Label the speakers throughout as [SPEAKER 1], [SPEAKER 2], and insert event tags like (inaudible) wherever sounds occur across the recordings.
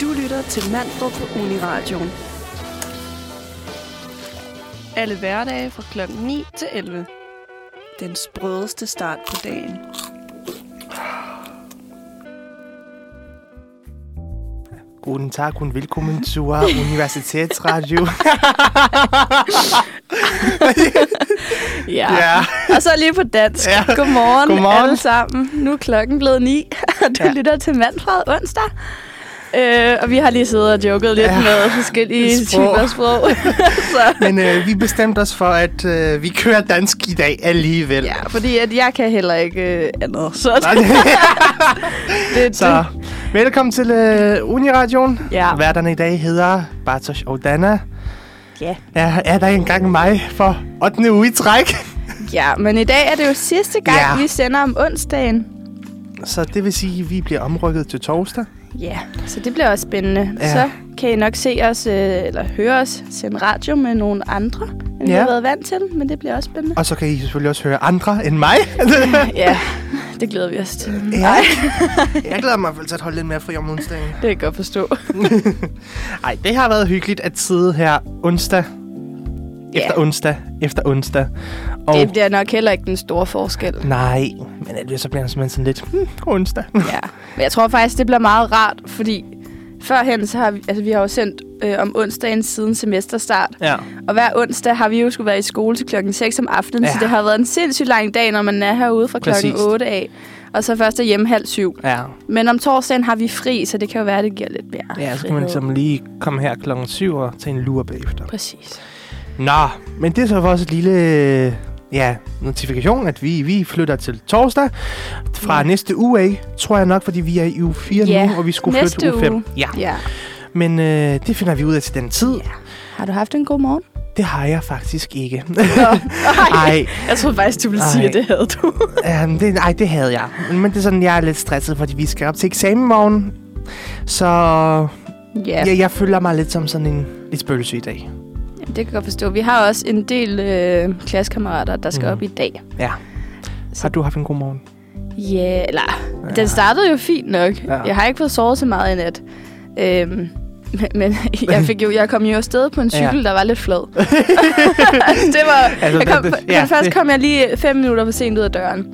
[SPEAKER 1] Du lytter til Mandrup på Uniradioen. Alle hverdage fra kl. 9 til 11. Den sprødeste start på dagen.
[SPEAKER 2] Guten Tag und willkommen zur Universitätsradio.
[SPEAKER 3] (laughs) Ja.
[SPEAKER 2] ja,
[SPEAKER 3] Og så lige på dansk.
[SPEAKER 2] Ja.
[SPEAKER 3] Ja. Godmorgen,
[SPEAKER 2] Godmorgen.
[SPEAKER 3] Godmorgen alle sammen. Nu er klokken blevet ni, og du
[SPEAKER 2] Ja.
[SPEAKER 3] ja. lytter til Manfred onsdag. Øh, og vi har lige siddet og joket lidt
[SPEAKER 2] Ja.
[SPEAKER 3] ja. med forskellige
[SPEAKER 2] Sprog.
[SPEAKER 3] sprog. typer
[SPEAKER 2] (laughs)
[SPEAKER 3] sprog. så,
[SPEAKER 2] men øh, vi bestemte os for, at øh, vi kører dansk i dag alligevel.
[SPEAKER 3] ja, fordi at jeg kan heller ikke øh, andet. Så
[SPEAKER 2] (laughs) Nej,
[SPEAKER 3] det, det,
[SPEAKER 2] Så velkommen til øh, Uniradioen.
[SPEAKER 3] Ja.
[SPEAKER 2] Værterne i dag hedder Bartosz og Dana.
[SPEAKER 3] Ja.
[SPEAKER 2] Er, er der engang mig for 8. uge i træk?
[SPEAKER 3] ja, men i dag er det jo sidste gang,
[SPEAKER 2] Ja.
[SPEAKER 3] ja. vi sender om onsdagen.
[SPEAKER 2] Så det vil sige, at vi bliver omrykket til torsdag.
[SPEAKER 3] Ja, så det bliver også spændende.
[SPEAKER 2] Ja.
[SPEAKER 3] Ja. Så kan I nok se os, øh, eller høre os, sende radio med nogle andre, end ja. vi
[SPEAKER 2] Ja.
[SPEAKER 3] har været vant til, men det bliver også spændende.
[SPEAKER 2] Og så kan I selvfølgelig også høre andre end mig. (laughs)
[SPEAKER 3] Ja, det glæder vi os til.
[SPEAKER 2] ja. Jeg glæder mig i hvert fald til at holde lidt mere fri om onsdagen.
[SPEAKER 3] Det kan jeg godt forstå.
[SPEAKER 2] Ej, det har været hyggeligt at sidde her onsdag
[SPEAKER 3] Ja.
[SPEAKER 2] efter onsdag efter onsdag. Og
[SPEAKER 3] (laughs) Det bliver nok heller ikke den store
[SPEAKER 2] (laughs)
[SPEAKER 3] forskel.
[SPEAKER 2] nej, men at det så bliver simpelthen sådan lidt hmm, onsdag.
[SPEAKER 3] Ja. Men jeg tror faktisk, det bliver meget rart, fordi førhen, så har vi, altså, vi har jo sendt øh, om onsdagen siden semesterstart.
[SPEAKER 2] ja.
[SPEAKER 3] Og hver onsdag har vi jo skulle være i skole til klokken 6 om aftenen, ja. så
[SPEAKER 2] Ja.
[SPEAKER 3] det har været en sindssygt lang dag, når man er herude fra klokken
[SPEAKER 2] Præcist.
[SPEAKER 3] 8 af. Og så først er hjemme halv syv.
[SPEAKER 2] Ja,
[SPEAKER 3] Men om torsdagen har vi fri, så det kan jo være, det giver lidt mere
[SPEAKER 2] ja så kan
[SPEAKER 3] frihed.
[SPEAKER 2] man ligesom lige komme her klokken 7 og tage en lur bagefter.
[SPEAKER 3] Præcis.
[SPEAKER 2] Nå, men det er så for os et lille ja, notifikation, at vi, vi flytter til torsdag fra
[SPEAKER 3] Ja.
[SPEAKER 2] næste uge af, tror jeg nok, fordi vi er i uge 4
[SPEAKER 3] Ja,
[SPEAKER 2] nu, og vi skulle flytte
[SPEAKER 3] næste
[SPEAKER 2] til uge 5.
[SPEAKER 3] uge.
[SPEAKER 2] Ja.
[SPEAKER 3] Ja.
[SPEAKER 2] Men øh, det finder vi ud af til den tid.
[SPEAKER 3] ja. Har du haft en god
[SPEAKER 2] (laughs)
[SPEAKER 3] morgen?
[SPEAKER 2] Det har jeg faktisk ikke.
[SPEAKER 3] Nej.
[SPEAKER 2] (laughs) Ej,
[SPEAKER 3] Jeg troede faktisk, du ville sige,
[SPEAKER 2] Ej.
[SPEAKER 3] at det havde du.
[SPEAKER 2] Um, det, ej, det havde jeg. Men det er sådan, jeg er lidt stresset, fordi vi skal op til eksamen i morgen. Så
[SPEAKER 3] Ja,
[SPEAKER 2] ja. jeg, jeg føler mig lidt som sådan en lidt spøgelse i dag.
[SPEAKER 3] det kan jeg godt forstå. Vi har også en del øh, klassekammerater, der skal
[SPEAKER 2] Mhm.
[SPEAKER 3] mm. op i dag.
[SPEAKER 2] Ja.
[SPEAKER 3] Så-
[SPEAKER 2] Har du haft en god morgen?
[SPEAKER 3] Ja, eller... Ja. Den startede jo fint nok.
[SPEAKER 2] Ja.
[SPEAKER 3] Ja.
[SPEAKER 2] (laughs)
[SPEAKER 3] Jeg har ikke fået sovet så meget i nat. Øhm, (laughs) men- men jeg, fik jo, jeg kom jo afsted på en
[SPEAKER 2] Ja.
[SPEAKER 3] cykel, ja. der var lidt flad. altså, (laughs) det var,
[SPEAKER 2] Altså,
[SPEAKER 3] jeg kom,
[SPEAKER 2] det-
[SPEAKER 3] det,
[SPEAKER 2] det-
[SPEAKER 3] ja,
[SPEAKER 2] ja,
[SPEAKER 3] først
[SPEAKER 2] det-
[SPEAKER 3] kom jeg lige fem minutter for sent ud af døren.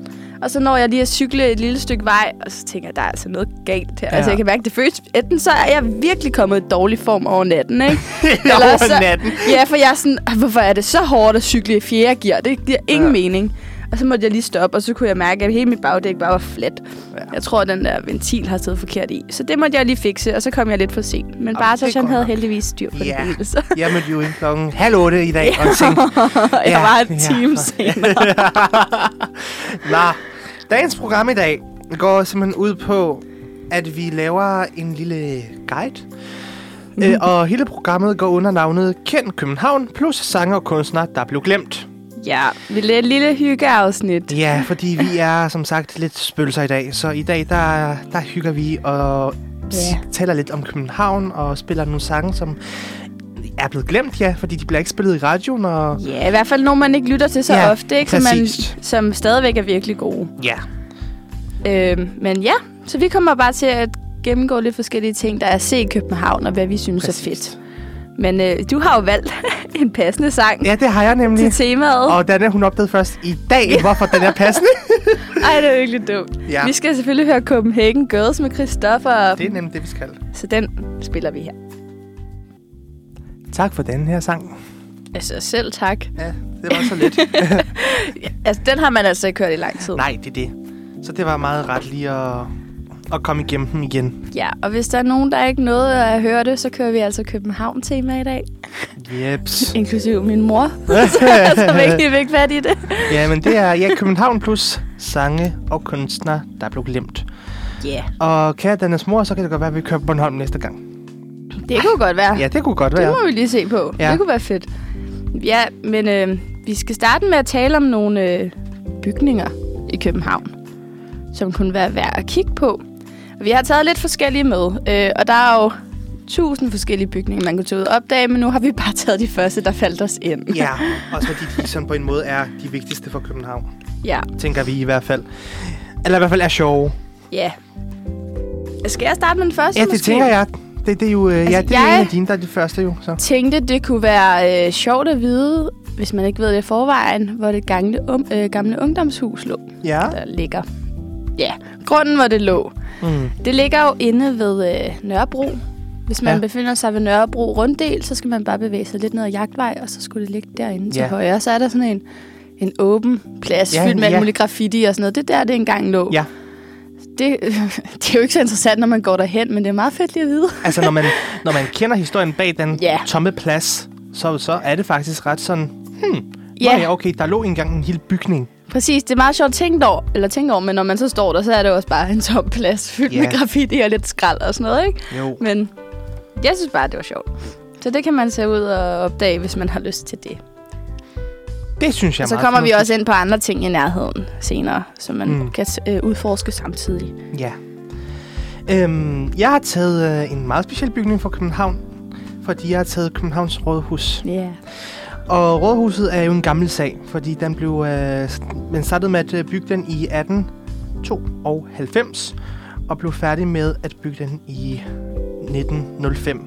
[SPEAKER 3] Og så når jeg lige at cykle et lille stykke vej, og så tænker jeg, der er altså noget galt her. Ja.
[SPEAKER 2] Ja.
[SPEAKER 3] Altså, jeg kan mærke, det føles... Enten så er jeg virkelig kommet i dårlig form over natten, ikke?
[SPEAKER 2] Over
[SPEAKER 3] så,
[SPEAKER 2] natten.
[SPEAKER 3] Ja, for jeg er sådan, "Ah, hvorfor er det så hårdt at cykle i fjerde gear? Det giver ingen
[SPEAKER 2] Ja.
[SPEAKER 3] ja. mening. Og så måtte jeg lige stoppe, og så kunne jeg mærke, at hele mit bagdæk bare var fladt.
[SPEAKER 2] Ja.
[SPEAKER 3] Ja. Jeg tror, at den der ventil har siddet forkert i. Så det måtte jeg lige fikse, og så kom jeg lidt for sent. Men Bartosz,
[SPEAKER 2] går
[SPEAKER 3] han havde
[SPEAKER 2] nok.
[SPEAKER 3] heldigvis styr på
[SPEAKER 2] Ja.
[SPEAKER 3] det hele, så (laughs)
[SPEAKER 2] Jeg mødte jo en klokken halv otte i dag, og tænkte...
[SPEAKER 3] jeg
[SPEAKER 2] Ja,
[SPEAKER 3] var en
[SPEAKER 2] ja.
[SPEAKER 3] time senere.
[SPEAKER 2] Nå, dagens program i dag går simpelthen ud på, at vi laver en lille guide.
[SPEAKER 3] Mm.
[SPEAKER 2] Øh, og hele programmet går under navnet Kend København, plus sanger og kunstnere, der blev glemt.
[SPEAKER 3] Ja, vi lavede et lille hyggeafsnit.
[SPEAKER 2] Ja, fordi vi er som sagt lidt spølser i dag, så i dag der, der hygger vi og yeah.
[SPEAKER 3] Ja.
[SPEAKER 2] taler lidt om København og spiller nogle sange, som er blevet glemt, ja, fordi de bliver ikke spillet i radioen, og
[SPEAKER 3] Ja, i hvert fald nogen, man ikke lytter til så
[SPEAKER 2] Ja,
[SPEAKER 3] ja, ofte, ikke? Som, man,
[SPEAKER 2] præcis.
[SPEAKER 3] som stadigvæk er virkelig gode.
[SPEAKER 2] ja,
[SPEAKER 3] Øhm, men ja, så vi kommer bare til at gennemgå lidt forskellige ting, der er at se i København, og hvad vi synes
[SPEAKER 2] Præcis.
[SPEAKER 3] Præcis. er fedt. Men øh, du har jo valgt (laughs) en passende sang ja.
[SPEAKER 2] ja det har jeg nemlig.
[SPEAKER 3] til temaet. Og...
[SPEAKER 2] Og den er hun opdaget først i dag, hvorfor den er (laughs) passende.
[SPEAKER 3] Ej, det er virkelig dumt.
[SPEAKER 2] Ja.
[SPEAKER 3] Ja. Vi skal selvfølgelig høre Copenhagen Girls med Christoffer,
[SPEAKER 2] Det er nemlig det, vi skal.
[SPEAKER 3] så den spiller vi her.
[SPEAKER 2] Tak for den her sang.
[SPEAKER 3] Altså, selv tak.
[SPEAKER 2] Ja, det var så (laughs) lidt.
[SPEAKER 3] Altså, den har man altså ikke hørt i lang tid.
[SPEAKER 2] Nej, det er det. Så det var meget ret lige at, at komme igennem den igen.
[SPEAKER 3] Ja, og hvis der er nogen, der ikke nåede at høre det, så kører vi altså København-tema i dag.
[SPEAKER 2] Jeps.
[SPEAKER 3] Inklusiv min
[SPEAKER 2] (laughs)
[SPEAKER 3] mor, (laughs) som ikke fik fat i det.
[SPEAKER 2] ja, men det er ja, København plus sange og kunstner, der blev glemt.
[SPEAKER 3] Ja, yeah.
[SPEAKER 2] Og kære Dannes mor, så kan det godt være, at vi kører på Bornholm næste gang.
[SPEAKER 3] det kunne godt være.
[SPEAKER 2] Ja, det kunne godt
[SPEAKER 3] Det
[SPEAKER 2] være.
[SPEAKER 3] må vi lige se på.
[SPEAKER 2] Ja.
[SPEAKER 3] Ja. Det kunne være fedt. Ja, men øh, vi skal starte med at tale om nogle øh, bygninger i København, som kunne være værd at kigge på. Og vi har taget lidt forskellige med, øh, og der er jo tusind forskellige bygninger, man kunne tage ud og opdage, men nu har vi bare taget de første, der faldt os ind.
[SPEAKER 2] Ja, også fordi de sådan på en måde er de vigtigste for København,
[SPEAKER 3] Ja.
[SPEAKER 2] tænker vi i hvert fald. Eller i hvert fald er sjove.
[SPEAKER 3] ja. Skal jeg starte med den første
[SPEAKER 2] Ja, det
[SPEAKER 3] måske?
[SPEAKER 2] tænker jeg. Det, det er jo, øh, altså, ja, det jeg...
[SPEAKER 3] jeg-
[SPEAKER 2] er en af dine, der er det første jo. Så.
[SPEAKER 3] tænkte, det kunne være øh, sjovt at vide, hvis man ikke ved det i forvejen, hvor det gamle, um, øh, gamle ungdomshus lå,
[SPEAKER 2] Ja.
[SPEAKER 3] der ligger. Ja, grunden, hvor det lå.
[SPEAKER 2] Mm.
[SPEAKER 3] Det ligger jo inde ved øh, Nørrebro. Hvis man
[SPEAKER 2] Ja.
[SPEAKER 3] ja. befinder sig ved Nørrebro runddel, så skal man bare bevæge sig lidt ned ad jagtvej, og så skulle det ligge derinde til
[SPEAKER 2] Ja.
[SPEAKER 3] højre. Så er der sådan en, en åben plads,
[SPEAKER 2] Ja,
[SPEAKER 3] ja, fyldt med ja.
[SPEAKER 2] ja.
[SPEAKER 3] alt muligt graffiti og sådan noget. Det er der, det engang lå.
[SPEAKER 2] Ja.
[SPEAKER 3] Det, (laughs) det er jo ikke så interessant, når man går derhen, men det er meget fedt lige at vide.
[SPEAKER 2] Altså, når man, når man kender historien bag den
[SPEAKER 3] Ja.
[SPEAKER 2] tomme plads, så, så er det faktisk ret sådan, hmm, ja. ja, okay, der lå engang en hel bygning.
[SPEAKER 3] Præcis, det er meget sjovt tænkt over, eller tænkt over, men når man så står der, så er det også bare en tom plads fyldt
[SPEAKER 2] Ja.
[SPEAKER 3] yeah. med graffiti og lidt skrald og sådan noget, ikke?
[SPEAKER 2] Jo.
[SPEAKER 3] Men jeg synes bare, det var sjovt. Så det kan man se ud og opdage, hvis man har lyst til det.
[SPEAKER 2] Det synes jeg
[SPEAKER 3] Og så
[SPEAKER 2] er meget
[SPEAKER 3] kommer vi
[SPEAKER 2] fornuftigt.
[SPEAKER 3] også ind på andre ting i nærheden senere, som man
[SPEAKER 2] Mm.
[SPEAKER 3] mm. kan øh, udforske samtidig.
[SPEAKER 2] Ja. Øhm, jeg har taget øh, en meget speciel bygning fra København, fordi jeg har taget Københavns Rådhus.
[SPEAKER 3] Ja. Yeah.
[SPEAKER 2] Og Rådhuset er jo en gammel sag, fordi den blev, øh, st- man startede med at øh, bygge den i 1892, og blev færdig med at bygge den i 1905.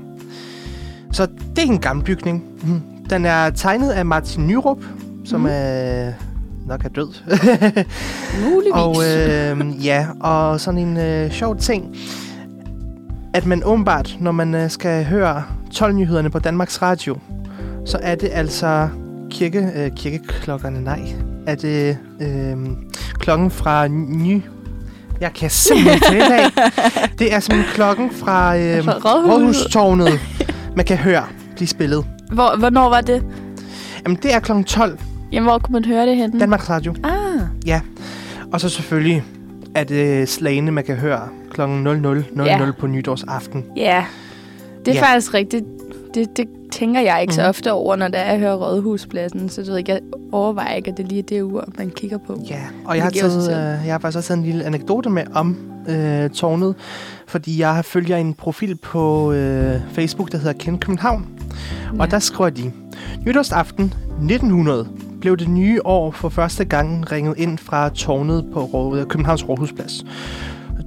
[SPEAKER 2] Så det er en gammel bygning. Mhm. Den er tegnet af Martin Nyrup, som
[SPEAKER 3] Mhm.
[SPEAKER 2] øh, nok er død. (laughs)
[SPEAKER 3] Muligvis.
[SPEAKER 2] og øh, ja, og sådan en øh, sjov ting, at man åbenbart, når man øh, skal høre 12-nyhederne på Danmarks Radio, så er det altså kirke, øh, kirkeklokkerne, nej, er det øh, klokken fra ny... Jeg kan simpelthen ikke tale i dag. Det er simpelthen klokken fra øh,
[SPEAKER 3] Fra Rådhuset.
[SPEAKER 2] Rådhustårnet, man kan høre blive spillet.
[SPEAKER 3] Hvor, hvornår var det?
[SPEAKER 2] Jamen, det er klokken 12,
[SPEAKER 3] Jamen, hvor kunne man høre det henne?
[SPEAKER 2] Danmarks Radio.
[SPEAKER 3] Ah,
[SPEAKER 2] Og så selvfølgelig, at øh, slagene, man kan høre kl. 00.00
[SPEAKER 3] Ja.
[SPEAKER 2] på nytårsaften.
[SPEAKER 3] ja. Yeah. Det er
[SPEAKER 2] Ja. Mhm.
[SPEAKER 3] yeah. faktisk rigtigt. Det, det tænker jeg ikke mm. så ofte over, når der er jeg hører Rådhuspladsen. Så du ved ikke, jeg overvejer ikke, at det lige er det ur, man kigger på.
[SPEAKER 2] Ja, og jeg har,
[SPEAKER 3] giver sig
[SPEAKER 2] taget,
[SPEAKER 3] selv.
[SPEAKER 2] øh, jeg har faktisk også taget en lille anekdote med om øh, tårnet, fordi jeg følger en profil på øh, Facebook, der hedder Kend København, ja. og der skriver de, nytårsaften 1900 blev det nye år for første gang ringet ind fra tårnet på Rå- Københavns Rådhusplads.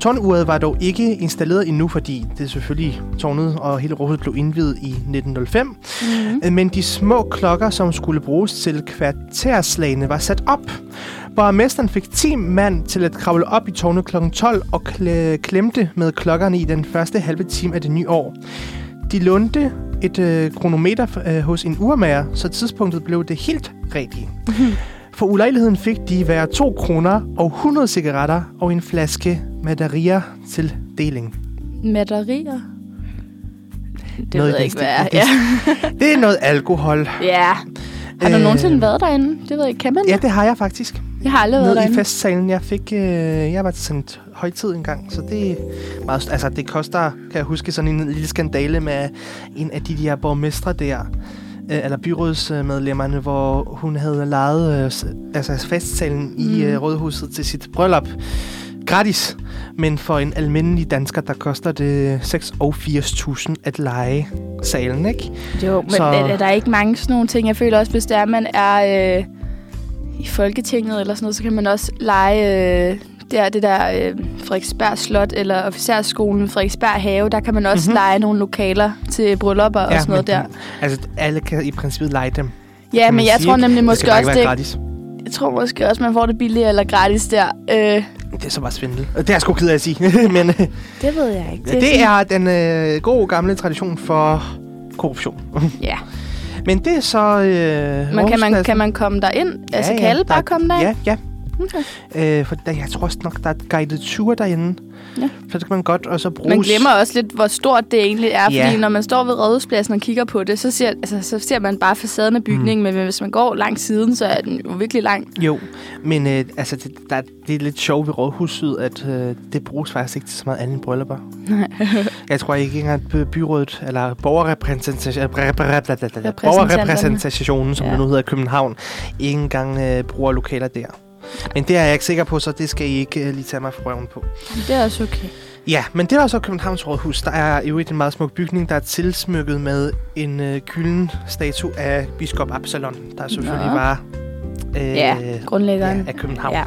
[SPEAKER 2] Tårnuret var dog ikke installeret endnu, fordi det er selvfølgelig tårnet og hele Rådhuset blev indvidet i 1905.
[SPEAKER 3] Mm-hmm.
[SPEAKER 2] Mm. men de små klokker, som skulle bruges til kvarterslagene, var sat op. Borgmesteren fik 10 mand til at kravle op i tårnet kl. 12 og kle- klemte med klokkerne i den første halve time af det nye år. De lånte et øh, kronometer øh, hos en urmager, så tidspunktet blev det helt rigtige.
[SPEAKER 3] (laughs)
[SPEAKER 2] For ulejligheden fik de hver 2 kroner og 100 cigaretter og en flaske madaria til deling.
[SPEAKER 3] Matterier? Det
[SPEAKER 2] Noget
[SPEAKER 3] ved jeg
[SPEAKER 2] i
[SPEAKER 3] ikke,
[SPEAKER 2] den
[SPEAKER 3] hvad er.
[SPEAKER 2] stil.
[SPEAKER 3] Ja.
[SPEAKER 2] Det er noget alkohol.
[SPEAKER 3] ja. Har du
[SPEAKER 2] Øh,
[SPEAKER 3] nogensinde været derinde? Det ved jeg ikke. Kan man
[SPEAKER 2] Ja, det har jeg faktisk.
[SPEAKER 3] Jeg har aldrig været
[SPEAKER 2] Nede i
[SPEAKER 3] derinde.
[SPEAKER 2] festsalen, jeg fik... Øh, jeg var til sådan et højtid engang, så det er meget... st- Altså, det koster, kan jeg huske, sådan en lille skandale med en af de der borgmestre der, øh, eller byrådsmedlemmerne, hvor hun havde lejet øh, s- altså, festsalen i
[SPEAKER 3] Mm.
[SPEAKER 2] øh, Rådhuset til sit bryllup. Gratis, men for en almindelig dansker, der koster det 86.000 at lege salen, ikke?
[SPEAKER 3] Jo, men
[SPEAKER 2] Så-
[SPEAKER 3] så... er, er der ikke mange sådan nogle ting? Jeg føler også, hvis det er, man er øh, i Folketinget eller sådan noget, så kan man også lege øh, der, det der øh, Frederiksberg Slot eller Officerskolen Frederiksberg Have. Der kan man også
[SPEAKER 2] Mhm.
[SPEAKER 3] mm-hmm. lege nogle lokaler til bryllupper og sådan noget
[SPEAKER 2] men,
[SPEAKER 3] der.
[SPEAKER 2] Altså, alle kan i princippet lege dem.
[SPEAKER 3] Ja,
[SPEAKER 2] kan
[SPEAKER 3] men
[SPEAKER 2] man
[SPEAKER 3] jeg
[SPEAKER 2] sige,
[SPEAKER 3] tror
[SPEAKER 2] ikke?
[SPEAKER 3] nemlig
[SPEAKER 2] Det
[SPEAKER 3] måske
[SPEAKER 2] skal bare ikke
[SPEAKER 3] også,
[SPEAKER 2] være
[SPEAKER 3] det,
[SPEAKER 2] gratis.
[SPEAKER 3] jeg tror måske også, man får det billigt eller gratis der. Øh,
[SPEAKER 2] Det er så bare svindel. Det er jeg sgu ked af at sige. (laughs) Men øh,
[SPEAKER 3] det ved jeg ikke.
[SPEAKER 2] det er den øh, gode gamle tradition for korruption. (laughs)
[SPEAKER 3] Ja.
[SPEAKER 2] Men det er så... Øh,
[SPEAKER 3] Men kan man,
[SPEAKER 2] Rådhuspladsen.
[SPEAKER 3] kan man komme derind? Ja, altså, kan alle
[SPEAKER 2] der-
[SPEAKER 3] bare komme derind?
[SPEAKER 2] Ja, ja.
[SPEAKER 3] Okay.
[SPEAKER 2] Øh, for der, jeg tror også nok, der er guided tour derinde.
[SPEAKER 3] Ja.
[SPEAKER 2] Så det kan man godt og så bruge...
[SPEAKER 3] Man glemmer også lidt, hvor stort det egentlig er,
[SPEAKER 2] Ja.
[SPEAKER 3] fordi når man står ved Rådhuspladsen og kigger på det, så ser, altså, så ser man bare facaden af bygningen, mm. men hvis man går langt siden, så er den jo virkelig lang.
[SPEAKER 2] Jo, men øh, altså, det, der, det er lidt sjovt ved rådhuset, at øh, det bruges faktisk ikke til så meget andet end bryllupper. jeg tror ikke engang, at by- byrådet, eller borgerrepræsentation- repræ- repræ- repræ- repræ- borgerrepræsentationen, som
[SPEAKER 3] Ja.
[SPEAKER 2] det nu hedder i København, ikke engang øh, bruger lokaler der. Men det er jeg ikke sikker på, så det skal I ikke øh, lige tage mig fra røven på.
[SPEAKER 3] Det er også okay.
[SPEAKER 2] Ja, men det er også Københavns Rådhus. Der er jo en meget smuk bygning, der er tilsmykket med en øh, gylden statue af biskop Absalon, der selvfølgelig
[SPEAKER 3] Nå.
[SPEAKER 2] var øh,
[SPEAKER 3] Ja, Grundlæggeren.
[SPEAKER 2] af København.
[SPEAKER 3] Ja.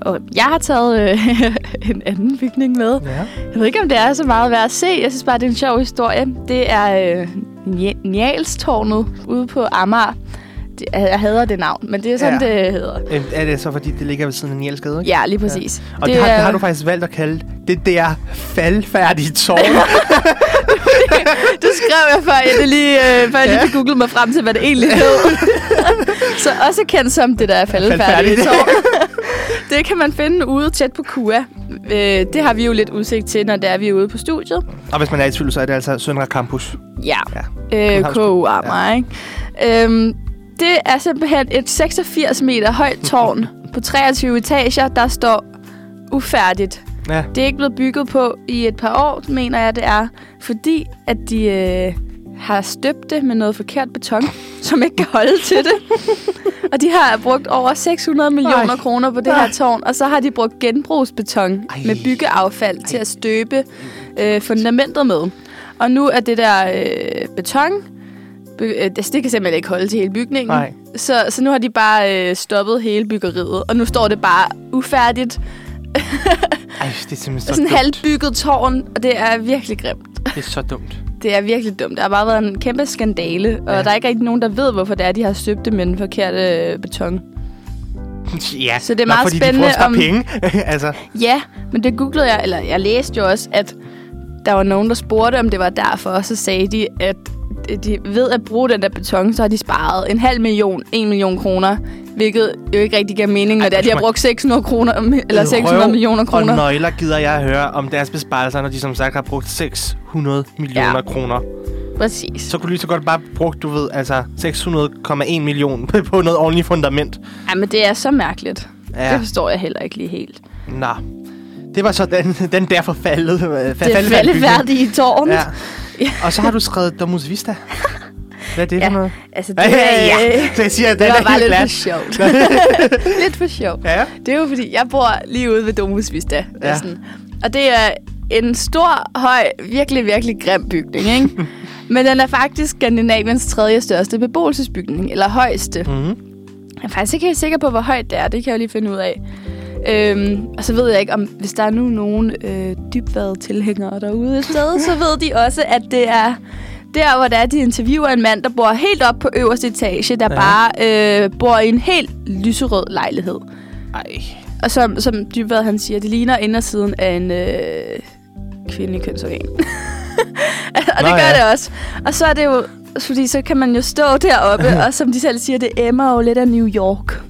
[SPEAKER 3] Og jeg har taget øh, (laughs) en anden bygning med.
[SPEAKER 2] Ja.
[SPEAKER 3] Jeg ved ikke, om det er så meget værd at se. Jeg synes bare, det er en sjov historie. Det er øh, Nja- Njalstårnet ude på Amager. Det- Jeg hader det navn, men det er sådan,
[SPEAKER 2] Ja.
[SPEAKER 3] ja. det hedder.
[SPEAKER 2] Øh, Er det så, fordi det ligger ved siden af Nielskade, ikke?
[SPEAKER 3] Ja, lige præcis. Ja.
[SPEAKER 2] Og det, det, har, det har du faktisk valgt at kalde det der faldfærdige
[SPEAKER 3] (laughs)
[SPEAKER 2] tårn.
[SPEAKER 3] Det skrev jeg før, jeg det lige, øh, før jeg lige fik googlet mig frem til, hvad det egentlig hed.
[SPEAKER 2] (laughs)
[SPEAKER 3] så også kendt som det der faldefærdige
[SPEAKER 2] Faldefærdige.
[SPEAKER 3] tårn. det kan man finde ude tæt på KUA. Øh, det har vi jo lidt udsigt til, når det er, vi er ude på studiet.
[SPEAKER 2] og hvis man er i tvivl, så er det altså Søndre Campus.
[SPEAKER 3] Ja,
[SPEAKER 2] Ja.
[SPEAKER 3] øh,
[SPEAKER 2] Københavns-
[SPEAKER 3] KU Amager, ja. ikke? Øhm, det er simpelthen et 86 meter højt tårn på 23 etager, der står ufærdigt.
[SPEAKER 2] Ja.
[SPEAKER 3] Det er ikke blevet bygget på i et par år, mener jeg, det er. Fordi at de øh, har støbt det med noget forkert beton, (laughs) som ikke kan holde til det. og de har brugt over 600 millioner
[SPEAKER 2] Ej.
[SPEAKER 3] kroner på det
[SPEAKER 2] Ej.
[SPEAKER 3] her tårn. Og så har de brugt genbrugsbeton Ej. med byggeaffald Ej. til at støbe øh, fundamentet med. Og nu er det der øh, beton... By, øh, altså, det kan simpelthen ikke holde til hele bygningen.
[SPEAKER 2] Nej.
[SPEAKER 3] Så, så nu har de bare øh, stoppet hele byggeriet, og nu står det bare ufærdigt
[SPEAKER 2] Ej, det er simpelthen så
[SPEAKER 3] sådan
[SPEAKER 2] dumt.
[SPEAKER 3] halvbygget tårn, og det er virkelig grimt.
[SPEAKER 2] Det er så dumt. (laughs)
[SPEAKER 3] Det er virkelig dumt. Der har bare været en kæmpe skandale, og
[SPEAKER 2] Ja.
[SPEAKER 3] ja. der er ikke rigtig nogen, der ved, hvorfor det er, de har støbt det med den forkerte øh, beton.
[SPEAKER 2] ja.
[SPEAKER 3] Så det er meget
[SPEAKER 2] Nå, fordi
[SPEAKER 3] spændende
[SPEAKER 2] de får
[SPEAKER 3] om-
[SPEAKER 2] om... penge. (laughs) altså,
[SPEAKER 3] Ja, men det googlede jeg, eller jeg læste jo også, at der var nogen, der spurgte, om det var derfor, og så sagde de, at de ved at bruge den der beton, så har de sparet en halv million, en million kroner, hvilket jo ikke rigtig giver mening, når det er, de har brugt 600, kroner, eller 600
[SPEAKER 2] røv
[SPEAKER 3] millioner kroner.
[SPEAKER 2] Og nøgler gider jeg at høre om deres besparelser, når de som sagt har brugt 600 millioner ja. kroner.
[SPEAKER 3] Præcis.
[SPEAKER 2] Så kunne du lige så godt bare bruge, du ved, altså 600,1 million (laughs) på noget ordentligt fundament.
[SPEAKER 3] Ja, men det er så mærkeligt. Ja.
[SPEAKER 2] Ja,
[SPEAKER 3] Det forstår jeg heller ikke lige helt.
[SPEAKER 2] nå. Det var så den, (laughs) den der forfaldede, det
[SPEAKER 3] det faldefærdige tårn.
[SPEAKER 2] Ja. Og så har du skrevet Domus Vista. Hvad er det ja.
[SPEAKER 3] Ja.
[SPEAKER 2] for noget?
[SPEAKER 3] Altså, det,
[SPEAKER 2] Ja, ja, ja. Så jeg siger, at den
[SPEAKER 3] det var
[SPEAKER 2] er
[SPEAKER 3] bare
[SPEAKER 2] helt
[SPEAKER 3] lidt for
[SPEAKER 2] glat.
[SPEAKER 3] sjovt.
[SPEAKER 2] (laughs)
[SPEAKER 3] lidt for sjovt. (laughs)
[SPEAKER 2] Ja.
[SPEAKER 3] Det er jo fordi, jeg bor lige ude ved Domus Vista.
[SPEAKER 2] Ja.
[SPEAKER 3] Ja. Sådan. Og det er en stor, høj, virkelig, virkelig grim bygning,
[SPEAKER 2] (laughs)
[SPEAKER 3] ikke? Men den er faktisk Skandinaviens tredje største beboelsesbygning, eller højeste.
[SPEAKER 2] Mm-hmm.
[SPEAKER 3] Jeg er faktisk ikke helt sikker på, hvor højt det er. Det kan jeg jo lige finde ud af. Øhm, og så ved jeg ikke, om hvis der er nu nogen øh, dybvad-tilhængere derude et sted, så ved de også, at det er der, hvor der er, de interviewer en mand, der bor helt op på øverste etage, der
[SPEAKER 2] Ja.
[SPEAKER 3] ja. bare øh, bor i en helt lyserød lejlighed.
[SPEAKER 2] Ej.
[SPEAKER 3] Og som, som Dybvad han siger, det ligner indersiden af en øh, kvindelig kønsorgan. (laughs) og
[SPEAKER 2] Nå
[SPEAKER 3] det gør
[SPEAKER 2] ja.
[SPEAKER 3] det også. Og så er det jo, fordi så kan man jo stå
[SPEAKER 2] (laughs)
[SPEAKER 3] deroppe, og som de selv siger, det emmer jo lidt af New York.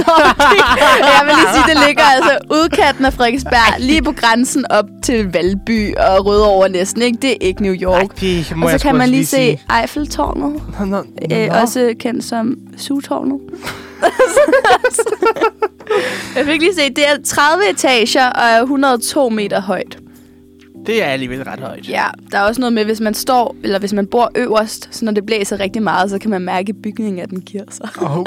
[SPEAKER 3] Står det. (laughs) jeg vil lige sige, det ligger altså udkanten af Frederiksberg, lige på grænsen op til Valby og Rødovre næsten. Ikke? Det er ikke New
[SPEAKER 2] Ej,
[SPEAKER 3] York.
[SPEAKER 2] det må
[SPEAKER 3] og
[SPEAKER 2] jeg
[SPEAKER 3] så kan
[SPEAKER 2] sgu
[SPEAKER 3] man
[SPEAKER 2] også
[SPEAKER 3] lige se
[SPEAKER 2] sige.
[SPEAKER 3] Eiffeltårnet,
[SPEAKER 2] Nå, nå, nå.
[SPEAKER 3] øh, også kendt som Sugetårnet. (laughs) Jeg fik lige se, det er 30 etager og er 102 meter højt.
[SPEAKER 2] Det er alligevel ret højt.
[SPEAKER 3] Ja, der er også noget med, hvis man står, eller hvis man bor øverst, så når det blæser rigtig meget, så kan man mærke, at bygningen af den giver sig.
[SPEAKER 2] Åh, uh,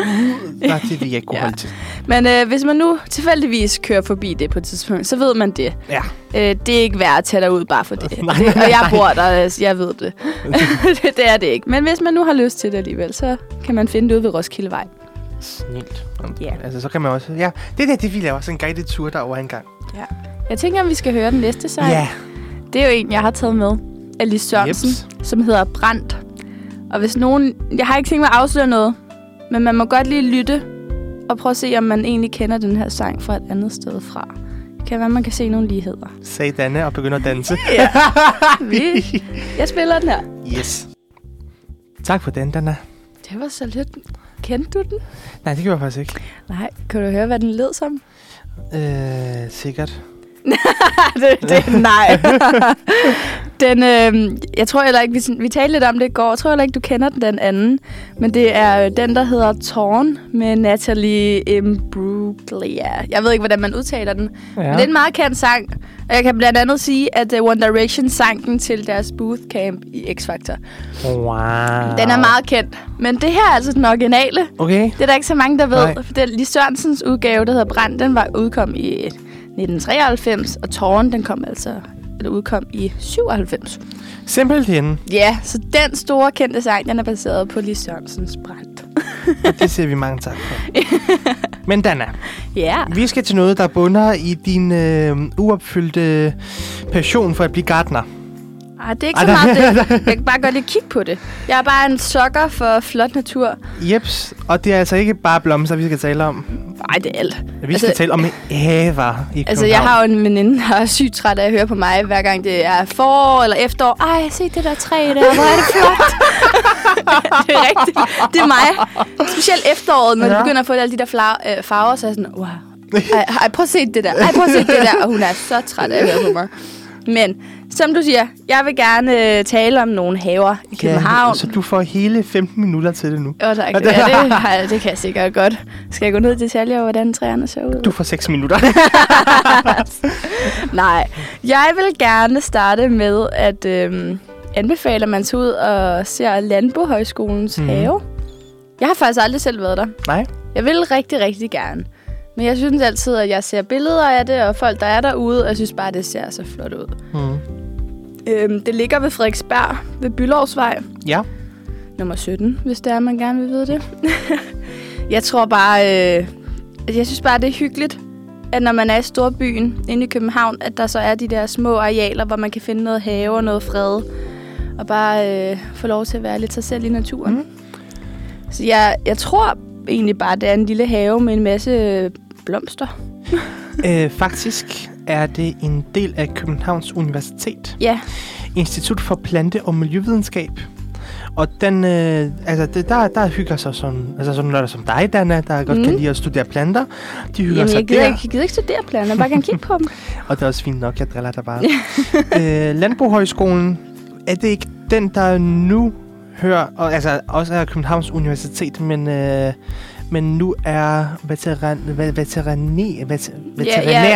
[SPEAKER 2] nej, det vil jeg ikke kunne
[SPEAKER 3] Ja.
[SPEAKER 2] holde til.
[SPEAKER 3] Men øh, hvis man nu tilfældigvis kører forbi det på et tidspunkt, så ved man det.
[SPEAKER 2] Ja.
[SPEAKER 3] Øh, det er ikke værd at tage derud bare for det.
[SPEAKER 2] (laughs) Nej,
[SPEAKER 3] det og jeg
[SPEAKER 2] nej.
[SPEAKER 3] bor der, altså, jeg ved det. (laughs) det. det er det ikke. Men hvis man nu har lyst til det alligevel, så kan man finde det ude ved Roskildevej.
[SPEAKER 2] Snilt.
[SPEAKER 3] Ja.
[SPEAKER 2] Altså, så kan man også... Ja, det der, det vi laver. Sådan en guided tour derovre en gang.
[SPEAKER 3] Jeg tænker, om vi skal høre den næste sang. Det er jo en, jeg har taget med. Alice Sørensen,
[SPEAKER 2] Jeps.
[SPEAKER 3] som hedder Brandt. Og hvis nogen... Jeg har ikke tænkt mig at afsløre noget, men man må godt lige lytte og prøve at se, om man egentlig kender den her sang fra et andet sted fra. Det kan være, man kan se nogle (laughs) ligheder.
[SPEAKER 2] sagde Danne og begynder at danse.
[SPEAKER 3] Ja. Vi, jeg spiller den her.
[SPEAKER 2] yes. Tak for den, Danne.
[SPEAKER 3] Det var så lidt... Kendte du den?
[SPEAKER 2] Nej, det gjorde jeg faktisk ikke.
[SPEAKER 3] Nej, kan du høre, hvad den lød som?
[SPEAKER 2] Øh, sikkert.
[SPEAKER 3] (laughs) det, det, nej. (laughs) den, øh, jeg tror heller ikke, vi, vi talte lidt om det i går, jeg tror heller ikke, du kender den, den anden. Men det er øh, den, der hedder Torn med Natalie Imbruglia. Jeg ved ikke, hvordan man udtaler den. Ja. Men det er en meget kendt sang. Og jeg kan blandt andet sige, at øh, One Direction sang den til deres bootcamp i X-Factor.
[SPEAKER 2] Wow.
[SPEAKER 3] Den er meget kendt. Men det her er altså den originale.
[SPEAKER 2] Okay.
[SPEAKER 3] Det er der ikke så mange, der ved.
[SPEAKER 2] Nej.
[SPEAKER 3] Nej. For den Lis Sørensens udgave, der hedder Brand, den var udkom i 1993, og Tårn, den kom altså eller udkom i 97.
[SPEAKER 2] (laughs) Simpelthen.
[SPEAKER 3] Ja, så den store kendte sang, den er baseret på Lis Sørensens Brand. (laughs)
[SPEAKER 2] Det siger vi mange tak for. Men Dana,
[SPEAKER 3] Ja.
[SPEAKER 2] vi skal til noget, der bunder i din øh, uopfyldte passion for at blive gartner.
[SPEAKER 3] Ej, det er ikke
[SPEAKER 2] Ej,
[SPEAKER 3] så
[SPEAKER 2] der-
[SPEAKER 3] meget det.
[SPEAKER 2] (laughs)
[SPEAKER 3] Jeg kan bare godt lide at kigge på det. Jeg er bare en sokker for flot natur.
[SPEAKER 2] Jeps, og det er altså ikke bare blomster, vi skal tale om.
[SPEAKER 3] Nej, det er alt.
[SPEAKER 2] Vi altså, skal tale om haver i
[SPEAKER 3] Altså, jeg har jo en veninde, der er sygt træt af at høre på mig, hver gang det er forår eller efterår. Ej, se det der træ der, hvor er det flot. (laughs) det er rigtigt. Det er mig. Specielt efteråret, når ja.
[SPEAKER 2] Ja.
[SPEAKER 3] det begynder at få alle de der fla- øh, farver, så er jeg sådan, wow. Ej, ej, prøv at se det der. Ej, prøv at se det der. Og hun er så træt af at høre på mig. Men, som du siger, jeg vil gerne øh, tale om nogle haver i København.
[SPEAKER 2] så du får hele 15 minutter til det nu.
[SPEAKER 3] Jo, tak. Ja, det, har jeg- det kan jeg sikkert godt. Skal jeg gå ned i detaljer, hvordan træerne ser ud?
[SPEAKER 2] Du får
[SPEAKER 3] (laughs)
[SPEAKER 2] 6 minutter.
[SPEAKER 3] Nej. Jeg vil gerne starte med at øhm, anbefale, at man tager ud og ser Landbohøjskolens
[SPEAKER 2] Mhm.
[SPEAKER 3] mm. have. Jeg har faktisk aldrig selv været der.
[SPEAKER 2] Nej.
[SPEAKER 3] Jeg vil rigtig, rigtig gerne. Men jeg synes altid, at jeg ser billeder af det, og folk, der er derude, og jeg synes bare, at det ser så flot ud.
[SPEAKER 2] Mm.
[SPEAKER 3] Øhm, det ligger ved Frederiksberg, ved Bylovsvej.
[SPEAKER 2] Ja.
[SPEAKER 3] nummer 17, hvis det er, man gerne vil vide det. (laughs) jeg tror bare, øh, at jeg synes bare, det er hyggeligt, at når man er i storbyen inde i København, at der så er de der små arealer, hvor man kan finde noget have og noget fred, og bare øh, få lov til at være lidt sig selv i naturen. Mm. Så jeg, jeg tror egentlig bare, det er en lille have med en masse øh, blomster.
[SPEAKER 2] Øh, faktisk er det en del af Københavns Universitet,
[SPEAKER 3] Ja,
[SPEAKER 2] Institut for Plante- og Miljøvidenskab. Og den, øh, altså det, der, der hygger sig sådan, altså sådan nørder som dig, Dana, der godt mm. kan
[SPEAKER 3] Mm.
[SPEAKER 2] lide at studere planter. De hygger
[SPEAKER 3] Jamen, jeg
[SPEAKER 2] sig
[SPEAKER 3] gider,
[SPEAKER 2] der,
[SPEAKER 3] ikke, jeg gider ikke studere planer, jeg bare gerne kigge på dem.
[SPEAKER 2] og det er også fint nok, jeg driller dig
[SPEAKER 3] (laughs)
[SPEAKER 2] bare. øh, Landbohøjskolen, er det ikke den, der nu hører, og, altså også er Københavns Universitet, men, øh, men nu er veteran, ve- veterani, vet,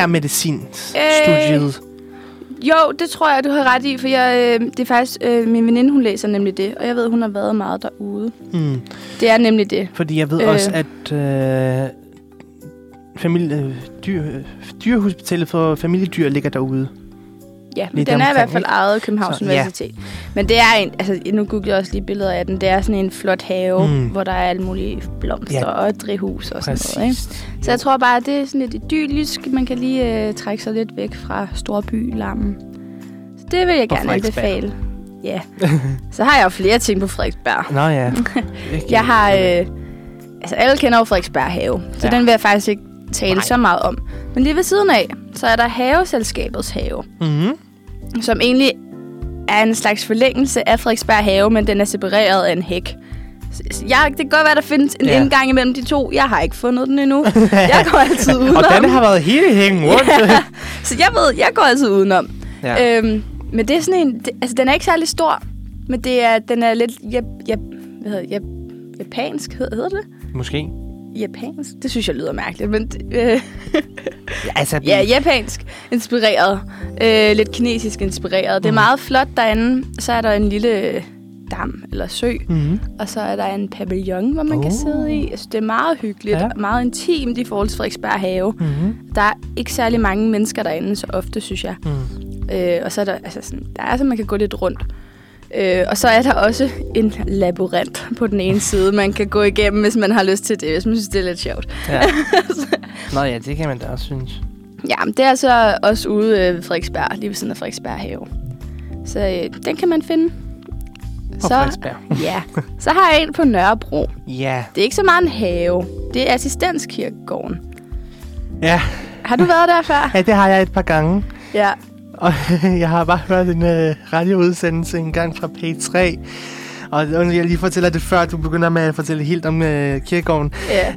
[SPEAKER 2] veterinærmedicinstudiet.
[SPEAKER 3] Øh, Jo, det tror jeg, du har ret i, for jeg, øh, det er faktisk øh, min veninde, hun læser nemlig det, og jeg ved, hun har været meget derude.
[SPEAKER 2] Mm.
[SPEAKER 3] Det er nemlig det.
[SPEAKER 2] Fordi jeg ved øh.
[SPEAKER 3] Øh.
[SPEAKER 2] også, at øh, familie, øh, dyr, øh, dyrehospitalet for familiedyr ligger derude.
[SPEAKER 3] Ja, men
[SPEAKER 2] Lidt
[SPEAKER 3] den er i
[SPEAKER 2] omkring,
[SPEAKER 3] hvert fald
[SPEAKER 2] ikke?
[SPEAKER 3] ejet af Københavns så,
[SPEAKER 2] Så, ja.
[SPEAKER 3] Universitet. Men det er en, altså nu googlede jeg også lige billeder af den, det er sådan en flot have,
[SPEAKER 2] Mm.
[SPEAKER 3] mm. hvor der er alle mulige blomster
[SPEAKER 2] Ja.
[SPEAKER 3] ja. og et drivhus og sådan noget. Ikke? Så jeg tror bare, at det er sådan lidt idyllisk. Man kan lige øh, trække sig lidt væk fra storbylarmen. Så det vil jeg
[SPEAKER 2] Og
[SPEAKER 3] gerne
[SPEAKER 2] Frederiksberg.
[SPEAKER 3] anbefale. Ja. så har jeg jo flere ting på Frederiksberg.
[SPEAKER 2] Nå ja. Ikke-
[SPEAKER 3] (laughs) Jeg har... Øh, altså, alle kender jo Frederiksberg Have, så
[SPEAKER 2] Ja.
[SPEAKER 3] ja. den vil jeg faktisk ikke tale
[SPEAKER 2] Nej.
[SPEAKER 3] Nej. så meget om. Men lige ved siden af, så er der Haveselskabets Have,
[SPEAKER 2] Mhm.
[SPEAKER 3] som egentlig er en slags forlængelse af Frederiksberg Have, men den er separeret af en hæk. Så- så Jeg, det kan godt være, der findes en
[SPEAKER 2] Ja.
[SPEAKER 3] ja. indgang imellem de to. Jeg har ikke fundet den
[SPEAKER 2] (laughs)
[SPEAKER 3] endnu. jeg går altid udenom.
[SPEAKER 2] Og
[SPEAKER 3] (laughs)
[SPEAKER 2] den har været hele hængen rundt.
[SPEAKER 3] ja. Så jeg ved, jeg går altid udenom.
[SPEAKER 2] ja.
[SPEAKER 3] Ja. Øhm, men det er sådan en... Det, altså, den er ikke særlig stor, men det er, den er lidt... Jap, jap, hvad hedder, det? jap, japansk hed- hedder det?
[SPEAKER 2] Måske.
[SPEAKER 3] Japansk? Det synes jeg lyder mærkeligt, men øh, (laughs)
[SPEAKER 2] Ja, altså,
[SPEAKER 3] ja, japansk inspireret. Øh, lidt kinesisk inspireret. Det
[SPEAKER 2] Mm.
[SPEAKER 3] er meget flot derinde. Så er der en lille øh, dam eller sø,
[SPEAKER 2] Mhm.
[SPEAKER 3] og så er der en pavillon, hvor man oh. kan
[SPEAKER 2] Oh.
[SPEAKER 3] sidde i. Altså, det er meget hyggeligt
[SPEAKER 2] Ja.
[SPEAKER 3] ja. og meget intimt i forhold til Frederiksberg Have.
[SPEAKER 2] Mhm.
[SPEAKER 3] Der er ikke særlig mange mennesker derinde så ofte, synes jeg.
[SPEAKER 2] Mm.
[SPEAKER 3] Øh, og så er der, altså sådan, der er så man kan gå lidt rundt. Øh, og så er der også en labyrint på den ene side, man kan gå igennem, hvis man har lyst til det, hvis man synes, det er lidt sjovt. (laughs)
[SPEAKER 2] Ja. Nå ja, det kan man da også synes.
[SPEAKER 3] Ja, men det er altså også ude øh, ved Frederiksberg, lige ved siden af Frederiksberg have. Så øh, den kan man finde.
[SPEAKER 2] På Frederiksberg.
[SPEAKER 3] ja, så har jeg en på Nørrebro.
[SPEAKER 2] Ja.
[SPEAKER 3] Det er ikke så meget en have. Det er assistenskirkegården.
[SPEAKER 2] ja.
[SPEAKER 3] Har du været der
[SPEAKER 2] (laughs)
[SPEAKER 3] før?
[SPEAKER 2] Ja, det har jeg et par gange.
[SPEAKER 3] Ja.
[SPEAKER 2] Og (laughs) jeg har bare hørt en øh, radioudsendelse en gang fra P3. Og undskyld, jeg lige fortæller det før, du begynder med at fortælle helt om øh, kirkegården.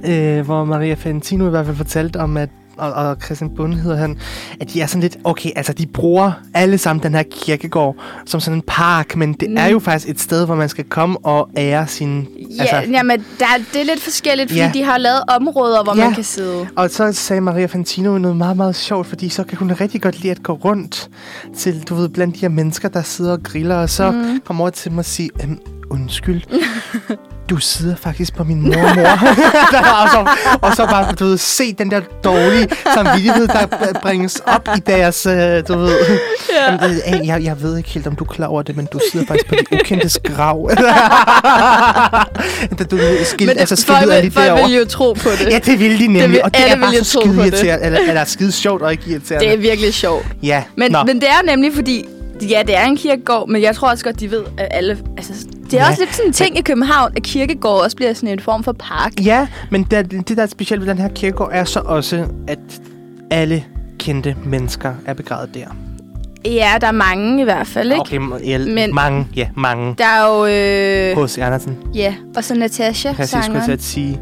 [SPEAKER 3] ja.
[SPEAKER 2] øh, hvor Maria Fantino i hvert fald fortalte om, at og, og Christian Bund hedder han, at de er sådan lidt, okay, altså de bruger alle sammen den her kirkegård som sådan en park, men det mm.
[SPEAKER 3] Mm.
[SPEAKER 2] er jo faktisk et sted, hvor man skal komme og ære sin...
[SPEAKER 3] Ja, altså, jamen, der, er- det er lidt forskelligt, fordi
[SPEAKER 2] Ja.
[SPEAKER 3] ja. de har lavet områder, hvor
[SPEAKER 2] Ja. Altså,
[SPEAKER 3] ja. man kan sidde.
[SPEAKER 2] Og så sagde Maria Fantino noget meget, meget sjovt, fordi så kan hun rigtig godt lide at gå rundt til, du ved,
[SPEAKER 3] Mhm.
[SPEAKER 2] blandt de her mennesker, der sidder og griller, og så mm. kommer over til dem og sige, øhm, undskyld, (laughs) du sidder faktisk på min mormor. (laughs) Der- og, så, og så bare, du ved, se den der dårlige samvittighed, der b- bringes op i deres, øh, du ved... Ja. Jamen, det- hey, jeg, jeg ved ikke helt, om du er klar over det, men du sidder faktisk på de ukendtes (laughs) grav. Da du ved, skilt,
[SPEAKER 3] Men
[SPEAKER 2] altså
[SPEAKER 3] folk,
[SPEAKER 2] skiltet er
[SPEAKER 3] vil,
[SPEAKER 2] lige
[SPEAKER 3] folk
[SPEAKER 2] derovre.
[SPEAKER 3] vil jo tro på det.
[SPEAKER 2] Ja, det ville de nemlig,
[SPEAKER 3] vil-
[SPEAKER 2] og det
[SPEAKER 3] alle
[SPEAKER 2] er bare
[SPEAKER 3] ville
[SPEAKER 2] så
[SPEAKER 3] tro på
[SPEAKER 2] skide
[SPEAKER 3] det.
[SPEAKER 2] irriterende, eller, eller skide sjovt og ikke irriterende.
[SPEAKER 3] Det er virkelig sjovt.
[SPEAKER 2] Ja,
[SPEAKER 3] Men,
[SPEAKER 2] Nå.
[SPEAKER 3] men det er nemlig fordi, ja, det er en kirkegård, men jeg tror også godt, de ved, at alle... Altså, det er
[SPEAKER 2] Ja,
[SPEAKER 3] ja, også lidt sådan en ting i København, at kirkegård også bliver sådan en form for park.
[SPEAKER 2] Ja, men det, det der er specielt ved den her kirkegård er så også, at alle kendte mennesker er begravet der.
[SPEAKER 3] Ja, der er mange i hvert fald, ikke? Okay.
[SPEAKER 2] Okay, m- ja,
[SPEAKER 3] Men-
[SPEAKER 2] men... mange, ja, mange.
[SPEAKER 3] Der er jo... Øh,
[SPEAKER 2] H.C. Andersen,
[SPEAKER 3] ja, og så Natasha,
[SPEAKER 2] præcis skulle jeg til
[SPEAKER 3] sangeren.
[SPEAKER 2] at sige.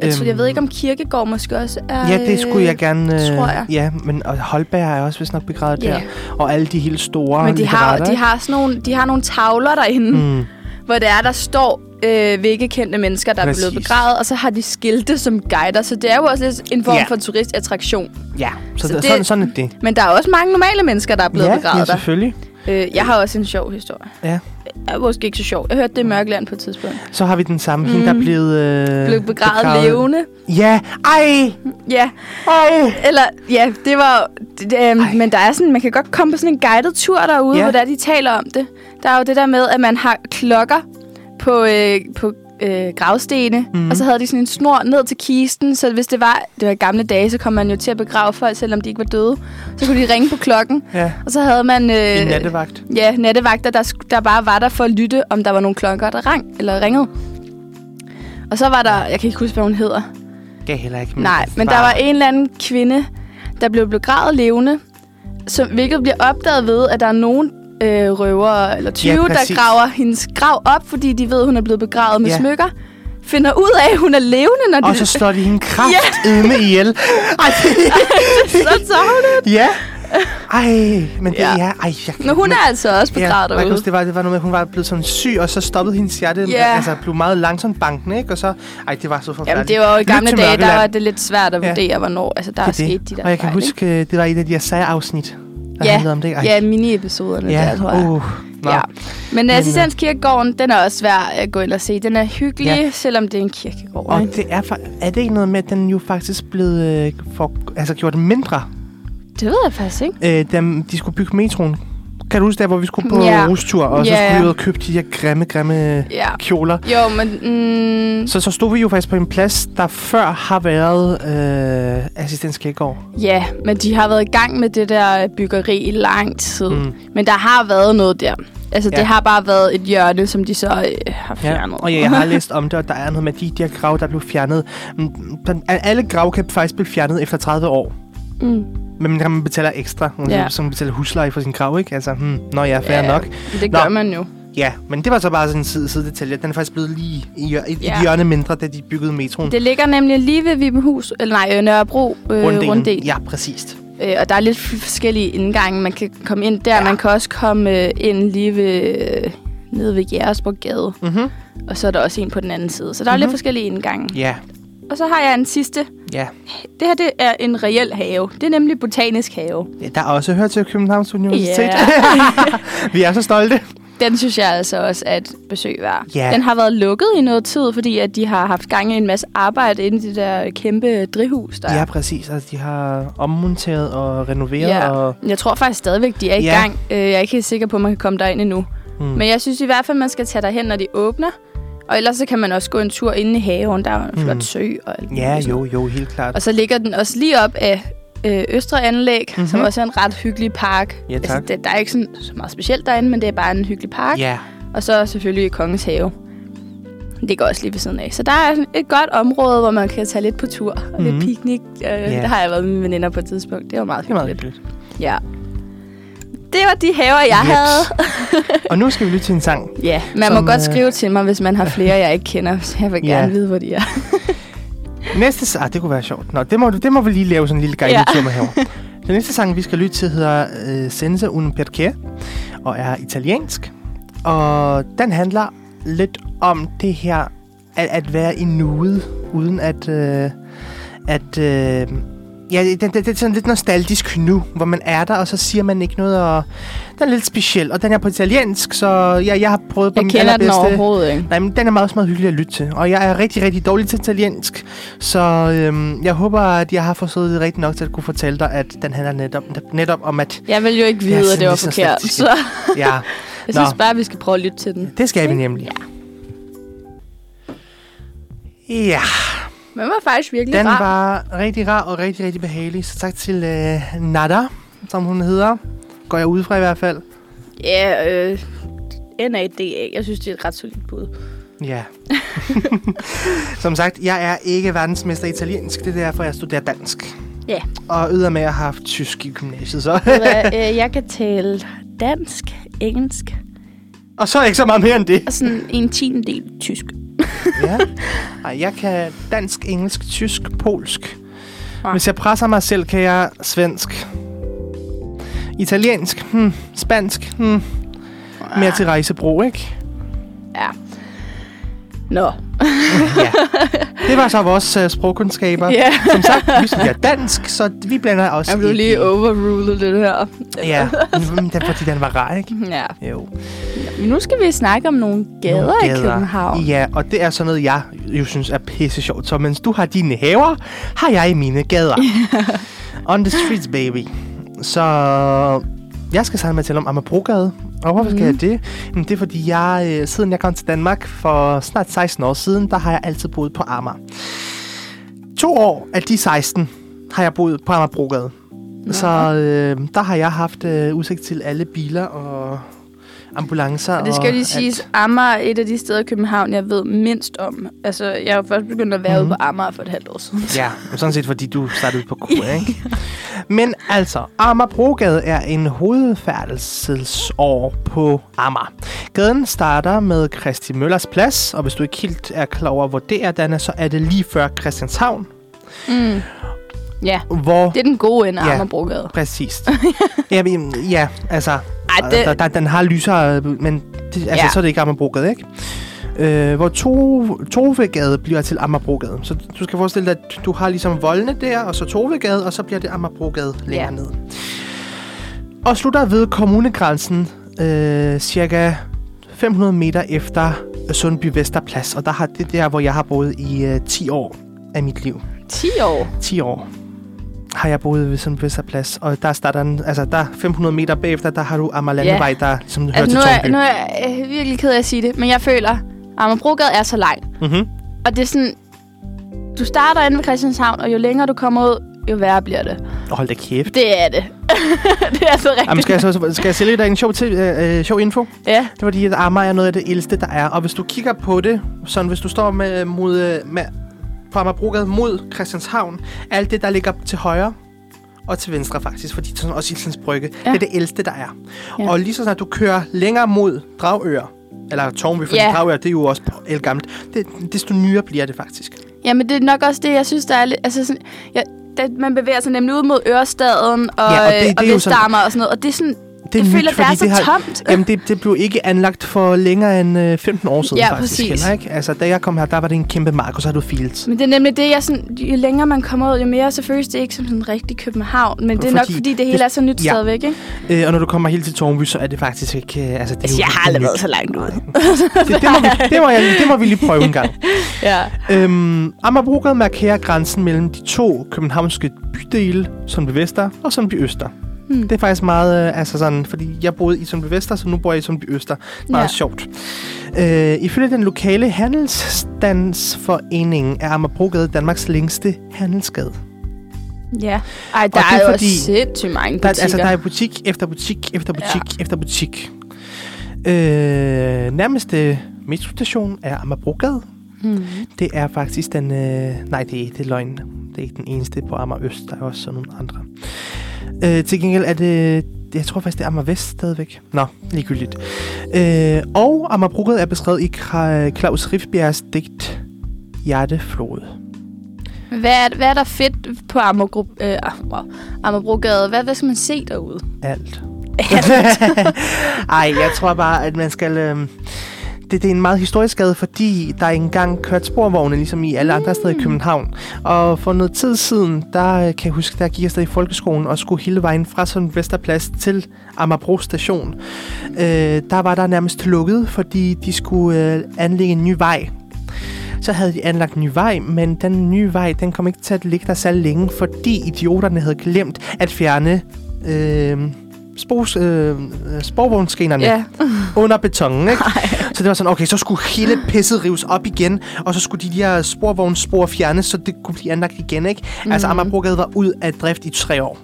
[SPEAKER 3] Jeg, tror, jeg
[SPEAKER 2] Øhm,
[SPEAKER 3] ved ikke, om kirkegård måske også er...
[SPEAKER 2] Ja, det skulle jeg gerne... øh,
[SPEAKER 3] tror jeg.
[SPEAKER 2] Ja, men og Holberg er også vist nok begravet
[SPEAKER 3] Ja.
[SPEAKER 2] der. Og alle de helt store
[SPEAKER 3] Men de har,
[SPEAKER 2] litterater,
[SPEAKER 3] de har sådan nogle, de har nogle tavler derinde, mm.
[SPEAKER 2] ikke? Mm.
[SPEAKER 3] hvor det er, der står, øh, hvilke kendte mennesker, der er blevet
[SPEAKER 2] Præcis.
[SPEAKER 3] begravet, og så har de skilte som guider, så det er jo også lidt en form
[SPEAKER 2] Ja.
[SPEAKER 3] for turistattraktion.
[SPEAKER 2] Ja,
[SPEAKER 3] Så
[SPEAKER 2] så, så det...
[SPEAKER 3] det-
[SPEAKER 2] sådan, sådan er det.
[SPEAKER 3] Men der er også mange normale mennesker, der er blevet
[SPEAKER 2] ja, ja,
[SPEAKER 3] begravet der.
[SPEAKER 2] selvfølgelig.
[SPEAKER 3] Øh, jeg har også en sjov historie.
[SPEAKER 2] Ja.
[SPEAKER 3] Jeg er måske ikke så sjov. Jeg hørte det i Mørkland på et tidspunkt.
[SPEAKER 2] Så har vi den samme, mm. hende der er blevet... Øh,
[SPEAKER 3] Blev begravet, begravet levende.
[SPEAKER 2] Ja, ej,
[SPEAKER 3] Ja,
[SPEAKER 2] ej.
[SPEAKER 3] eller ja, det var... Det, det, øhm, men der er sådan, man kan godt komme på sådan en guided tur derude,
[SPEAKER 2] Ja.
[SPEAKER 3] ja. hvor der de taler om det. Der er jo det der med, at man har klokker på, øh, på øh, gravstene,
[SPEAKER 2] Mhm.
[SPEAKER 3] mm. og så havde de sådan en snor ned til kisten, så hvis det var, det var i gamle dage, så kom man jo til at begrave folk, selvom de ikke var døde. Så kunne de ringe på klokken,
[SPEAKER 2] Ja,
[SPEAKER 3] og så havde man... Øh,
[SPEAKER 2] en nattevagt.
[SPEAKER 3] Ja, nattevagter, der, sk- der bare var der for at lytte, om der var nogle klokker, der rang, eller ringede. Og så var der, jeg kan ikke huske, hvad hun hedder.
[SPEAKER 2] Det er heller ikke.
[SPEAKER 3] Nej, men der var en eller anden kvinde, der blev begravet levende, som, hvilket bliver opdaget ved, at der er nogen øh, røvere eller 20, ja, der
[SPEAKER 2] præcis.
[SPEAKER 3] graver hendes grav op, fordi de ved, at hun er blevet begravet med
[SPEAKER 2] Ja.
[SPEAKER 3] ja. smykker. Finder ud af, at hun er levende, når (laughs)
[SPEAKER 2] Og
[SPEAKER 3] de...
[SPEAKER 2] så slår de hende kraftedme ihjel.
[SPEAKER 3] (laughs)
[SPEAKER 2] Ej,
[SPEAKER 3] så tager hun det.
[SPEAKER 2] ja. Ej, men det
[SPEAKER 3] Ja.
[SPEAKER 2] er... Ej, jeg kan
[SPEAKER 3] Men hun er altså også
[SPEAKER 2] Ja,
[SPEAKER 3] begravet
[SPEAKER 2] og
[SPEAKER 3] ja,
[SPEAKER 2] jeg kan
[SPEAKER 3] derude.
[SPEAKER 2] huske, det var, det var noget med, at hun var blevet sådan syg, og så stoppede hendes hjerte.
[SPEAKER 3] Ja.
[SPEAKER 2] Altså, blev meget langsomt bankende, ikke? Og så... Ej, det var så forfærdeligt.
[SPEAKER 3] Jamen, det var jo i
[SPEAKER 2] Lyt
[SPEAKER 3] gamle
[SPEAKER 2] til
[SPEAKER 3] dage, der
[SPEAKER 2] Mørkeland.
[SPEAKER 3] var det lidt svært at
[SPEAKER 2] Ja.
[SPEAKER 3] vurdere, hvornår. Altså, der er
[SPEAKER 2] Det er
[SPEAKER 3] sket
[SPEAKER 2] det.
[SPEAKER 3] de der
[SPEAKER 2] Og jeg kan
[SPEAKER 3] fejl, ikke?
[SPEAKER 2] huske, øh, det var et af de her sag-afsnit, der
[SPEAKER 3] Ja.
[SPEAKER 2] handlede om det. Ej,
[SPEAKER 3] Ja, mini-episoderne ja. der, tror jeg.
[SPEAKER 2] Uh, nå.
[SPEAKER 3] Ja.
[SPEAKER 2] Ja.
[SPEAKER 3] Men assistenskirkegården, den er også svær at gå ind og se. Den er hyggelig,
[SPEAKER 2] Ja.
[SPEAKER 3] ja. selvom det er en kirkegård.
[SPEAKER 2] Og
[SPEAKER 3] ikke?
[SPEAKER 2] det er, fa- er det ikke noget med, at den jo faktisk blev øh, for, altså gjort mindre,
[SPEAKER 3] Det ved jeg faktisk ikke.
[SPEAKER 2] øh, da de skulle bygge metroen? Kan du huske der, hvor vi skulle på
[SPEAKER 3] Ja.
[SPEAKER 2] yeah. rustur, og så
[SPEAKER 3] Ja,
[SPEAKER 2] skulle
[SPEAKER 3] ja.
[SPEAKER 2] vi ud og købe de her grimme, grimme
[SPEAKER 3] Ja.
[SPEAKER 2] kjoler?
[SPEAKER 3] Jo, men... Mm,
[SPEAKER 2] Så, så stod vi jo faktisk på en plads, der før har været øh, assistens Kjægaard.
[SPEAKER 3] ja, men de har været i gang med det der byggeri i lang tid.
[SPEAKER 2] Mm.
[SPEAKER 3] Mm. Men der har været noget der. Altså,
[SPEAKER 2] Ja.
[SPEAKER 3] det har bare været et hjørne, som de så øh, har
[SPEAKER 2] Ja.
[SPEAKER 3] fjernet.
[SPEAKER 2] Og ja, jeg
[SPEAKER 3] (laughs)
[SPEAKER 2] har læst om det, og der er noget med de, de her grav, der blev fjernet. Mm, den- Alle grav kan faktisk blive fjernet efter 30 år.
[SPEAKER 3] Mm.
[SPEAKER 2] Men man betaler ekstra, ja.
[SPEAKER 3] Ja.
[SPEAKER 2] som betaler husleje for sin grav, ikke? Altså, hmm, nå ja, fair
[SPEAKER 3] Ja.
[SPEAKER 2] ja. nok.
[SPEAKER 3] Men Det
[SPEAKER 2] Nå.
[SPEAKER 3] gør man jo.
[SPEAKER 2] Ja, men det var så bare sådan en side, side detalje. Den er faktisk blevet lige i, hjør- i, ja.
[SPEAKER 3] Ja.
[SPEAKER 2] i hjørne mindre, da de byggede metroen.
[SPEAKER 3] Det ligger nemlig lige ved Vibenhus, eller nej, øh, Nørrebro øh,
[SPEAKER 2] Runddelen.
[SPEAKER 3] runddel.
[SPEAKER 2] Ja, præcist.
[SPEAKER 3] Øh, og der er lidt f- forskellige indgange. Man kan komme ind der,
[SPEAKER 2] Ja.
[SPEAKER 3] ja. man kan også komme øh, ind lige ved, øh, nede ved Jægersborg Gade.
[SPEAKER 2] Mhm.
[SPEAKER 3] Og så er der også en på den anden side. Så der mm-hmm. er lidt forskellige indgange.
[SPEAKER 2] Ja,
[SPEAKER 3] Og så har jeg en sidste.
[SPEAKER 2] ja.
[SPEAKER 3] Det her det er en reel have. Det er nemlig botanisk have.
[SPEAKER 2] Ja, Der er også hørt til Københavns Universitet.
[SPEAKER 3] Ja.
[SPEAKER 2] (laughs) vi er så stolte.
[SPEAKER 3] Den synes jeg altså også at besøg værd.
[SPEAKER 2] Ja.
[SPEAKER 3] Den har været lukket i noget tid, fordi at de har haft gang i en masse arbejde inde i det der kæmpe drivhus der. er.
[SPEAKER 2] Ja, præcis. Altså, de har ommonteret og renoveret.
[SPEAKER 3] Ja.
[SPEAKER 2] Og,
[SPEAKER 3] Jeg tror faktisk stadigvæk, de er i
[SPEAKER 2] Ja.
[SPEAKER 3] ja. gang. Øh, Jeg er ikke helt sikker på, at man kan komme derind endnu.
[SPEAKER 2] Mm.
[SPEAKER 3] Mm. Men jeg synes i hvert fald, man skal tage derhen, når de åbner. Og ellers så kan man også gå en tur inde i haven. Der er jo en flot
[SPEAKER 2] Mm.
[SPEAKER 3] sø og alt
[SPEAKER 2] ja,
[SPEAKER 3] muligt sådan
[SPEAKER 2] jo, jo, helt klart.
[SPEAKER 3] Og så ligger den også lige op af øh, Østre Anlæg, mm-hmm. som også er en ret hyggelig park.
[SPEAKER 2] Mhm. Ja, tak.
[SPEAKER 3] Altså, det, der er ikke sådan, så meget specielt derinde, men det er bare en hyggelig park.
[SPEAKER 2] Ja,
[SPEAKER 3] Og så selvfølgelig Kongens Have. Det ligger også lige ved siden af. Så der er sådan et godt område, hvor man kan tage lidt på tur og mm-hmm. lidt
[SPEAKER 2] Mhm.
[SPEAKER 3] piknik. Øh, Der har jeg været med mine veninder på et tidspunkt. Det var meget
[SPEAKER 2] det er meget
[SPEAKER 3] hyggeligt.
[SPEAKER 2] hyggeligt.
[SPEAKER 3] Ja. Det var de haver, jeg
[SPEAKER 2] Jeps.
[SPEAKER 3] havde.
[SPEAKER 2] Og nu skal vi lytte til en sang.
[SPEAKER 3] Ja, man
[SPEAKER 2] Som,
[SPEAKER 3] må godt
[SPEAKER 2] øh,
[SPEAKER 3] skrive til mig, hvis man har flere, jeg ikke kender. Så jeg vil
[SPEAKER 2] Ja.
[SPEAKER 3] gerne vide, hvor de er.
[SPEAKER 2] Næste sang... Ah, det kunne være sjovt. Nå, det må, du- det må vi lige lave sådan en lille guided
[SPEAKER 3] Ja.
[SPEAKER 2] tur med herovre. Den næste sang, vi skal lytte til, hedder øh, Senza un perché, og er italiensk. Og den handler lidt om det her, at, at være i nuet, uden at, øh, at, øh, Ja, den, den, den er sådan lidt nostalgisk nu, hvor man er der, og så siger man ikke noget, og den er lidt speciel. Og den er på italiensk, så jeg, jeg har prøvet på
[SPEAKER 3] Jeg
[SPEAKER 2] min
[SPEAKER 3] kender den
[SPEAKER 2] allerbedste.
[SPEAKER 3] overhovedet ikke.
[SPEAKER 2] Nej, men den er meget, meget hyggelig at lytte til, og jeg er rigtig, rigtig dårlig til italiensk, så øhm, jeg håber, at jeg har forstået det rigtigt nok til at kunne fortælle dig, at den handler netop, netop om, at
[SPEAKER 3] Jeg ville jo ikke vide,
[SPEAKER 2] Ja,
[SPEAKER 3] at det var
[SPEAKER 2] sådan
[SPEAKER 3] forkert,
[SPEAKER 2] lige
[SPEAKER 3] så
[SPEAKER 2] så ja,
[SPEAKER 3] jeg synes
[SPEAKER 2] Nå.
[SPEAKER 3] bare, vi skal prøve at lytte til den.
[SPEAKER 2] det skal vi nemlig. Ja,
[SPEAKER 3] Den var faktisk virkelig
[SPEAKER 2] den
[SPEAKER 3] rar.
[SPEAKER 2] var rigtig rar og rigtig, rigtig behagelig, så tak til øh, Nada, som hun hedder. Går jeg ud fra i hvert fald.
[SPEAKER 3] Ja, øh, NADA. Jeg synes, det er et ret solidt bud.
[SPEAKER 2] Ja. Som sagt, jeg er ikke verdensmester i italiensk. Det er derfor, jeg studerer dansk.
[SPEAKER 3] Ja.
[SPEAKER 2] Og ydermere har haft tysk i gymnasiet, så.
[SPEAKER 3] øh, jeg kan tale dansk, engelsk
[SPEAKER 2] og så ikke så meget mere end det.
[SPEAKER 3] og sådan en tiendel tysk.
[SPEAKER 2] ja. (laughs) Ej, jeg kan dansk, engelsk, tysk, polsk.
[SPEAKER 3] Ah.
[SPEAKER 2] Hvis jeg presser mig selv, kan jeg svensk. Italiensk, hmm. spansk, hmm. mere
[SPEAKER 3] Ah.
[SPEAKER 2] til rejsebrug, ikke?
[SPEAKER 3] Ja. Nå. (laughs)
[SPEAKER 2] Ja. Det var så vores uh, sprogkundskaber.
[SPEAKER 3] Ja.
[SPEAKER 2] Som sagt, vi studerer dansk, så vi blander også
[SPEAKER 3] Jeg blev
[SPEAKER 2] ikke i.
[SPEAKER 3] lige overrulet det her. (laughs)
[SPEAKER 2] Ja, men det er fordi, den var rar, ikke?
[SPEAKER 3] Ja.
[SPEAKER 2] Jo.
[SPEAKER 3] Men nu skal vi snakke om nogle gader,
[SPEAKER 2] Nogle
[SPEAKER 3] i København.
[SPEAKER 2] Ja, og det er sådan noget, jeg jo synes er pisse sjovt. Så mens du har dine haver, har jeg mine
[SPEAKER 3] (laughs)
[SPEAKER 2] gader. On the streets, baby. Så jeg skal sammen med at tale om Amagerbrogade. Og hvorfor skal
[SPEAKER 3] Mm.
[SPEAKER 2] jeg det? Jamen, det er fordi, jeg, øh, siden jeg kom til Danmark for snart 16 år siden, der har jeg altid boet på Amager. To år af de 16 har jeg boet på Amagerbrogade. Så øh, der har jeg haft øh, udsigt til alle biler og ambulancer.
[SPEAKER 3] Og det skal jo lige
[SPEAKER 2] og alt.
[SPEAKER 3] siges, Amager er et af de steder i København, jeg ved mindst om. Altså, jeg er jo først begyndt at være mm. ude på Amager for et halvt år siden.
[SPEAKER 2] Mhm. Ja, men sådan set fordi du startede på kur, ikke? Men altså, Amagerbrogade er en hovedfærdselsår på Amager. Gaden starter med Kristi Møllers Plads, og hvis du ikke helt er klar over, hvor det er, Danne, så er det lige før Christianshavn,
[SPEAKER 3] Ja,
[SPEAKER 2] hvor...
[SPEAKER 3] det er den gode ende af
[SPEAKER 2] Ja.
[SPEAKER 3] Amagerbrogade.
[SPEAKER 2] Præcist. Jamen, ja, altså...
[SPEAKER 3] Ej,
[SPEAKER 2] det... der,
[SPEAKER 3] det,
[SPEAKER 2] der, den har lysere, øh, men det, altså,
[SPEAKER 3] Ja.
[SPEAKER 2] så er det ikke Amagerbrogade, ikke? Øh, hvor to, Tovegade bliver til Amagerbrogade. Så du skal forestille dig, at du har ligesom voldene der, og så Tovegade, og så bliver det Amagerbrogade længere
[SPEAKER 3] Ja.
[SPEAKER 2] ned. Og slutter ved kommunegrænsen øh, cirka 500 meter efter Sundby Vesterplads. Og der har det er der, hvor jeg har boet i øh, 10 år af mit liv.
[SPEAKER 3] 10 år.
[SPEAKER 2] 10 år har jeg boet ved sådan en Vesterplads, og der starter den, altså der er 500 meter bagefter, der har du Amagerlandevej, yeah. der ligesom hører
[SPEAKER 3] Altså,
[SPEAKER 2] til
[SPEAKER 3] nu er,
[SPEAKER 2] Tornby.
[SPEAKER 3] nu er jeg øh, virkelig ked af at sige det, men jeg føler, Amagerbrogade er så lang.
[SPEAKER 2] mm-hmm.
[SPEAKER 3] Og det er sådan, du starter inde ved Christianshavn, og jo længere du kommer ud, jo værre bliver det.
[SPEAKER 2] Hold da kæft.
[SPEAKER 3] Det er det. (laughs) det er så rigtigt.
[SPEAKER 2] Jamen, skal, jeg så, skal jeg sælge dig en sjov, til, øh, øh, sjov info?
[SPEAKER 3] Ja,
[SPEAKER 2] Det var fordi, at Amager er noget af det ældste, der er. Og hvis du kigger på det, sådan hvis du står med, mod, øh, med, på Amagerbrogade mod Christianshavn, alt det, der ligger til højre og til venstre faktisk, fordi sådan også Ilsens Brygge, ja. det er det ældste, der er.
[SPEAKER 3] Ja.
[SPEAKER 2] Ja. Og lige så snart du kører længere mod Dragør, eller Tornby, fordi
[SPEAKER 3] Ja.
[SPEAKER 2] ja. Dragør, det er jo også elgammelt, det, desto nyere bliver det faktisk.
[SPEAKER 3] Jamen, det er nok også det, jeg synes, der er lidt... Altså, sådan, ja, der, man bevæger sig nemlig ud mod Ørestaden og,
[SPEAKER 2] Ja,
[SPEAKER 3] ja,
[SPEAKER 2] og
[SPEAKER 3] og,
[SPEAKER 2] det-
[SPEAKER 3] det,
[SPEAKER 2] det
[SPEAKER 3] og
[SPEAKER 2] er jo
[SPEAKER 3] Vestammer og sådan noget. Og det er sådan...
[SPEAKER 2] Det
[SPEAKER 3] jeg føler, det er så
[SPEAKER 2] fordi har-
[SPEAKER 3] tomt.
[SPEAKER 2] Jamen, det, det blev ikke anlagt for længere end øh, 15 år siden,
[SPEAKER 3] Ja,
[SPEAKER 2] faktisk.
[SPEAKER 3] præcis.
[SPEAKER 2] Heller, ikke? Altså, da jeg kom her, der var det en kæmpe mark, og så havde du fields.
[SPEAKER 3] Men det er nemlig det, jeg sådan... Jo længere man kommer ud, jo mere så føles det ikke som sådan rigtig København. Men det er nok,
[SPEAKER 2] Fordi
[SPEAKER 3] fordi det hele
[SPEAKER 2] det-
[SPEAKER 3] er så nyt
[SPEAKER 2] ja.
[SPEAKER 3] ja. stadigvæk, ikke?
[SPEAKER 2] Øh, og når du kommer helt til Tornby, så er det faktisk ikke... Øh, altså, det er jo helt nyt.
[SPEAKER 3] langt ude.
[SPEAKER 2] Det, det, må vi, det, må jeg, det må vi lige prøve en gang.
[SPEAKER 3] (laughs) ja.
[SPEAKER 2] Øhm, Amagerbrogade markerer grænsen mellem de to københavnske bydele, som det Vester og som det Øster. Hmm. Det er faktisk meget, øh, altså sådan, fordi jeg boede i Sundby Vester, så nu bor jeg i Sundby Øster. Meget
[SPEAKER 3] Ja.
[SPEAKER 2] ja. sjovt. Øh, ifølge den lokale handelsstandsforening er Amagerbrogade Danmarks længste handelsgade.
[SPEAKER 3] ja. Ej, der
[SPEAKER 2] Og det
[SPEAKER 3] er,
[SPEAKER 2] er
[SPEAKER 3] jo
[SPEAKER 2] fordi-
[SPEAKER 3] også sindssygt mange
[SPEAKER 2] Der,
[SPEAKER 3] butikker.
[SPEAKER 2] er- altså, der er butik efter butik efter butik ja. efter butik. Øh, nærmeste metrostation er Amagerbrogade.
[SPEAKER 3] mm-hmm.
[SPEAKER 2] Det er faktisk den... Øh, nej, det er, det er løgn. Det er ikke den eneste på Amager Øst. Der er også sådan nogle andre. Øh, til gengæld er det... Jeg tror faktisk, det er Amager Vest stadigvæk. Nå, ligegyldigt. Øh, og Amagerbrogade er beskrevet i Kra- Claus Riffbjergs digt Hjerteflod.
[SPEAKER 3] hvad, er, hvad er der fedt på Amagergrup, øh, wow, Amagerbrogade? Hvad, hvad skal man se derude?
[SPEAKER 2] (laughs) Alt. Ej, jeg tror bare, at man skal... Øh, det, det er en meget historisk gade, fordi der engang kørte sporvogne, ligesom i alle andre steder i København. Og for noget tid siden, der øh, kan jeg huske, der gik jeg stadig i folkeskolen og skulle hele vejen fra sådan Vesterplads til Amagerbro station. Øh, der var der nærmest lukket, fordi de skulle øh, anlægge en ny vej. Så havde de anlagt en ny vej, men den nye vej, den kom ikke til at ligge der særlig længe, fordi idioterne havde glemt at fjerne øh, spos, øh, sporvognskenerne
[SPEAKER 3] Ja,
[SPEAKER 2] under betongen, ikke? Så det var sådan, okay, så skulle hele pisset rives op igen, og så skulle de der sporvognsspor fjernes, så det kunne blive anlagt igen, ikke? Mm. Altså Amagerbrogade var ud af drift i tre år,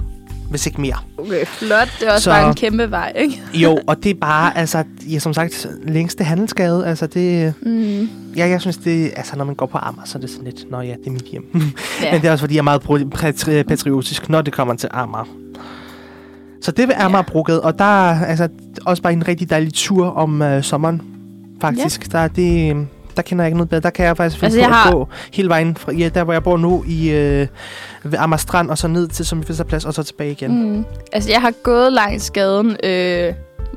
[SPEAKER 2] hvis ikke mere.
[SPEAKER 3] okay. Flot. Det er også så...
[SPEAKER 2] Så-
[SPEAKER 3] bare en kæmpe vej, ikke?
[SPEAKER 2] Jo, og det er bare, altså, ja, som sagt, længste handelsgade, altså det...
[SPEAKER 3] Mm.
[SPEAKER 2] Ja, jeg synes, det, altså, når man går på Amager, så er det sådan lidt, nå ja, det er mit hjem. (laughs)
[SPEAKER 3] Ja.
[SPEAKER 2] Men det er også, fordi jeg er meget pro- patri- patriotisk, når det kommer til Amager. Så det vil Amagerbrogade, og der er altså, også bare en rigtig dejlig tur om øh, sommeren, faktisk. Ja. Der, er det, øh, der kender jeg ikke noget bedre. Der kan jeg faktisk finde
[SPEAKER 3] Altså,
[SPEAKER 2] altså, på
[SPEAKER 3] jeg har-
[SPEAKER 2] at gå hele vejen fra ja, der, hvor jeg bor nu, i øh, ved Amager Strand, og så ned til som Plads, og så tilbage igen. Mm.
[SPEAKER 3] Mm. Altså, jeg har gået langs gaden. Øh,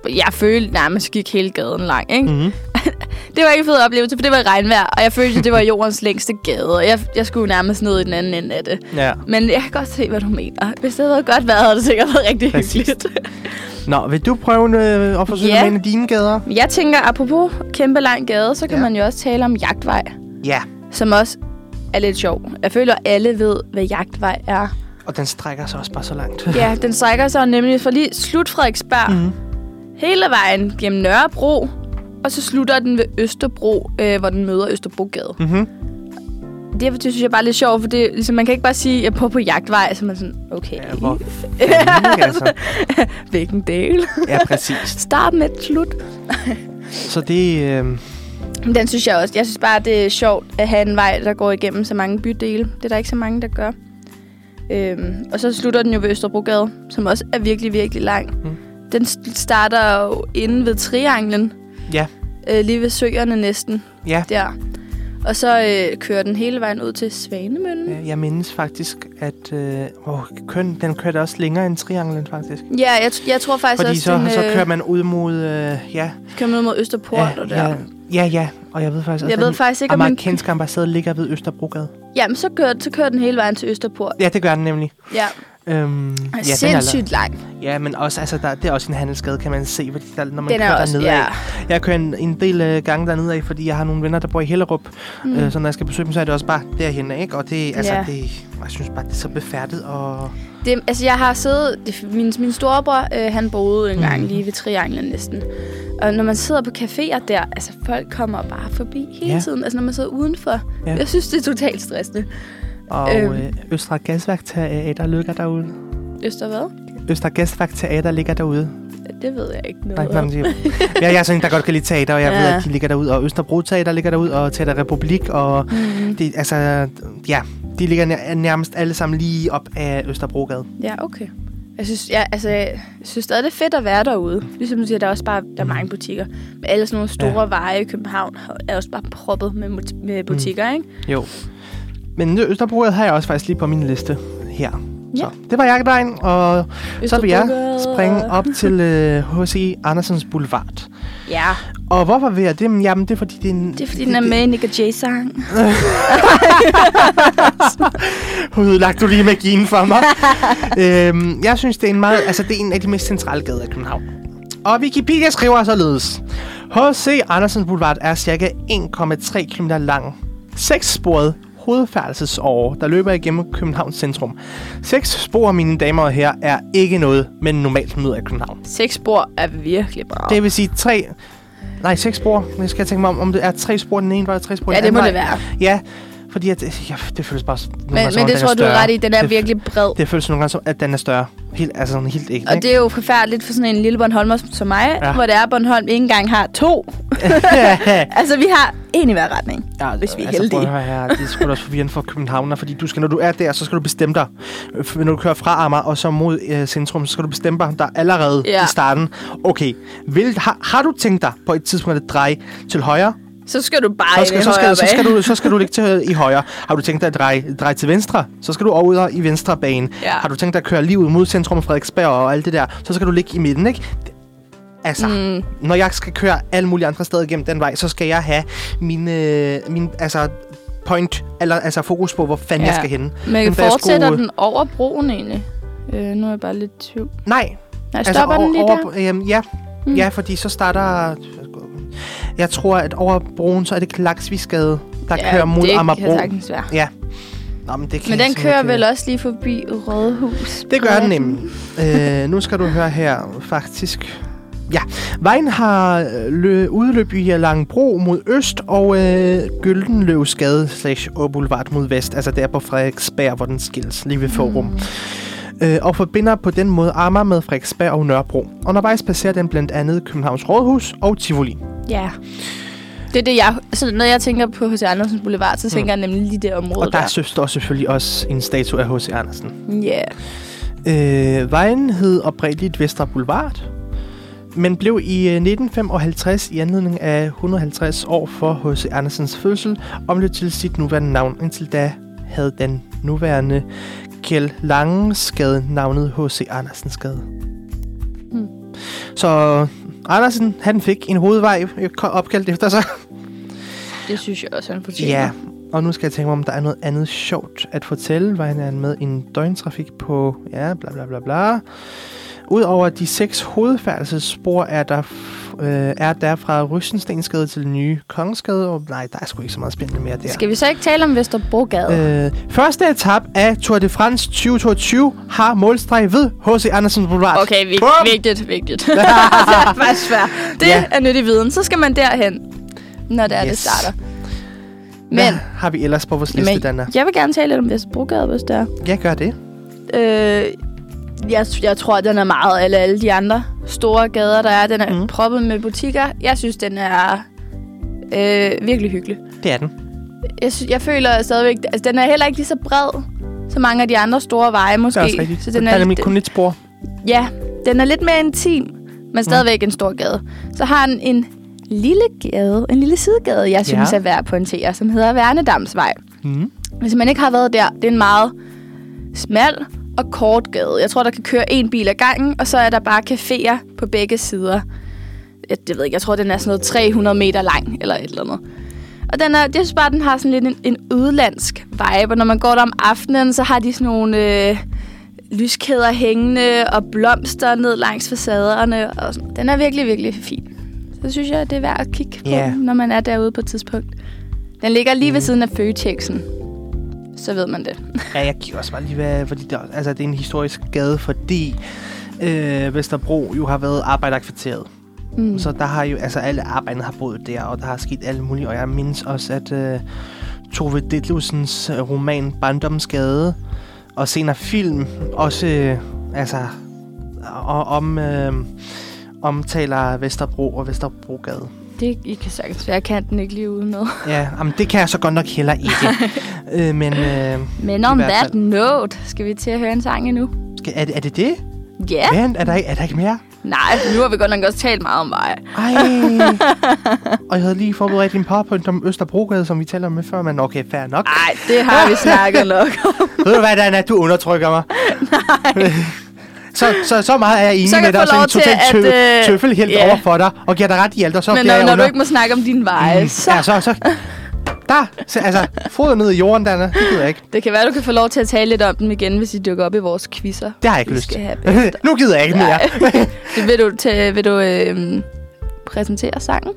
[SPEAKER 3] jeg følte nærmest gik hele gaden lang, ikke?
[SPEAKER 2] Mm-hmm.
[SPEAKER 3] (laughs) Det var ikke en fed oplevelse, for det var i regnvejr, og jeg følte, at det var jordens længste gade, og jeg, jeg skulle nærmest ned i den anden ende af det.
[SPEAKER 2] Ja.
[SPEAKER 3] Men jeg kan godt se, hvad du mener. Hvis det havde været godt vejr, havde det sikkert været rigtig
[SPEAKER 2] Præcis.
[SPEAKER 3] hyggeligt. (laughs)
[SPEAKER 2] Nå, vil du prøve øh, at forsøge
[SPEAKER 3] Ja.
[SPEAKER 2] yeah. med en af dine gader?
[SPEAKER 3] Jeg tænker, apropos kæmpe lang gade, så kan
[SPEAKER 2] Ja.
[SPEAKER 3] ja. man jo også tale om jagtvej,
[SPEAKER 2] Ja,
[SPEAKER 3] som også er lidt sjov. Jeg føler, at alle ved, hvad jagtvej er.
[SPEAKER 2] og den strækker sig også bare så langt.
[SPEAKER 3] Ja, den strækker sig nemlig fra lige slut Frederiksberg
[SPEAKER 2] Mhm.
[SPEAKER 3] mm. hele vejen gennem Nørrebro, og så slutter den ved Østerbro, øh, hvor den møder Østerbrogade.
[SPEAKER 2] Mm-hmm.
[SPEAKER 3] Derfor synes jeg bare er lidt sjovt, for det, er ligesom, man kan ikke bare sige, at jeg på på jagtvej, så man er sådan, okay,
[SPEAKER 2] Ja,
[SPEAKER 3] (laughs)
[SPEAKER 2] hvor fanden, altså.
[SPEAKER 3] hvilken del?
[SPEAKER 2] Ja, præcis.
[SPEAKER 3] Start med et slut.
[SPEAKER 2] Så det... Øh,
[SPEAKER 3] Men Den synes jeg også. Jeg synes bare, det er sjovt at have en vej, der går igennem så mange bydele. Det er der ikke så mange, der gør. Øhm, og så slutter den jo ved Østerbrogade, som også er virkelig, virkelig lang.
[SPEAKER 2] Mm.
[SPEAKER 3] Mm. Den st- starter jo inde ved Trianglen.
[SPEAKER 2] Ja.
[SPEAKER 3] Øh, lige ved søerne næsten,
[SPEAKER 2] ja,
[SPEAKER 3] der. Og så øh, kører den hele vejen ud til Svanemøllen.
[SPEAKER 2] Øh, Jeg mindes faktisk, at øh, åh, køn, den kørte også længere end trianglen, faktisk.
[SPEAKER 3] Ja, jeg, t- jeg tror faktisk
[SPEAKER 2] Fordi
[SPEAKER 3] Altså også,
[SPEAKER 2] så,
[SPEAKER 3] den
[SPEAKER 2] så kører
[SPEAKER 3] øh,
[SPEAKER 2] man ud mod... Øh, ja,
[SPEAKER 3] kører man ud mod Østerport og der.
[SPEAKER 2] ja, ja, ja, og jeg ved faktisk også,
[SPEAKER 3] Jeg ved faktisk ikke,
[SPEAKER 2] at
[SPEAKER 3] om man...
[SPEAKER 2] amerikansk ambassade ligger ved Østerbrogade.
[SPEAKER 3] Jamen, så kører, så kører den hele vejen til Østerport.
[SPEAKER 2] Ja, det gør den nemlig.
[SPEAKER 3] Ja,
[SPEAKER 2] Øhm,
[SPEAKER 3] ja
[SPEAKER 2] den er
[SPEAKER 3] sindssygt lang.
[SPEAKER 2] lang. Ja, men også, altså, der, det er også en handelsgade, kan man se, fordi der, når man
[SPEAKER 3] Den
[SPEAKER 2] kører
[SPEAKER 3] er også,
[SPEAKER 2] dernede
[SPEAKER 3] ja.
[SPEAKER 2] af. Jeg kører en, en del øh, gange dernede af, fordi jeg har nogle venner, der bor i Hellerup. Mm. Øh, så når jeg skal besøge dem, så er det også bare derhen, ikke? Og det, altså,
[SPEAKER 3] Ja.
[SPEAKER 2] det, jeg synes bare, det er så befærdet og...
[SPEAKER 3] Det, altså, jeg har siddet... Det, min, min storebror, øh, han boede en gang
[SPEAKER 2] Mhm.
[SPEAKER 3] lige ved Trianglen næsten. Og når man sidder på caféer der, altså folk kommer bare forbi hele
[SPEAKER 2] Ja.
[SPEAKER 3] ja. tiden. Altså, når man sidder udenfor.
[SPEAKER 2] Ja.
[SPEAKER 3] Ja. Jeg synes, det er totalt stressende.
[SPEAKER 2] Og
[SPEAKER 3] Øhm.
[SPEAKER 2] øh, Østre Gasværk Teater ligger derude.
[SPEAKER 3] Øster, hvad?
[SPEAKER 2] Østre Gasværk Teater ligger derude.
[SPEAKER 3] Det ved jeg ikke
[SPEAKER 2] Nej,
[SPEAKER 3] noget
[SPEAKER 2] nej,
[SPEAKER 3] om.
[SPEAKER 2] men det-
[SPEAKER 3] (laughs)
[SPEAKER 2] ja, jeg er sådan en, der godt kan lide teater, og jeg ja. ved,
[SPEAKER 3] Ja.
[SPEAKER 2] at de ligger derude. Og Østerbro Teater ligger derude, og Teater Republik, og
[SPEAKER 3] Mhm.
[SPEAKER 2] det, altså, ja, de ligger nær- nærmest alle sammen lige op af Østerbrogade.
[SPEAKER 3] Ja, okay. Jeg synes, ja, altså, jeg synes stadig, det er fedt at være derude. Ligesom du siger, der er også bare der er mange butikker. Men alle sådan nogle store ja. veje i København er også bare proppet med, mut- med butikker, mm. ikke?
[SPEAKER 2] Jo. Men Østerbrogade har jeg også faktisk lige på min liste her. Så
[SPEAKER 3] Ja.
[SPEAKER 2] det var jagtvejen, og så vil jeg
[SPEAKER 3] Østerbrogade
[SPEAKER 2] springe
[SPEAKER 3] og-
[SPEAKER 2] op til øh, H.C. Andersens Boulevard.
[SPEAKER 3] Ja,
[SPEAKER 2] Og hvorfor vil jeg det? Men Jamen, det er fordi, det er en...
[SPEAKER 3] det er fordi, den er med i Nick J-sang.
[SPEAKER 2] Udlagt du lige magien for
[SPEAKER 3] (laughs)
[SPEAKER 2] mig. øhm, jeg synes, det er en meget... Altså, det er en af de mest centrale gader i København. Og Wikipedia skriver således. H.C. Andersens Boulevard er cirka 1,3 km lang. Sekssporet hovedfærdselsåre, der løber igennem Københavns centrum. Seks spor, mine damer og herrer, er ikke noget, men normalt møder i København.
[SPEAKER 3] Seks spor er virkelig bra.
[SPEAKER 2] Det vil sige tre... Nej, seks spor. Jeg skal tænke mig om, om det er tre spor den ene vej og tre spor
[SPEAKER 3] Ja,
[SPEAKER 2] den
[SPEAKER 3] det
[SPEAKER 2] anden
[SPEAKER 3] må
[SPEAKER 2] vej.
[SPEAKER 3] det være.
[SPEAKER 2] Ja, fordi at, ja, det føles bare... nogle gange
[SPEAKER 3] Men,
[SPEAKER 2] som
[SPEAKER 3] men det
[SPEAKER 2] om, den er
[SPEAKER 3] tror du er
[SPEAKER 2] større.
[SPEAKER 3] ret i, den er
[SPEAKER 2] Det-
[SPEAKER 3] virkelig bred.
[SPEAKER 2] Det føles nogle gange som, at den er større. Helt, altså sådan helt ægte,
[SPEAKER 3] Og det er jo forfærdeligt for sådan en lille Bornholmer som- som mig,
[SPEAKER 2] Ja.
[SPEAKER 3] ja. hvor det er, at Bornholm ikke engang har to. altså, vi har en i hver retning.
[SPEAKER 2] ja,
[SPEAKER 3] hvis (laughs) vi er
[SPEAKER 2] (laughs) Altså, prøv at
[SPEAKER 3] heldige.
[SPEAKER 2] høre her, det er sgu da også forvirrende for københavner, fordi du skal, når du er der, så skal du bestemme dig. Øh, Når du kører fra Amager og så mod øh, centrum, så skal du bestemme dig der allerede
[SPEAKER 3] Ja.
[SPEAKER 2] i starten. Okay, vil, har, har du tænkt dig på et tidspunkt at dreje til højre,
[SPEAKER 3] Så skal du bare
[SPEAKER 2] så skal,
[SPEAKER 3] ind i
[SPEAKER 2] så, skal,
[SPEAKER 3] højre
[SPEAKER 2] så, skal
[SPEAKER 3] bane.
[SPEAKER 2] du, så skal du ligge til, øh, i højre. Har du tænkt dig at dreje, dreje til venstre, så skal du over i venstre bane.
[SPEAKER 3] Ja.
[SPEAKER 2] Har du tænkt dig at køre lige ud mod centrum af Frederiksberg og alt det der, så skal du ligge i midten, ikke? Altså, mm. når jeg skal køre alle mulige andre steder igennem den vej, så skal jeg have min, øh, min altså, point, eller altså fokus på, hvor fanden ja. jeg skal hen.
[SPEAKER 3] Men
[SPEAKER 2] Men da jeg
[SPEAKER 3] fortsætter
[SPEAKER 2] skulle-
[SPEAKER 3] den over broen egentlig? Øh, nu er jeg bare lidt i tvivl.
[SPEAKER 2] Nej,
[SPEAKER 3] Nej, stopper altså, den lige der?
[SPEAKER 2] der? Øhm, ja.
[SPEAKER 3] Mm.
[SPEAKER 2] Mm. ja, fordi så starter... Jeg tror, at over broen, så er det Klaksvisgade, der
[SPEAKER 3] ja,
[SPEAKER 2] ja, kører mod
[SPEAKER 3] det
[SPEAKER 2] Amagerbro.
[SPEAKER 3] kan sagtens være.
[SPEAKER 2] Nå, men
[SPEAKER 3] Men
[SPEAKER 2] det kan jeg
[SPEAKER 3] den
[SPEAKER 2] simpelthen
[SPEAKER 3] kører
[SPEAKER 2] ikke.
[SPEAKER 3] vel også lige forbi Rådhus?
[SPEAKER 2] Det gør den
[SPEAKER 3] Pladsen.
[SPEAKER 2] nemlig. øh, nu skal du høre her, faktisk. Ja, vejen har øh, lø- udløb i Langbro mod øst og øh, Gyldenløvsgade slash Boulevard mod vest, altså der på Frederiksberg, hvor den skilles lige ved Forum. Øh, og forbinder på den måde Amager med Frederiksberg og Nørrebro. Undervejs passerer den blandt andet Københavns Rådhus og Tivoli.
[SPEAKER 3] Ja. Det er det, jeg... Så når jeg tænker på H.C. Andersens Boulevard, så tænker mm. jeg nemlig lige det område
[SPEAKER 2] Og der står selvfølgelig også en statue af H.C. Andersen.
[SPEAKER 3] Ja.
[SPEAKER 2] Øh, vejen hed oprindeligt Vestre Boulevard, men blev i øh, 1955 i anledning af 150 år for H.C. Andersens fødsel omløbt til sit nuværende navn. Indtil da havde den nuværende Kjell Langensgade navnet H.C. Andersensgade.
[SPEAKER 3] Hmm.
[SPEAKER 2] Så Andersen, han fik en hovedvej øh, opkaldt efter sig.
[SPEAKER 3] Det synes jeg også, han fortjener.
[SPEAKER 2] Ja, og nu skal jeg tænke mig, om der er noget andet sjovt at fortælle. Vejen er med en døgntrafik på, ja, bla bla bla bla. Udover de seks hovedfærdselsspor er der, f- øh, er der fra Rysenstensgade til den nye Kongsgade. Og nej, der er sgu ikke så meget spændende mere der.
[SPEAKER 3] Skal vi så ikke tale om Vesterbrogade? Øh.
[SPEAKER 2] Øh, første etap af Tour de France 2022 har målstreg ved H.C. Andersen Boulevard.
[SPEAKER 3] (laughs) Okay, vigt,
[SPEAKER 2] Bum!
[SPEAKER 3] vigtigt,
[SPEAKER 2] (laughs)
[SPEAKER 3] vigtigt. det er faktisk svært. Det
[SPEAKER 2] Ja.
[SPEAKER 3] er nyttig viden. Så skal man derhen, når det er, det
[SPEAKER 2] Yes.
[SPEAKER 3] starter.
[SPEAKER 2] Hvad
[SPEAKER 3] Men,
[SPEAKER 2] har vi ellers på vores liste, Dana?
[SPEAKER 3] men jeg vil gerne tale lidt om Vesterbrogade, hvis det er.
[SPEAKER 2] Jeg gør det.
[SPEAKER 3] Øh, jeg, jeg tror, den er meget alle, alle de andre store gader, der er. Den er mm.
[SPEAKER 2] Mm.
[SPEAKER 3] proppet med butikker. Jeg synes, den er øh, virkelig hyggelig.
[SPEAKER 2] Det er den.
[SPEAKER 3] Jeg, sy- jeg føler stadigvæk... Altså, den er heller ikke lige så bred som mange af de andre store veje,
[SPEAKER 2] Det
[SPEAKER 3] måske.
[SPEAKER 2] er også rigtigt.
[SPEAKER 3] Så
[SPEAKER 2] den
[SPEAKER 3] den
[SPEAKER 2] der er
[SPEAKER 3] er,
[SPEAKER 2] nemlig
[SPEAKER 3] lidt,
[SPEAKER 2] kun et spor.
[SPEAKER 3] ja, den er lidt mere intim, men stadigvæk en stor gade. Så har den en lille gade, en lille sidegade, jeg synes er værd at pointere, som hedder Værnedamsvej.
[SPEAKER 2] Mm.
[SPEAKER 3] Hvis man ikke har været der, det er en meget smal og kort gade. Jeg tror, der kan køre en bil ad gangen, og så er der bare caféer på begge sider. Jeg, det ved ikke, jeg tror, den er sådan noget 300 meter lang, eller et eller andet. Og den er, jeg synes bare, den har sådan lidt en, en udlandsk vibe, og når man går der om aftenen, så har de sådan nogle øh, lyskæder hængende og blomster ned langs facaderne. Og sådan. Den er virkelig, virkelig fin. Så synes jeg, det er værd at kigge på,
[SPEAKER 2] Ja.
[SPEAKER 3] når man er derude på et tidspunkt. Den ligger lige ved siden af Føtexen. Så ved man det.
[SPEAKER 2] Ja, jeg giver også bare lige, hvad, fordi der, altså, det er en historisk gade, fordi øh, Vesterbro jo har været arbejderkvarteret.
[SPEAKER 3] Mm.
[SPEAKER 2] Mm. Så der har jo, altså alle arbejderne har boet der, og der har sket alt muligt. Og jeg mindes også, at øh, Tove Ditlevsens øh, roman Barndomsgade og senere film også, øh, altså, og, om, øh, omtaler Vesterbro og Vesterbrogade.
[SPEAKER 3] Det I kan sagtens være. Jeg kan den ikke lige ude med.
[SPEAKER 2] Ja, jamen, det kan jeg så godt nok heller ikke. øh, men øh,
[SPEAKER 3] Men
[SPEAKER 2] I
[SPEAKER 3] on
[SPEAKER 2] hvert
[SPEAKER 3] that
[SPEAKER 2] fald.
[SPEAKER 3] note, skal vi til at høre en sang endnu?
[SPEAKER 2] skal, er, det- er det det?
[SPEAKER 3] Ja. Yeah.
[SPEAKER 2] Men er der, ikke- er der ikke mere?
[SPEAKER 3] Nej, nu har vi godt nok også talt meget om vej. (laughs)
[SPEAKER 2] Ej. og jeg havde lige forberedt en powerpoint om Østerbrogade, som vi taler om med før, men okay, fair nok.
[SPEAKER 3] Nej, det har vi snakket nok
[SPEAKER 2] (laughs)
[SPEAKER 3] om.
[SPEAKER 2] Ved du hvad, Dana, du undertrykker mig. Nej. (laughs) så, så, så meget er jeg enig
[SPEAKER 3] Så kan
[SPEAKER 2] med
[SPEAKER 3] jeg
[SPEAKER 2] dig,
[SPEAKER 3] få
[SPEAKER 2] og så er jeg
[SPEAKER 3] lov til,
[SPEAKER 2] totalt tø-
[SPEAKER 3] at, øh,
[SPEAKER 2] tøffel helt
[SPEAKER 3] ja.
[SPEAKER 2] over for dig, og giver dig ret i alt, og så
[SPEAKER 3] Men
[SPEAKER 2] bliver
[SPEAKER 3] når,
[SPEAKER 2] jeg
[SPEAKER 3] når du
[SPEAKER 2] under... Mm.
[SPEAKER 3] ikke må snakke om dine veje, så...
[SPEAKER 2] Ja, så, så... Der, så, altså, fodret ned i jorden, Dana, det gider jeg ikke.
[SPEAKER 3] Det kan være, du kan få lov til at tale lidt om dem igen, hvis I dukker op i vores quizzer.
[SPEAKER 2] Det har jeg ikke
[SPEAKER 3] Vi
[SPEAKER 2] lyst
[SPEAKER 3] skal
[SPEAKER 2] til.
[SPEAKER 3] have bagefter.
[SPEAKER 2] (laughs) nu gider jeg ikke mere.
[SPEAKER 3] Det vil du, til, vil du øh, præsentere sangen?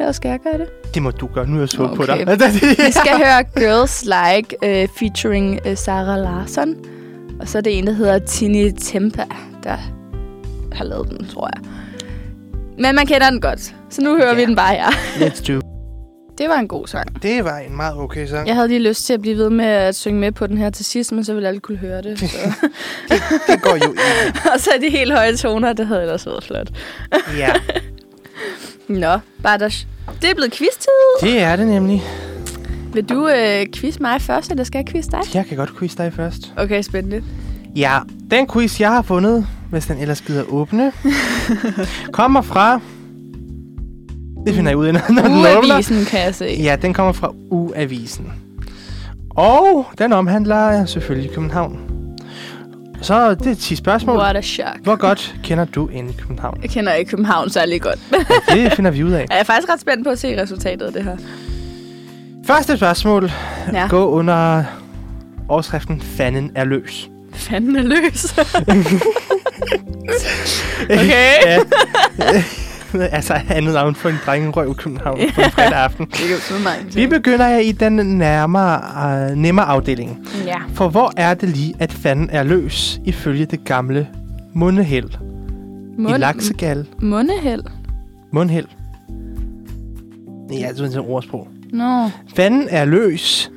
[SPEAKER 3] Eller skal jeg gøre det?
[SPEAKER 2] (laughs) det må du gøre, nu er jeg sur på
[SPEAKER 3] Okay.
[SPEAKER 2] dig.
[SPEAKER 3] (laughs) Vi skal høre Girls Like øh, featuring øh, Sarah Larson. Og så er det en, der hedder Tini Tempa, der har lavet den, tror jeg. Men man kender den godt, så nu hører yeah. vi
[SPEAKER 2] Ja.
[SPEAKER 3] den bare her.
[SPEAKER 2] (laughs) Let's do.
[SPEAKER 3] Det var en god sang.
[SPEAKER 2] Det var en meget okay sang.
[SPEAKER 3] Jeg havde lige lyst til at blive ved med at synge med på den her til sidst, men så ville alle kunne høre det. Så. (laughs)
[SPEAKER 2] Det går jo ikke.
[SPEAKER 3] og så er de helt høje toner, det havde ellers været flot.
[SPEAKER 2] Ja.
[SPEAKER 3] Nå, Bartosz. Det er blevet quiz-tid.
[SPEAKER 2] Det er det nemlig.
[SPEAKER 3] Vil du øh, quiz mig først, eller skal jeg quiz dig?
[SPEAKER 2] Jeg kan godt quiz dig først.
[SPEAKER 3] Okay, spændende.
[SPEAKER 2] Ja, den quiz, jeg har fundet, hvis den ellers gider
[SPEAKER 3] (laughs)
[SPEAKER 2] åbne, kommer fra... Det finder jeg ud af, når den åbner.
[SPEAKER 3] Ugeavisen kan jeg se.
[SPEAKER 2] Ja, den kommer fra Uavisen. Og den omhandler selvfølgelig København. Så er det 10 spørgsmål.
[SPEAKER 3] What a shock.
[SPEAKER 2] Hvor godt kender du ind i København?
[SPEAKER 3] Jeg kender ikke København særlig godt.
[SPEAKER 2] Det finder vi ud
[SPEAKER 3] (laughs)
[SPEAKER 2] af.
[SPEAKER 3] jeg er faktisk ret spændt på at se resultatet af det
[SPEAKER 2] (laughs)
[SPEAKER 3] her.
[SPEAKER 2] Første spørgsmål.
[SPEAKER 3] Ja.
[SPEAKER 2] Gå under overskriften Fanden er løs.
[SPEAKER 3] Fanden er
[SPEAKER 2] (laughs)
[SPEAKER 3] løs. Okay.
[SPEAKER 2] ja. (laughs) altså andet navn for en drengerøv i København på en fredag aften.
[SPEAKER 3] det er jo sådan meget.
[SPEAKER 2] Vi begynder i den nærmere, uh, nemmere afdeling.
[SPEAKER 3] Ja.
[SPEAKER 2] For hvor er det lige, at fanden er løs, ifølge det gamle mundehæld? I laksegal.
[SPEAKER 3] Mundehæld.
[SPEAKER 2] Mundhæld. Ja, det er sådan et ordsprog.
[SPEAKER 3] Nå.
[SPEAKER 2] Fanden er løs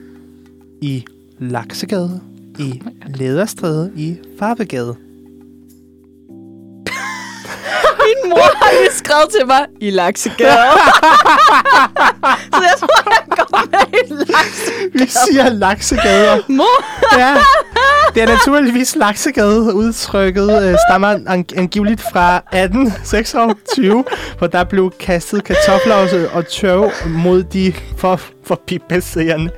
[SPEAKER 2] i Laksegade, i Lederstræde, i Farbegade.
[SPEAKER 3] Min mor har lige skrevet til mig, i
[SPEAKER 2] (laughs)
[SPEAKER 3] laksegade. så jeg tror, jeg går med i laksegade.
[SPEAKER 2] Vi siger Laksegader.
[SPEAKER 3] Mor!
[SPEAKER 2] ja. Det er naturligvis laksegade, udtrykket øh, stammer ang- angiveligt fra 1826, hvor der blev kastet kartofler og- og tørv mod de for, for pibasserende.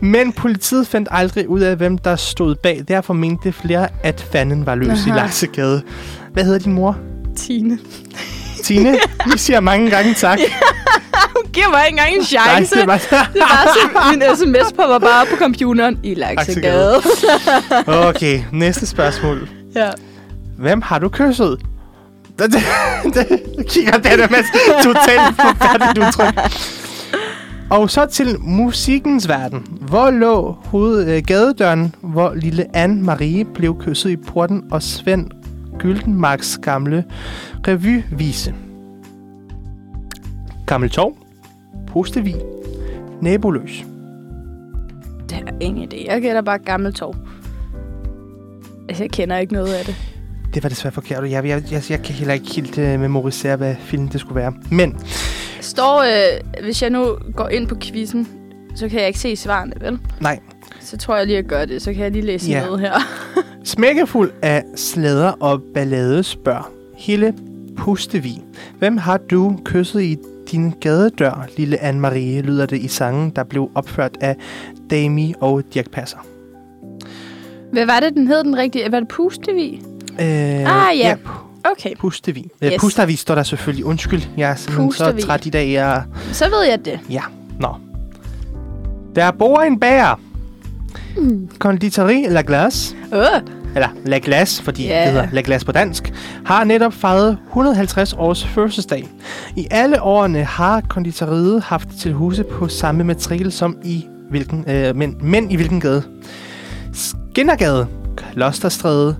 [SPEAKER 2] Men politiet fandt aldrig ud af, hvem der stod bag. Derfor mente flere, at fanden var løs i
[SPEAKER 3] Aha.
[SPEAKER 2] laksegade. Hvad hedder din mor?
[SPEAKER 3] Tine.
[SPEAKER 2] Tine? Vi siger mange gange tak.
[SPEAKER 3] Du giver mig ikke engang en chance.
[SPEAKER 2] Nej, det var...
[SPEAKER 3] Det var så, min sms popper bare op på computeren i laksegade.
[SPEAKER 2] (laughs) Okay, næste spørgsmål.
[SPEAKER 3] (laughs) ja.
[SPEAKER 2] Hvem har du kysset? (laughs) Det, det, det kigger den der med totalt forfærdeligt udtryk. Og så til musikkens verden. Hvor lå hoved, øh, gadedøren, hvor lille Anne-Marie blev kysset i porten og Svend Gyldenmarks gamle revyvise? Gammel Torv, Postevig, Naboløs.
[SPEAKER 3] Det er ingen idé. Jeg gætter bare gammel tog. Altså, jeg kender ikke noget af det.
[SPEAKER 2] Det var desværre forkert, og jeg, jeg, jeg, jeg kan heller ikke helt øh, memorisere, hvad filmen det skulle være. Men
[SPEAKER 3] Står, øh, hvis jeg nu går ind på quizzen, så kan jeg ikke se svarene, vel?
[SPEAKER 2] nej,
[SPEAKER 3] Så tror jeg lige, at gøre det. Så kan jeg lige læse
[SPEAKER 2] Ja.
[SPEAKER 3] yeah. med her.
[SPEAKER 2] Smækkefuld af slæder og ballade spørger Hille Pustevi. Hvem har du kysset i din gadedør, lille Anne-Marie, lyder det i sangen, der blev opført af Dami og Dirk Passer.
[SPEAKER 3] Hvad var det, den hed den rigtige? Var det Pustevi?
[SPEAKER 2] Øh,
[SPEAKER 3] Ah, ja. Okay,
[SPEAKER 2] Pustevi. Yes.
[SPEAKER 3] Yes.
[SPEAKER 2] Pustavi står der selvfølgelig. Undskyld, jeg er simpelthen
[SPEAKER 3] Pustervi.
[SPEAKER 2] så træt i dag. Jeg...
[SPEAKER 3] så ved jeg det.
[SPEAKER 2] Ja, nå. Der bor en bager. Mm. Konditori La Glace.
[SPEAKER 3] Åh,
[SPEAKER 2] eller La Glace, fordi
[SPEAKER 3] Ja.
[SPEAKER 2] yeah. det hedder La Glace på dansk, har netop fejret 150 års fødselsdag. I alle årene har konditoriet haft til huse på samme matrikel som i hvilken, øh, men, men i hvilken gade? Skindergade, Klosterstræde,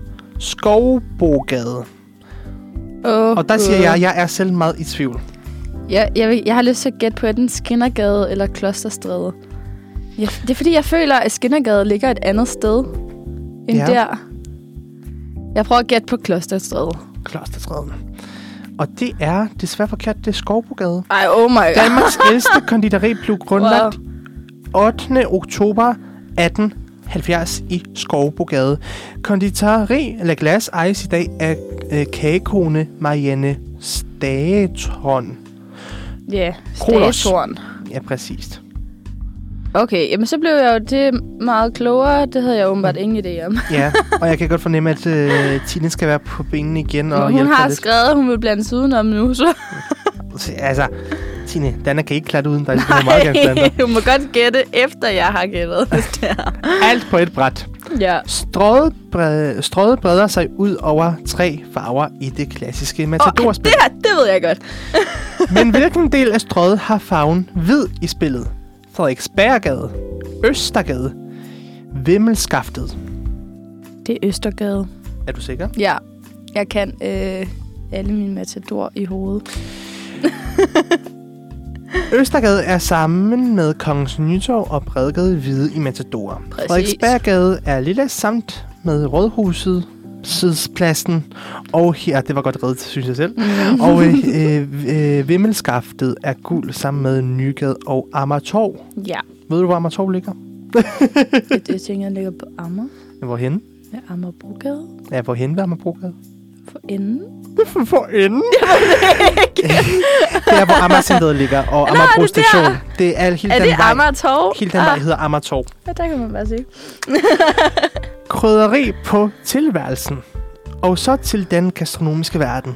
[SPEAKER 2] Skovbogade.
[SPEAKER 3] oh,
[SPEAKER 2] Og der siger jeg, at jeg er selv meget i tvivl.
[SPEAKER 3] Jeg, jeg, vil, jeg har lyst til at gætte på, at den Skinnergade eller Klosterstræde. Jeg, det er fordi, jeg føler, at Skinnergade ligger et andet sted end
[SPEAKER 2] Ja.
[SPEAKER 3] ja. der. Jeg prøver at gætte på Klosterstræde.
[SPEAKER 2] Klosterstræde. Og det er desværre forkert, det er Skovbogade.
[SPEAKER 3] Ej, oh my god.
[SPEAKER 2] Danmarks ældste konditori blev grundlagt 8. oktober 1870 i Skovbogade. Konditori La Glace ejes i dag af øh, kagekone Marianne Stageton.
[SPEAKER 3] Ja,
[SPEAKER 2] Kronos.
[SPEAKER 3] Stagetorn.
[SPEAKER 2] Ja, præcist.
[SPEAKER 3] Okay, jamen så blev jeg jo det meget klogere. Det havde jeg åbenbart
[SPEAKER 2] Mm.
[SPEAKER 3] ingen idé om.
[SPEAKER 2] Ja, og jeg kan godt fornemme, at øh, Tine skal være på benene igen og
[SPEAKER 3] hun
[SPEAKER 2] hjælpe dig
[SPEAKER 3] har
[SPEAKER 2] lidt.
[SPEAKER 3] skrevet, at hun vil blande sig udenom nu, så...
[SPEAKER 2] Altså, Tine, Danna kan ikke klatre uden dig. Nej. Meget gerne
[SPEAKER 3] (laughs)
[SPEAKER 2] blande dig.
[SPEAKER 3] du må godt gætte, efter jeg har gættet. hvis det er.
[SPEAKER 2] Alt på et bræt.
[SPEAKER 3] ja.
[SPEAKER 2] Strøget, bred, strøget breder sig ud over tre farver i Altså, det klassiske
[SPEAKER 3] Og
[SPEAKER 2] matadorspil.
[SPEAKER 3] det her, det ved jeg godt.
[SPEAKER 2] Men hvilken del af strøget har farven hvid i spillet? Frederiksberggade, Østergade, Vimmelskaftet.
[SPEAKER 3] Det er Østergade.
[SPEAKER 2] Er du sikker?
[SPEAKER 3] Ja, jeg kan øh, alle mine matador i hovedet.
[SPEAKER 2] Østergade er sammen med Kongens Nytorv og Bredgade hvide i Matador.
[SPEAKER 3] Præcis.
[SPEAKER 2] Frederiksberggade er lille samt med Rådhuset, Sidspladsen og her, det var godt reddet, synes jeg selv. og øh, øh, øh, Vimmelskaftet er gul sammen med Nygade og Amatorv.
[SPEAKER 3] Ja,
[SPEAKER 2] Ved du, hvor Amatorv ligger?
[SPEAKER 3] det, det tænker (laughs) jeg ligger på Ammer.
[SPEAKER 2] Hvorhen?
[SPEAKER 3] Med Ammerbrogade
[SPEAKER 2] Ja, hvorhen ved Amagerbrogade?
[SPEAKER 3] for enden.
[SPEAKER 2] For
[SPEAKER 3] (laughs)
[SPEAKER 2] enden? det er, hvor Amagercenteret ligger, og
[SPEAKER 3] Nå, er
[SPEAKER 2] Amagerbro
[SPEAKER 3] det
[SPEAKER 2] Station.
[SPEAKER 3] der?
[SPEAKER 2] Det er hele
[SPEAKER 3] Er
[SPEAKER 2] den
[SPEAKER 3] det Ah.
[SPEAKER 2] vej.
[SPEAKER 3] Ammer Torv?
[SPEAKER 2] Hele den vej hedder Amagertorv.
[SPEAKER 3] Ah, ja, der kan man bare se.
[SPEAKER 2] krydderi på tilværelsen. Og så til den gastronomiske verden.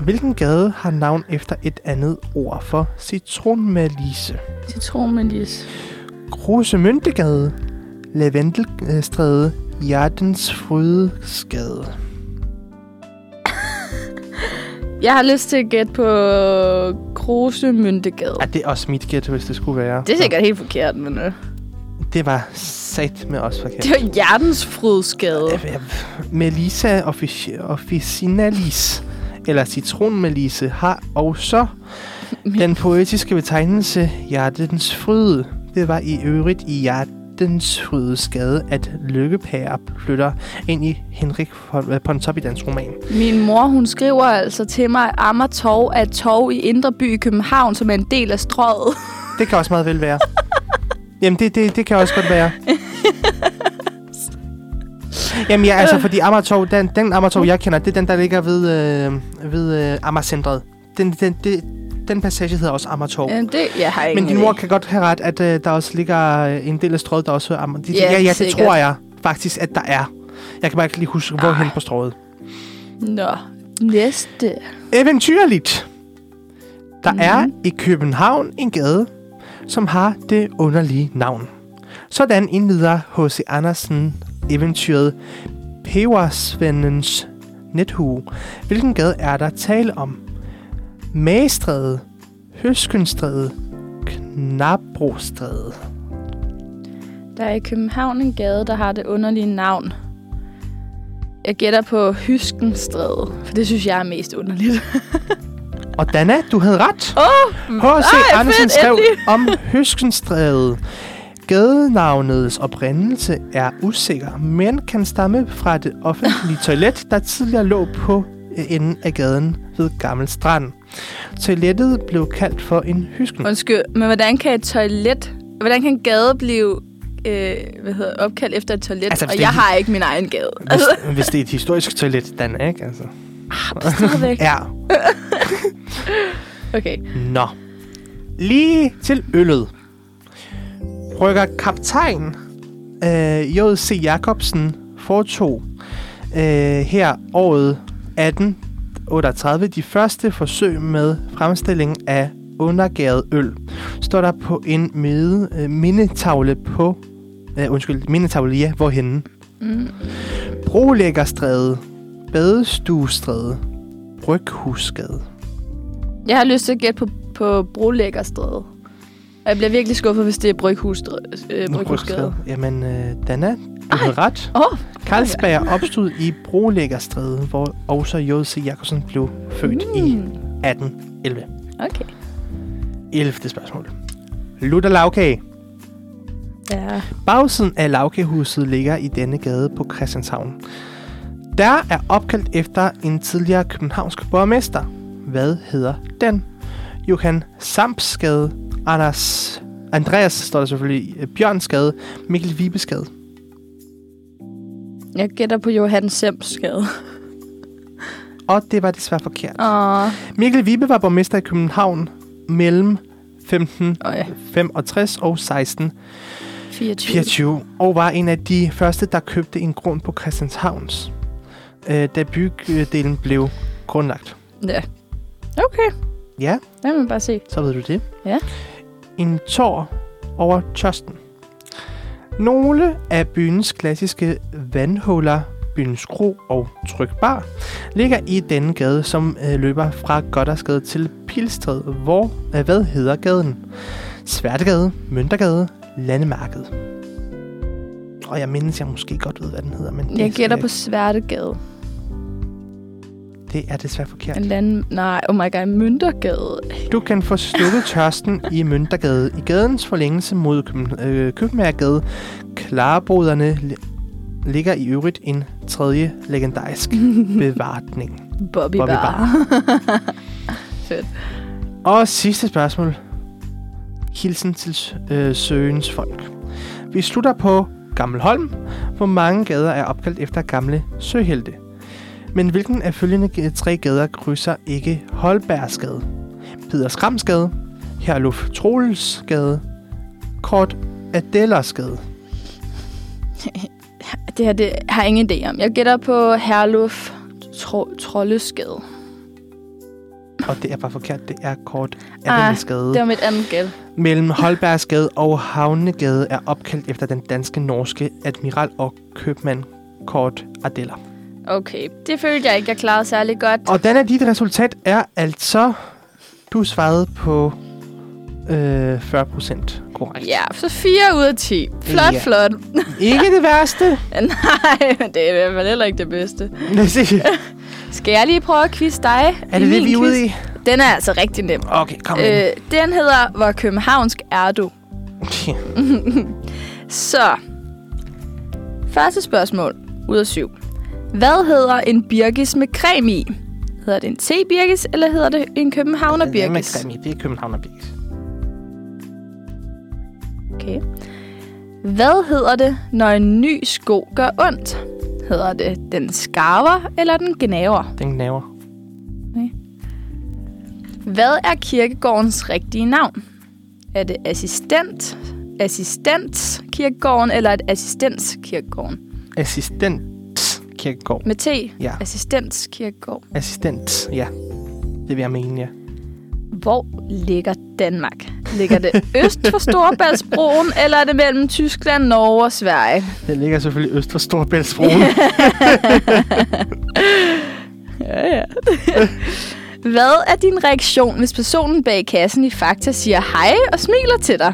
[SPEAKER 2] Hvilken gade har navn efter et andet ord for citronmalise?
[SPEAKER 3] Citronmelis.
[SPEAKER 2] Kruse Myntegade, Lavendelstræde, Hjertens Frydesgade.
[SPEAKER 3] Jeg har lyst til at gætte på Krosemyndegade.
[SPEAKER 2] Ja, det er også mit gæt, hvis det skulle være.
[SPEAKER 3] Det er sikkert helt forkert, men øh.
[SPEAKER 2] Det var sat med os forkert.
[SPEAKER 3] Det var hjertensfrydskade.
[SPEAKER 2] Jeg- jeg- Øh, Melissa offici- officinalis, eller citronmelisse, har også den poetiske betegnelse Hjertens Fryde. Det var i øvrigt i Hjertens Frydesgade, at lykkepærer flytter ind i Henrik von- Pontoppidans roman.
[SPEAKER 3] Min mor, hun skriver altså til mig, at Amager Torv er et torv i Indre By i København, som er en del af
[SPEAKER 2] (laughs)
[SPEAKER 3] strøget.
[SPEAKER 2] Det kan også meget vel være. Jamen, det, det, det kan også godt være. Jamen ja, altså, fordi Amartov, den, den Amartov, jeg kender, det er den, der ligger ved, øh, ved øh, Amagercentret. Den, den, det, den passage hedder også Amartov.
[SPEAKER 3] Jamen, Øh, det jeg har ingen
[SPEAKER 2] Men din mor
[SPEAKER 3] idé.
[SPEAKER 2] kan godt have ret, at øh, der også ligger øh, en del af strøget, der også hedder Ammer. Det,
[SPEAKER 3] Ja,
[SPEAKER 2] ja, ja, det
[SPEAKER 3] sikkert.
[SPEAKER 2] tror jeg faktisk, at der er. Jeg kan bare ikke lige huske, hvorhen på strøget.
[SPEAKER 3] Nå, næste.
[SPEAKER 2] eventyrligt. Der mm. er
[SPEAKER 3] Mhm.
[SPEAKER 2] i København en gade, som har det underlige navn. Sådan indleder H.C. Andersen eventyret Pebersvendens nethue. Hvilken gade er der tale om? Magestræde, Høskenstræde, Knabrostræde.
[SPEAKER 3] Der er i København en gade, der har det underlige navn. Jeg gætter på Hyskenstræde, for det synes jeg er mest underligt.
[SPEAKER 2] Og Dana, du havde ret.
[SPEAKER 3] (laughs)
[SPEAKER 2] Oh, H.C.
[SPEAKER 3] Mm. ej,
[SPEAKER 2] Andersen
[SPEAKER 3] fedt,
[SPEAKER 2] skrev
[SPEAKER 3] endelig.
[SPEAKER 2] om Høskenstræde. Gadenavnets oprindelse er usikker, men kan stamme fra det
[SPEAKER 3] (laughs)
[SPEAKER 2] offentlige toilet, der tidligere lå på øh, enden af gaden ved Gammel Strand. Toilettet blev kaldt for en hysken.
[SPEAKER 3] Undskyld, men hvordan kan et toilet... Hvordan kan en gade blive øh, hvad hedder, opkaldt efter et toilet?
[SPEAKER 2] Altså,
[SPEAKER 3] Altså,
[SPEAKER 2] hvis
[SPEAKER 3] og
[SPEAKER 2] det er
[SPEAKER 3] jeg
[SPEAKER 2] en-
[SPEAKER 3] har ikke min egen gade. Altså,
[SPEAKER 2] Hvis, (laughs) hvis det er et historisk toilet, Dana, ikke?
[SPEAKER 3] (laughs)
[SPEAKER 2] Altså.
[SPEAKER 3] Stadigvæk.
[SPEAKER 2] Ja,
[SPEAKER 3] Okay.
[SPEAKER 2] Nå. Lige til øllet. Brygger kaptajn øh, J.C. Jacobsen foretog øh, her året 1838 de første forsøg med fremstilling af undergæret øl. Står der på en mede, øh, mindetavle på... Øh, undskyld, mindetavle, ja, hvorhenne?
[SPEAKER 3] Mm.
[SPEAKER 2] Brolæggerstræde, Badestuestræde, Bryghusgade.
[SPEAKER 3] Jeg har lyst til at gætte på, på brolæggerstedet. Og jeg bliver virkelig skuffet, hvis det er Bryghus, øh, Bryghusgade.
[SPEAKER 2] Bryghusgade. Jamen, øh, Dana, du havde ret.
[SPEAKER 3] Åh, oh,
[SPEAKER 2] Carlsberg opstod i Brolæggerstræde, hvor også J.C. Jacobsen blev født mm. i
[SPEAKER 3] Hmm.
[SPEAKER 2] 1811.
[SPEAKER 3] okay.
[SPEAKER 2] 11. spørgsmål. Lutter lavkage.
[SPEAKER 3] Ja.
[SPEAKER 2] Bagsiden af lavkagehuset ligger i denne gade på Christianshavn. Der er opkaldt efter en tidligere københavnsk borgmester. Hvad hedder den? Johan Samsgade, Anders... Andreas står der selvfølgelig, Bjørnsgade, Mikkel Vibesgade.
[SPEAKER 3] Jeg gætter på Johan Semsgade.
[SPEAKER 2] Og det var desværre forkert.
[SPEAKER 3] Åh,
[SPEAKER 2] Mikkel Vibe var borgmester i København mellem 1565
[SPEAKER 3] oh, ja.
[SPEAKER 2] og 1624,
[SPEAKER 3] 24.
[SPEAKER 2] og var en af de første, der købte en grund på Christianshavns, øh, da bydelen blev grundlagt.
[SPEAKER 3] Ja. Okay,
[SPEAKER 2] Ja,
[SPEAKER 3] lad mig bare se.
[SPEAKER 2] så ved du det.
[SPEAKER 3] Ja.
[SPEAKER 2] En tår over tørsten. Nogle af byens klassiske vandhuller, byens kro og trykbar, ligger i denne gade, som øh, løber fra Goddersgade til Pilstred, hvor, øh, hvad hedder gaden? Sværtegade, Møntergade, Landemarked. Og jeg mindes, jeg måske godt ved, hvad den hedder, men det,
[SPEAKER 3] Jeg
[SPEAKER 2] skal
[SPEAKER 3] gætter på Sværtegade.
[SPEAKER 2] det er desværre forkert.
[SPEAKER 3] En land... Nej, oh my god, Møntergade.
[SPEAKER 2] Du kan få slukket tørsten i Møntergade i gadens forlængelse mod Køben- øh, Københavnsgade. Klareboderne li- ligger i øvrigt en tredje legendarisk bevartning.
[SPEAKER 3] Bobby,
[SPEAKER 2] Bobby
[SPEAKER 3] Bobby Bar.
[SPEAKER 2] Bar.
[SPEAKER 3] Fedt.
[SPEAKER 2] Og sidste spørgsmål. Hilsen til s- øh, Søens folk. Vi slutter på Gammelholm, hvor mange gader er opkaldt efter gamle søhelte. Men hvilken af følgende g- tre gader krydser ikke Holbergsgade? Peder Skramsgade, Herluf Troelsgade, Kort Adellersgade.
[SPEAKER 3] (laughs) Det her det har jeg ingen idé om. Jeg gætter på Herluf Tro- Trolleskade.
[SPEAKER 2] Og det er bare forkert. Det er kort
[SPEAKER 3] Ah,
[SPEAKER 2] Adamsgade.
[SPEAKER 3] Det var mit andet gæld.
[SPEAKER 2] Mellem Holbergsgade og Havnegade er opkaldt efter den danske-norske admiral og købmand Kort Adela.
[SPEAKER 3] Okay, det følte jeg ikke, jeg klarede særlig godt.
[SPEAKER 2] Og den er dit resultat er altså... Du svarede på øh, 40 procent korrekt.
[SPEAKER 3] Ja, så 4 ud af 10. Flot,
[SPEAKER 2] Ja.
[SPEAKER 3] flot. (laughs)
[SPEAKER 2] Ikke det værste.
[SPEAKER 3] Nej, men det er i hvert fald heller ikke det bedste.
[SPEAKER 2] Lad os se.
[SPEAKER 3] Skal jeg lige prøve at quizze dig?
[SPEAKER 2] Er det det, vi er ude i?
[SPEAKER 3] Den er altså rigtig nem.
[SPEAKER 2] Okay, kom (laughs) ind.
[SPEAKER 3] Øh, den hedder, hvor københavnsk er du? Så, første spørgsmål ud af syv. Hvad hedder en birkis med creme i? Hedder det en tebirkis, eller hedder det en københavner
[SPEAKER 2] Det er med
[SPEAKER 3] birkis?
[SPEAKER 2] Grammy. Det er København og Birkis.
[SPEAKER 3] Okay. Hvad hedder det, når en ny sko gør ondt? Hedder det den skarver eller den gnaver?
[SPEAKER 2] Den gnaver.
[SPEAKER 3] Hvad er kirkegårdens rigtige navn? Er det assistent, assistent kirkegården eller et assistens kirkegården?
[SPEAKER 2] Assistent Kirkegaard.
[SPEAKER 3] Med T,
[SPEAKER 2] Ja.
[SPEAKER 3] assistens kirkegård.
[SPEAKER 2] Assistent, ja. Det vil jeg mene, ja.
[SPEAKER 3] Hvor ligger Danmark? Ligger det øst for Storebæltsbroen, eller er det mellem Tyskland, Norge og Sverige?
[SPEAKER 2] Den ligger selvfølgelig øst for Storbæltsbroen.
[SPEAKER 3] Ja, ja. (laughs) Hvad er din reaktion, hvis personen bag kassen i Fakta siger hej og smiler til dig?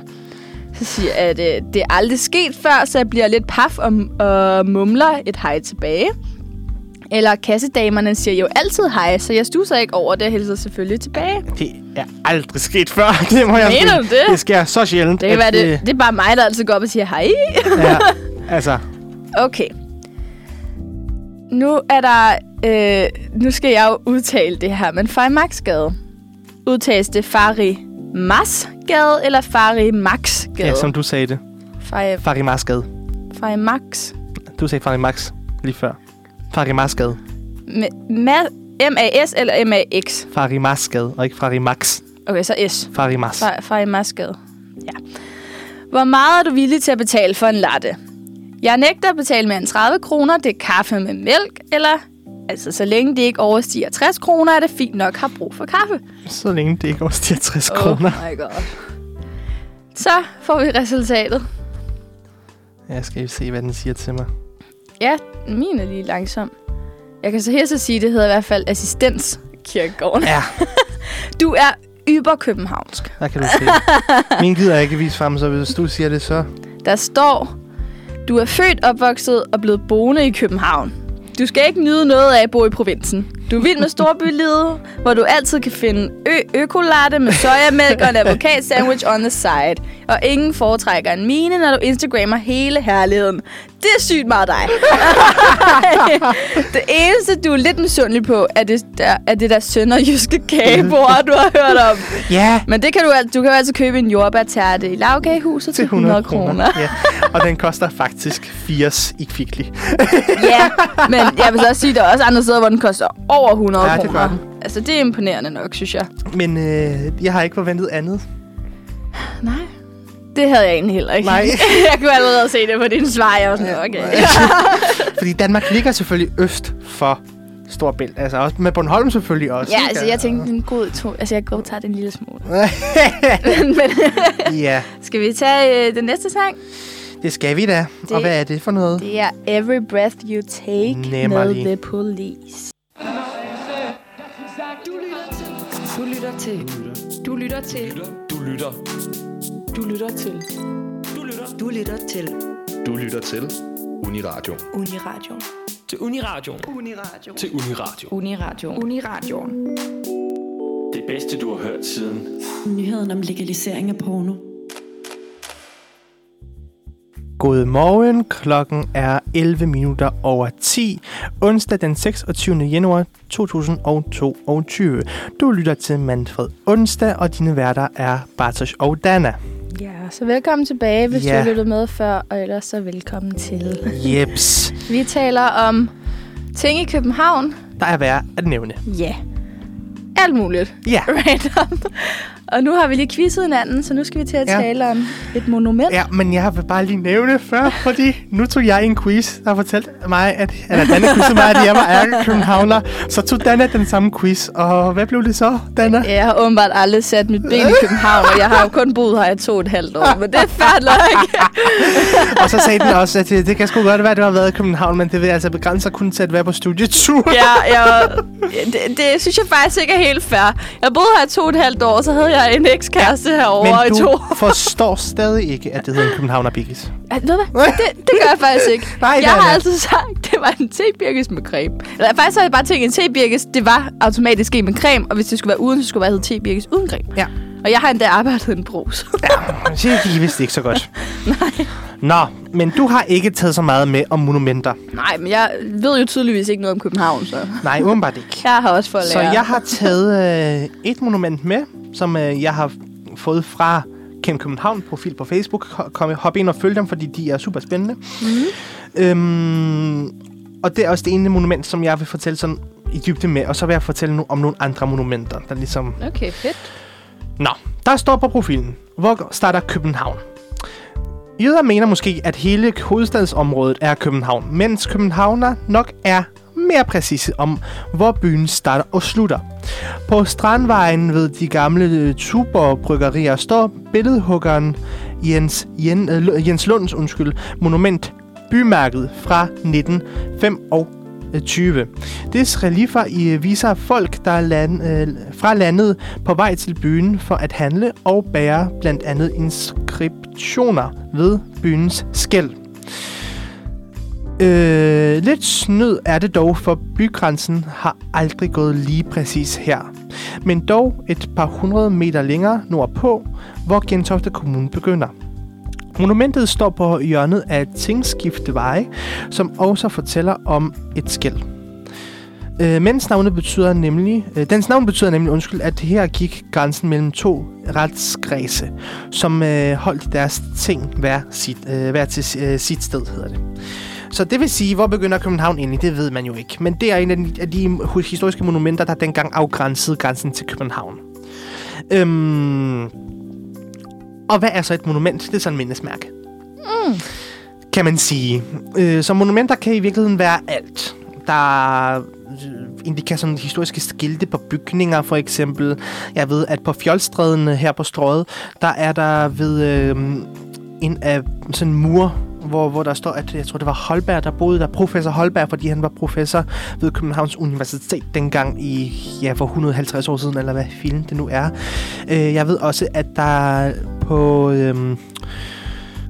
[SPEAKER 3] Så siger jeg, at øh, det er aldrig sket før, så jeg bliver lidt paf og, og mumler et hej tilbage. Eller kassedamerne siger jo altid hej, så jeg stuser ikke over det og hilser selvfølgelig tilbage.
[SPEAKER 2] det er aldrig sket før, (laughs) det må jeg
[SPEAKER 3] Mener
[SPEAKER 2] sige.
[SPEAKER 3] du det?
[SPEAKER 2] Det sker så sjældent.
[SPEAKER 3] Det kan være,
[SPEAKER 2] at
[SPEAKER 3] det, det er bare mig, der altid går op og siger hej. (laughs)
[SPEAKER 2] ja, altså,
[SPEAKER 3] Okay. Nu er der... Øh, nu skal jeg jo udtale det her, men Farimagsgade. Udtales det Fari Masgade eller Fari Maxgade?
[SPEAKER 2] ja, som du sagde det.
[SPEAKER 3] Fari,
[SPEAKER 2] Farimarsgade.
[SPEAKER 3] Fari Max.
[SPEAKER 2] Du sagde Farimax lige før. Farimarsgade.
[SPEAKER 3] Ma- Ma- M-A-S eller M-A-X?
[SPEAKER 2] Farimarsgade, og ikke Farimax.
[SPEAKER 3] Okay, så S.
[SPEAKER 2] Farimars.
[SPEAKER 3] Fari, Fari Masgade. Ja. Hvor meget er du villig til at betale for en latte? Jeg nægter at betale mere end 30 kroner. Det er kaffe med mælk, eller... Altså, så længe det ikke overstiger 60 kroner, er det fint nok har brug for kaffe.
[SPEAKER 2] Så længe det ikke overstiger 60 oh. kroner.
[SPEAKER 3] Oh my god. Så får vi resultatet.
[SPEAKER 2] Jeg skal lige se, hvad den siger til mig.
[SPEAKER 3] Ja, min er lige langsom. Jeg kan så her så sige, at det hedder i hvert fald assistens kirkegården.
[SPEAKER 2] Ja,
[SPEAKER 3] Du er yberkøbenhavnsk.
[SPEAKER 2] der kan du se. Min gider jeg ikke vise frem, så hvis du siger det, så...
[SPEAKER 3] Der står, du er født, opvokset og blevet boende i København. Du skal ikke nyde noget af at bo i provinsen. Du er vild med storbylivet, hvor du altid kan finde ø økolatte med sojamælk og en avocat sandwich on the side. Og ingen foretrækker en mine, når du instagrammer hele herligheden. Det er sygt meget dig. (laughs) det eneste, du er lidt misundelig på, er det der, er det der sønderjyske kagebord, du har hørt om.
[SPEAKER 2] Ja,
[SPEAKER 3] Men det kan du, al- du kan jo altid købe en jordbærtærte i lavkagehuset til 100 kroner.
[SPEAKER 2] Ja. Og den koster faktisk 80 i kvickly.
[SPEAKER 3] Ja, men jeg vil så også sige, at der er også andre steder, hvor den koster over 100
[SPEAKER 2] Ja, det
[SPEAKER 3] kroner.
[SPEAKER 2] gør
[SPEAKER 3] Altså, det er imponerende nok, synes jeg.
[SPEAKER 2] Men øh, jeg har ikke forventet andet.
[SPEAKER 3] Nej. Det havde jeg egentlig heller ikke.
[SPEAKER 2] Nej.
[SPEAKER 3] (laughs) jeg kunne allerede se det på din svar. Jeg var sådan, okay. (laughs)
[SPEAKER 2] Fordi Danmark ligger selvfølgelig øst for Storbælt. Altså også med Bornholm selvfølgelig også.
[SPEAKER 3] Ja,
[SPEAKER 2] ikke?
[SPEAKER 3] altså, jeg tænkte, den god to. Altså, jeg går tager den en lille smule. (laughs) men,
[SPEAKER 2] (laughs) ja,
[SPEAKER 3] skal vi tage øh, den næste sang?
[SPEAKER 2] det skal vi da. Det... Og
[SPEAKER 3] Det-
[SPEAKER 2] hvad er det for noget?
[SPEAKER 3] Det er Every Breath You Take
[SPEAKER 2] Nemmerlig.
[SPEAKER 3] med The Police.
[SPEAKER 4] Du lytter til. Du lytter til.
[SPEAKER 5] Du lytter.
[SPEAKER 4] Du lytter til.
[SPEAKER 6] Du lytter til
[SPEAKER 5] Du lytter til Uniradio.
[SPEAKER 6] Uniradio.
[SPEAKER 7] Til Uniradioen.
[SPEAKER 6] Uniradio.
[SPEAKER 5] Til Uniradio.
[SPEAKER 4] Uniradioen. Uniradioen.
[SPEAKER 7] Det bedste, du har hørt siden.
[SPEAKER 8] Nyheden om legalisering af porno.
[SPEAKER 2] Godmorgen. Klokken er 11 minutter over 10. Onsdag den 26. januar 2022. Du lytter til Manfred Onsdag, og dine værter er Bartosz og Dana.
[SPEAKER 3] Ja, så velkommen tilbage, hvis
[SPEAKER 2] Ja.
[SPEAKER 3] du lyttede med før, og ellers så velkommen til.
[SPEAKER 2] Jeps.
[SPEAKER 3] Vi taler om ting i København.
[SPEAKER 2] Der er værd at nævne.
[SPEAKER 3] Ja. alt muligt
[SPEAKER 2] Ja.
[SPEAKER 3] (laughs) random. Og nu har vi lige quizzet hinanden, så nu skal vi til at
[SPEAKER 2] Ja.
[SPEAKER 3] tale om et monument.
[SPEAKER 2] Ja, men jeg vil bare lige nævne før, fordi nu tog jeg en quiz, der fortalte mig, at, eller Danne quizede mig, at jeg var ærkekøbenhavner. Så tog Danne den samme quiz, og hvad blev det så, Danne?
[SPEAKER 3] Jeg har åbenbart aldrig sat mit ben i København, og jeg har jo kun boet her i to og et halvt år, men det er fair nok.
[SPEAKER 2] (laughs) Og så sagde den også, at det, det kan sgu godt være, at du har været i København, men det vil altså begrænse sig kun til at være på studietur.
[SPEAKER 3] ja, jeg, det, det, synes jeg faktisk ikke er helt fair. Jeg boede her i to og et halvt år, så havde jeg en ekskæreste herovre
[SPEAKER 2] men
[SPEAKER 3] i to
[SPEAKER 2] du
[SPEAKER 3] år.
[SPEAKER 2] (laughs) forstår stadig ikke, at det hedder en Københavner Bigis.
[SPEAKER 3] Ej, Ved du hvad? Det, det gør jeg faktisk ikke.
[SPEAKER 2] Nej, det
[SPEAKER 3] jeg
[SPEAKER 2] er
[SPEAKER 3] har
[SPEAKER 2] det.
[SPEAKER 3] altid sagt, (laughs) det var en tebirkes med creme. Eller faktisk har jeg bare tænkt, en tebirkes, det var automatisk en med creme, og hvis det skulle være uden, så skulle det være hedde tebirkes uden creme.
[SPEAKER 2] Ja.
[SPEAKER 3] Og jeg har endda arbejdet i en brus.
[SPEAKER 2] Så det gik vist ikke så godt. Nej. Nå, men du har ikke taget så meget med om monumenter.
[SPEAKER 3] (laughs) Nej, men jeg ved jo tydeligvis ikke noget om København, så
[SPEAKER 2] Nej, åbenbart ikke.
[SPEAKER 3] jeg har også fået
[SPEAKER 2] Så jeg har taget øh, et monument med, som øh, jeg har fået fra Ken København profil på Facebook. Ho- Kom, hop ind og følg dem, fordi de er super spændende. Mm. Øhm, og det er også det ene monument, som jeg vil fortælle sådan i dybde med, og så vil jeg fortælle no- om nogle andre monumenter, der ligesom
[SPEAKER 3] Okay, fedt.
[SPEAKER 2] Nå, der står på profilen, hvor starter København? Jøder mener måske, at hele hovedstadsområdet er København, mens københavner nok er mere præcise om, hvor byen starter og slutter. På Strandvejen ved de gamle Tuborg-bryggerier står billedhuggeren Jens, Jen, øh, Lu- Jens Lunds undskyld, monument Bymærket fra 1925. Dets reliefer i øh, viser folk, der er land, øh, fra landet på vej til byen for at handle og bære blandt andet inskriptioner ved byens skæld. Øh, lidt snyd er det dog, for bygrænsen har aldrig gået lige præcis her. Men dog et par hundrede meter længere nordpå, hvor Gentofte Kommune begynder. Monumentet står på hjørnet af Tingskifteveje, som også fortæller om et skæld. Øh, mens navnet betyder nemlig, øh, dens navn betyder nemlig, undskyld, at her gik grænsen mellem to retskredse, som øh, holdt deres ting hver, sit, øh, hver til øh, sit sted, hedder det. Så det vil sige, hvor begynder København egentlig, det ved man jo ikke. Men det er en af de, af de historiske monumenter, der dengang afgrænsede grænsen til København. Øhm, og hvad er så et monument? Det er sådan et mindesmærke. Mm. Kan man sige. Øh, så monumenter kan i virkeligheden være alt. Der øh, indikerer sådan historiske skilte på bygninger, for eksempel. Jeg ved, at på Fjoldstræden øh, her på Strøget, der er der ved øh, en af sådan en mur, hvor, hvor der står, at jeg tror, det var Holberg, der boede der. Professor Holberg, fordi han var professor ved Københavns Universitet dengang i, ja, for 150 år siden, eller hvad filen det nu er. Øh, jeg ved også, at der på øhm,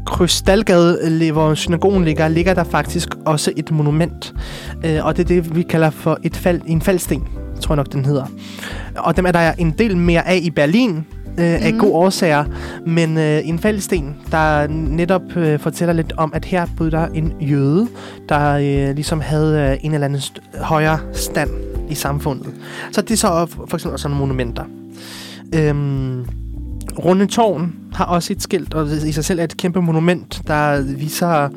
[SPEAKER 2] Krystalgade, øh, hvor synagogen ligger, ligger der faktisk også et monument. Øh, og det er det, vi kalder for et fald, en faldsten, tror jeg nok, den hedder. Og dem er der en del mere af i Berlin, øh, af mm. gode årsager. Men øh, en faldsten, der netop øh, fortæller lidt om, at her boede der en jøde, der øh, ligesom havde øh, en eller anden st- højere stand i samfundet. Så det er så øh, for eksempel også nogle monumenter. Øhm, Runde Tårn har også et skilt, og i sig selv er et kæmpe monument, der viser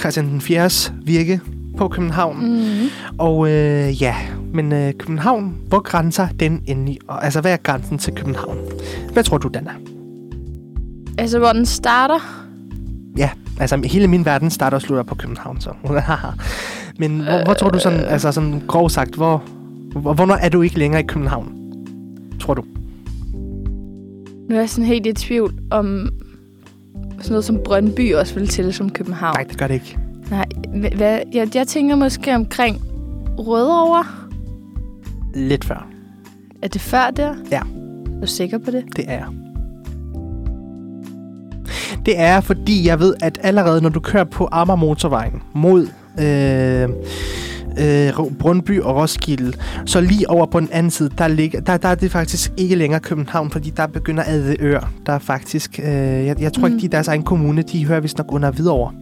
[SPEAKER 2] Christian den 4's virke på København.
[SPEAKER 3] Mm-hmm.
[SPEAKER 2] Og øh, ja, men øh, København, hvor grænser den endelig? Og, altså, hvad er grænsen til København? Hvad tror du, Dana?
[SPEAKER 3] Altså, hvor den starter.
[SPEAKER 2] Ja, altså hele min verden starter og slutter på København, så. (laughs) men hvor, hvor tror du sådan, altså sådan grov sagt, hvor, hvor, hvornår er du ikke længere i København? Tror du?
[SPEAKER 3] Nu er jeg sådan helt i tvivl om sådan noget som Brøndby også vil til som København.
[SPEAKER 2] Nej, det gør det ikke.
[SPEAKER 3] Nej, hva- hvad, jeg, jeg tænker måske omkring Rødovre.
[SPEAKER 2] Lidt før.
[SPEAKER 3] Er det før der?
[SPEAKER 2] Ja.
[SPEAKER 3] Er du sikker på det?
[SPEAKER 2] Det er jeg. Det er jeg, fordi jeg ved, at allerede når du kører på Amager Motorvejen mod øh, øh, Ro- Brøndby og Roskilde, så lige over på den anden side, der, ligger, der, der er det faktisk ikke længere København, fordi der begynder Adeør. Der er faktisk, øh, jeg, jeg tror mm. ikke, de er deres egen kommune, de hører vist nok under Hvidovre.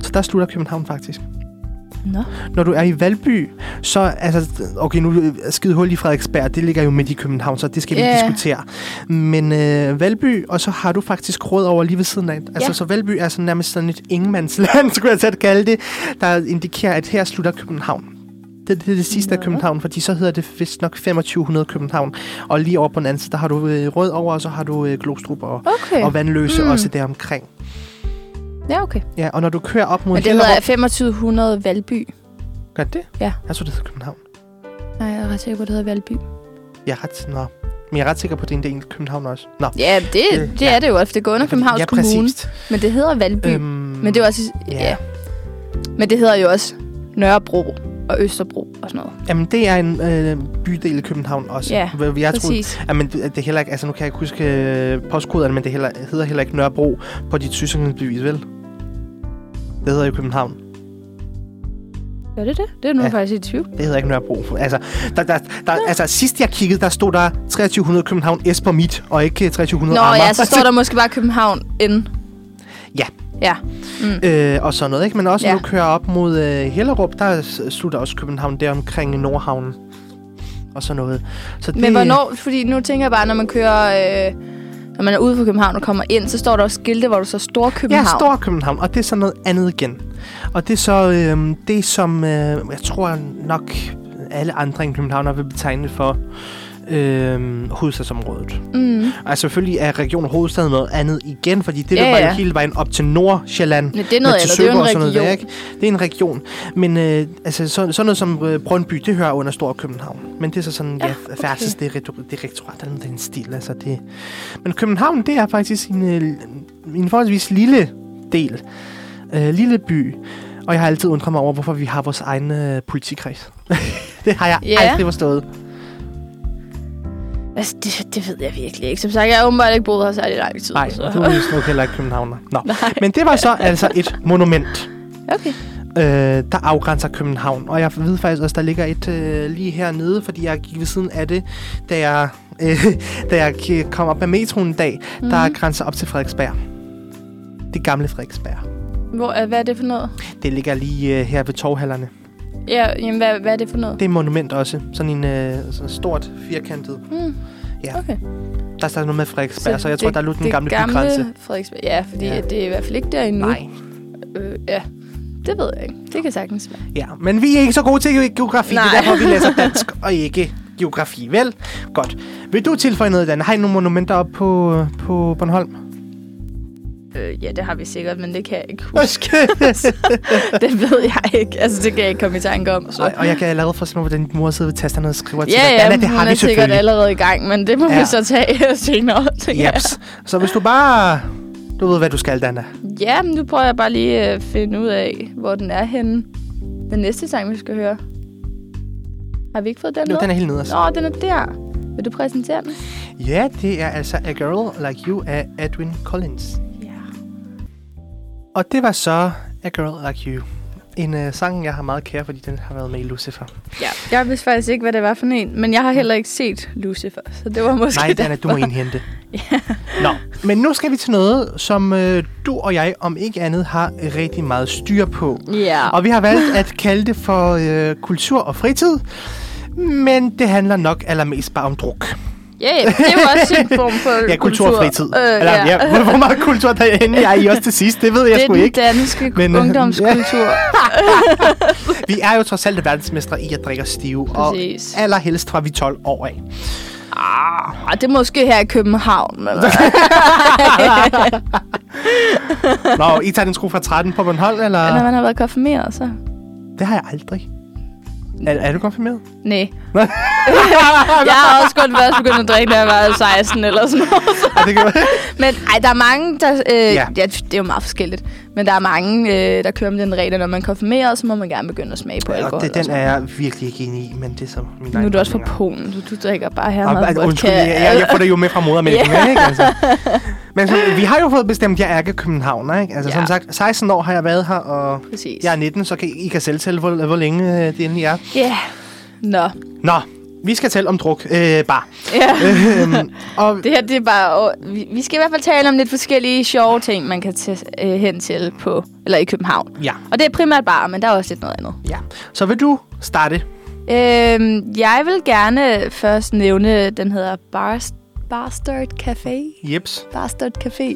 [SPEAKER 2] Så der slutter København faktisk.
[SPEAKER 3] Nå.
[SPEAKER 2] Når du er i Valby, så altså, okay, nu øh, skide hul i Frederiksberg, det ligger jo midt i København, så det skal vi
[SPEAKER 3] Ja.
[SPEAKER 2] yeah. diskutere. Men øh, Valby, og så har du faktisk råd over lige ved siden af. Altså,
[SPEAKER 3] Ja.
[SPEAKER 2] så Valby er sådan (laughs) nærmest sådan et ingenmandsland, skulle jeg tæt kalde det, der indikerer, at her slutter København. Det, det er det sidste af København, fordi så hedder det vist nok 2500 København. Og lige over på den anden side, der har du øh, Rødovre, og så har du øh, Glostrup og,
[SPEAKER 3] Okay.
[SPEAKER 2] og Vandløse mm. også deromkring.
[SPEAKER 3] Ja, okay.
[SPEAKER 2] Ja, og når du kører op mod
[SPEAKER 3] Men det hedder 2500 Valby.
[SPEAKER 2] Gør det?
[SPEAKER 3] Ja.
[SPEAKER 2] Jeg tror, det hedder København.
[SPEAKER 3] Nej, jeg er ret sikker på, det hedder Valby.
[SPEAKER 2] Jeg er ret, nå. Men jeg er ret sikker på, at det er en del af København også. Nå.
[SPEAKER 3] Ja, det, det ja. er det jo, for det går under Københavns
[SPEAKER 2] Øh, ja,
[SPEAKER 3] Kommune.
[SPEAKER 2] præcis.
[SPEAKER 3] Men det hedder Valby.
[SPEAKER 2] Øhm,
[SPEAKER 3] Øhm, men det er jo også...
[SPEAKER 2] ja.
[SPEAKER 3] Ja. ja. Men det hedder jo også Nørrebro og Østerbro og sådan noget.
[SPEAKER 2] Jamen, det er en øh, bydel i København også.
[SPEAKER 3] Ja,
[SPEAKER 2] hvor jeg troede,
[SPEAKER 3] Præcis.
[SPEAKER 2] Jamen, det det er heller ikke, altså nu kan jeg ikke huske øh, postkoderne, men det heller, hedder heller ikke Nørrebro på dit sygesikringsbevis, vel? Det hedder jo København.
[SPEAKER 3] Gør det det? Det er nu
[SPEAKER 2] Ja.
[SPEAKER 3] ja. faktisk i tvivl.
[SPEAKER 2] Det hedder ikke Nørrebro. Altså, der, der, der, altså sidst jeg kiggede, der stod der 2300 København S på mit, og ikke 2300
[SPEAKER 3] Nå
[SPEAKER 2] Amager. (laughs)
[SPEAKER 3] ja, så står der måske bare København inden.
[SPEAKER 2] Ja.
[SPEAKER 3] Ja.
[SPEAKER 2] øh, og sådan noget, ikke? Men også ja.
[SPEAKER 3] Ja.
[SPEAKER 2] når du kører op mod øh, Hellerup, der s- slutter også København der omkring Nordhavnen. Og sådan noget. Så
[SPEAKER 3] Men hvornår... Fordi nu tænker jeg bare, når man kører... Øh, når man er ude fra København og kommer ind, så står der også skilte, hvor du så står København.
[SPEAKER 2] Ja, stor København, og det er så noget andet igen. Og det er så øh, det, som øh, jeg tror nok alle andre end København vil betegne for øh, hovedstadsområdet.
[SPEAKER 3] Mm.
[SPEAKER 2] Og selvfølgelig er region hovedstaden noget andet igen, fordi det
[SPEAKER 3] Ja,
[SPEAKER 2] ja, var jo
[SPEAKER 3] ja.
[SPEAKER 2] hele vejen op til Nordsjælland.
[SPEAKER 3] Men det er noget
[SPEAKER 2] til
[SPEAKER 3] andet. Det er jo
[SPEAKER 2] Søborg
[SPEAKER 3] en
[SPEAKER 2] og sådan noget
[SPEAKER 3] region.
[SPEAKER 2] der, ikke? Det er en region. Men øh, altså, så, sådan noget som øh, Brøndby, det hører under Stor København. Men det er så sådan, ja, ja færdselsdirektorat eller noget i den stil. Altså, det. Men København, det er faktisk en, øh, en forholdsvis lille del. Øh, lille by. Og jeg har altid undret mig over, hvorfor vi har vores egen øh, politikreds. (laughs) det har jeg
[SPEAKER 3] Ja.
[SPEAKER 2] yeah. aldrig forstået.
[SPEAKER 3] Altså, det, det ved jeg virkelig ikke. Som sagt, jeg har åbenbart ikke boet her særlig lang tid.
[SPEAKER 2] Nej,
[SPEAKER 3] så.
[SPEAKER 2] du er nok heller ikke københavner.
[SPEAKER 3] (laughs)
[SPEAKER 2] Nå. Men det var så altså et monument.
[SPEAKER 3] Okay.
[SPEAKER 2] øh, der afgrænser København. Og jeg ved faktisk også, der ligger et øh, lige hernede, fordi jeg gik ved siden af det, da jeg, (laughs) øh, da jeg k- kom op med metroen en dag, mm-hmm. der grænser op til Frederiksberg. Det gamle Frederiksberg.
[SPEAKER 3] Hvor, er- hvad er det for noget?
[SPEAKER 2] Det ligger lige øh, her ved Torvhallerne.
[SPEAKER 3] Ja, jamen, hvad, hvad er det for noget?
[SPEAKER 2] Det er et monument også. Sådan en øh, sådan stort firkantet.
[SPEAKER 3] Mm.
[SPEAKER 2] Ja.
[SPEAKER 3] Okay,
[SPEAKER 2] Der står noget med Frederiksberg, så, så jeg tror, der lå den
[SPEAKER 3] det
[SPEAKER 2] gamle, gamle bygrænse.
[SPEAKER 3] Frederiksberg. Ja, fordi
[SPEAKER 2] Ja.
[SPEAKER 3] ja. det er i hvert fald ikke der endnu.
[SPEAKER 2] Nej.
[SPEAKER 3] Øh, ja, det ved jeg ikke. Det kan sagtens være.
[SPEAKER 2] Ja, men vi er ikke så gode til geografi, Nej. det
[SPEAKER 3] Nej.
[SPEAKER 2] er derfor, vi læser dansk (laughs) og ikke geografi. Vel, godt. Vil du tilføje noget, Dan? Har I nogle monumenter op på, på Bornholm?
[SPEAKER 3] Øh, ja, det har vi sikkert, men det kan jeg (laughs) ikke huske.
[SPEAKER 2] (laughs)
[SPEAKER 3] det ved jeg ikke. Altså, det kan jeg ikke komme i tanke om. Så.
[SPEAKER 2] og, og jeg kan allerede forstå, hvordan din mor sidder ved tasterne og skriver til
[SPEAKER 3] Ja,
[SPEAKER 2] dig.
[SPEAKER 3] ja,
[SPEAKER 2] Dana, det har
[SPEAKER 3] hun
[SPEAKER 2] vi
[SPEAKER 3] er sikkert
[SPEAKER 2] selvfølgelig.
[SPEAKER 3] allerede i gang, men det må
[SPEAKER 2] Ja.
[SPEAKER 3] vi så tage (laughs) senere. tænker jeg.
[SPEAKER 2] (laughs) Japs. Så hvis du bare... Du ved, hvad du skal, Dana.
[SPEAKER 3] Ja, men nu prøver jeg bare lige at finde ud af, hvor den er henne. Den næste sang, vi skal høre. Har vi ikke fået den
[SPEAKER 2] Jo,
[SPEAKER 3] med?
[SPEAKER 2] den er helt nede. altså.
[SPEAKER 3] Nå, den er der. Vil du præsentere den?
[SPEAKER 2] Ja, det er altså A Girl Like You af Edwin Collins.
[SPEAKER 3] Ja.
[SPEAKER 2] Og det var så A Girl Like You. En øh, sang, jeg har meget kær, fordi den har været med i Lucifer.
[SPEAKER 3] ja. Jeg vidste faktisk ikke, hvad det var for en, men jeg har heller ikke set Lucifer, så det var måske
[SPEAKER 2] (laughs) Nej, Dana, du må indhente.
[SPEAKER 3] (laughs)
[SPEAKER 2] Nå, men nu skal vi til noget, som øh, du og jeg, om ikke andet, har rigtig meget styr på.
[SPEAKER 3] Ja.
[SPEAKER 2] Og vi har valgt at kalde det for øh, kultur og fritid. Men det handler nok allermest bare om druk.
[SPEAKER 3] Ja, yeah, det var også en form for
[SPEAKER 2] Ja, kultur, og fritid.
[SPEAKER 3] Øh,
[SPEAKER 2] Eller, ja. Ja, hvor meget kultur der ender jeg i også til sidst, det ved jeg
[SPEAKER 3] Det er
[SPEAKER 2] sgu
[SPEAKER 3] den
[SPEAKER 2] ikke.
[SPEAKER 3] danske
[SPEAKER 2] Men,
[SPEAKER 3] men,
[SPEAKER 2] øh,
[SPEAKER 3] ungdomskultur.
[SPEAKER 2] Vi er jo trods alt verdensmestre i at drikke os stive.
[SPEAKER 3] Præcis.
[SPEAKER 2] Og allerhelst fra vi er 12 år af.
[SPEAKER 3] Ah, det er måske her i København.
[SPEAKER 2] (laughs)
[SPEAKER 3] (laughs) Eller? hvad? (laughs)
[SPEAKER 2] Nå, I tager den skru fra 13 på Bornholm, eller?
[SPEAKER 3] Når man har været konfirmeret, så...
[SPEAKER 2] Det har jeg aldrig. Er, er du konfirmeret? (laughs)
[SPEAKER 3] Nej. jeg har også godt først begyndt at drikke, da jeg var 16 eller sådan noget. så-
[SPEAKER 2] Ja, det kan være.
[SPEAKER 3] Men ej, der er mange, der... Øh,
[SPEAKER 2] Ja.
[SPEAKER 3] ja. ja. det er jo meget forskelligt. Men der er mange, øh, der kører med den regel, at når man konfirmerer, så må man gerne begynde at smage på alkohol.
[SPEAKER 2] Og det,
[SPEAKER 3] og
[SPEAKER 2] den
[SPEAKER 3] sådan.
[SPEAKER 2] er jeg virkelig ikke enig i, men det er så min
[SPEAKER 3] nu er
[SPEAKER 2] egen
[SPEAKER 3] du også fra
[SPEAKER 2] holdning.
[SPEAKER 3] Polen, så du drikker bare her
[SPEAKER 2] Og,
[SPEAKER 3] meget
[SPEAKER 2] altså, undskyld, jeg, jeg, jeg får det jo med fra
[SPEAKER 3] (laughs)
[SPEAKER 2] modermælken, yeah. ikke? Altså. Men så, vi har jo fået bestemt, at jeg er ikke københavner, ikke? Altså, ja. som
[SPEAKER 3] Ja.
[SPEAKER 2] sagt, 16 år har jeg været her, og
[SPEAKER 3] Præcis.
[SPEAKER 2] jeg er 19, så kan, I kan selv tælle, hvor, hvor længe øh, det endelig er.
[SPEAKER 3] Ja. Nå.
[SPEAKER 2] Nå, vi skal tale om druk, øh, bare.
[SPEAKER 3] Ja.
[SPEAKER 2] (laughs) øhm, og
[SPEAKER 3] Det her, det er bare... Og, vi, vi skal i hvert fald tale om lidt forskellige sjove ting, man kan tage øh, hen til på... Eller i København.
[SPEAKER 2] ja,
[SPEAKER 3] Og det er primært bare, men der er også lidt noget andet.
[SPEAKER 2] ja. Så vil du starte?
[SPEAKER 3] Øhm, jeg vil gerne først nævne, den hedder Barst, Bastard Café.
[SPEAKER 2] Jeps.
[SPEAKER 3] Bastard Café,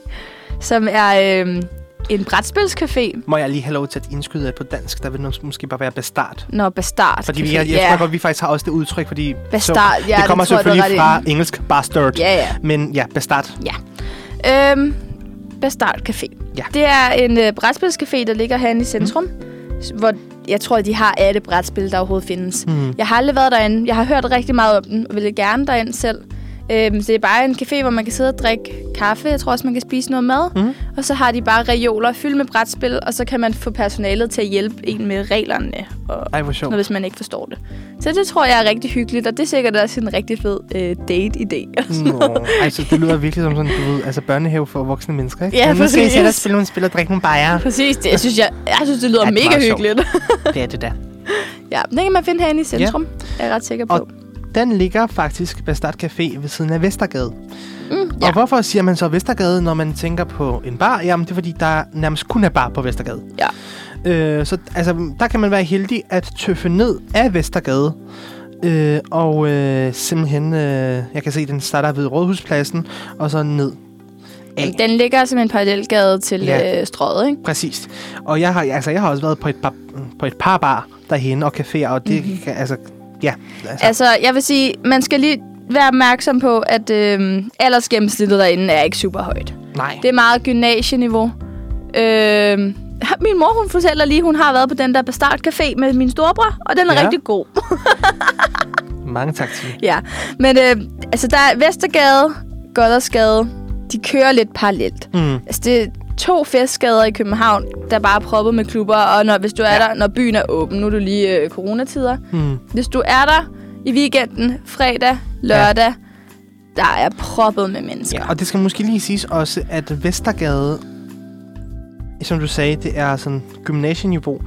[SPEAKER 3] som er øhm, En brætspilscafé?
[SPEAKER 2] Må jeg lige have lov til at indskyde at på dansk, der vil nu måske bare være bastard.
[SPEAKER 3] Nå, bastard.
[SPEAKER 2] Fordi vi, jeg, jeg tror godt, vi faktisk har også det udtryk, fordi
[SPEAKER 3] Bastard, ja,
[SPEAKER 2] det kommer
[SPEAKER 3] det tror jeg, du har
[SPEAKER 2] selvfølgelig fra
[SPEAKER 3] ret i.
[SPEAKER 2] engelsk bastard.
[SPEAKER 3] Ja, ja.
[SPEAKER 2] Men ja, bastard.
[SPEAKER 3] Ja. Øhm, Bastard Café.
[SPEAKER 2] Ja.
[SPEAKER 3] Det er en øh, brætspilscafé, der ligger herinde i centrum, mm. hvor jeg tror, de har alle brætspil, der overhovedet findes.
[SPEAKER 2] Mm.
[SPEAKER 3] Jeg har aldrig været derinde. Jeg har hørt rigtig meget om den, og ville gerne derind selv. Øhm, så det er bare en café, hvor man kan sidde og drikke kaffe. Jeg tror også, man kan spise noget mad.
[SPEAKER 2] Mhm.
[SPEAKER 3] Og så har de bare reoler fyldt med brætspil, og så kan man få personalet til at hjælpe en med reglerne, og
[SPEAKER 2] Ej, hvor
[SPEAKER 3] noget,
[SPEAKER 2] sjovt.
[SPEAKER 3] hvis man ikke forstår det. Så det tror jeg er rigtig hyggeligt, og det er sikkert også en rigtig fed øh,
[SPEAKER 2] Mm.
[SPEAKER 3] date-idé.
[SPEAKER 2] Nå, altså, det lyder virkelig som sådan, du ved, altså børnehave for voksne mennesker, ikke?
[SPEAKER 3] Ja,
[SPEAKER 2] Men nu skal I
[SPEAKER 3] præcis.
[SPEAKER 2] sætte og spille nogle spil og drikke nogle bajere.
[SPEAKER 3] Præcis, det, jeg, synes, jeg, jeg synes, det lyder
[SPEAKER 2] Ja, det er
[SPEAKER 3] mega
[SPEAKER 2] meget sjovt.
[SPEAKER 3] hyggeligt. (laughs)
[SPEAKER 2] Det er det da.
[SPEAKER 3] ja, den kan man finde herinde i centrum, ja. er jeg ret sikker på.
[SPEAKER 2] Og- Den ligger faktisk Bastard Café ved siden af Vestergade.
[SPEAKER 3] mm,
[SPEAKER 2] Ja.
[SPEAKER 3] ja.
[SPEAKER 2] Og hvorfor siger man så Vestergade, når man tænker på en bar? Jamen, det er fordi, der nærmest kun er bar på Vestergade.
[SPEAKER 3] Ja.
[SPEAKER 2] Øh, så altså, der kan man være heldig at tøffe ned af Vestergade. Øh, og øh, simpelthen, øh, jeg kan se, den starter ved Rådhuspladsen, og så ned. af.
[SPEAKER 3] Jamen, den ligger som en parallelgade til
[SPEAKER 2] Ja.
[SPEAKER 3] ja. øh, strøget, ikke?
[SPEAKER 2] Præcis. Og jeg har, altså, jeg har også været på et par, på et par bar derhen og caféer, og det mm-hmm. kan, altså, ja. Altså,
[SPEAKER 3] Altså, jeg vil sige, man skal lige være opmærksom på, at øh, aldersgennemsnittet derinde er ikke super højt.
[SPEAKER 2] nej.
[SPEAKER 3] Det er meget gymnasieniveau. Øh, min mor, hun fortæller lige, hun har været på den der Bastard Café med min storebror, og den er
[SPEAKER 2] Ja.
[SPEAKER 3] ja. rigtig god.
[SPEAKER 2] Mange tak til.
[SPEAKER 3] Ja, men øh, altså der er Vestergade, Goddersgade, de kører lidt parallelt.
[SPEAKER 2] Mm.
[SPEAKER 3] Altså det er to festgader i København, der bare er proppet med klubber, og når, hvis du er ja. der, når byen er åben, nu er du lige øh, coronatider.
[SPEAKER 2] Mm.
[SPEAKER 3] Hvis du er der i weekenden, fredag, lørdag, ja. der er proppet med mennesker.
[SPEAKER 2] Ja, og det skal måske lige siges også, at Vestergade, som du sagde, det er sådan gymnasieniveau.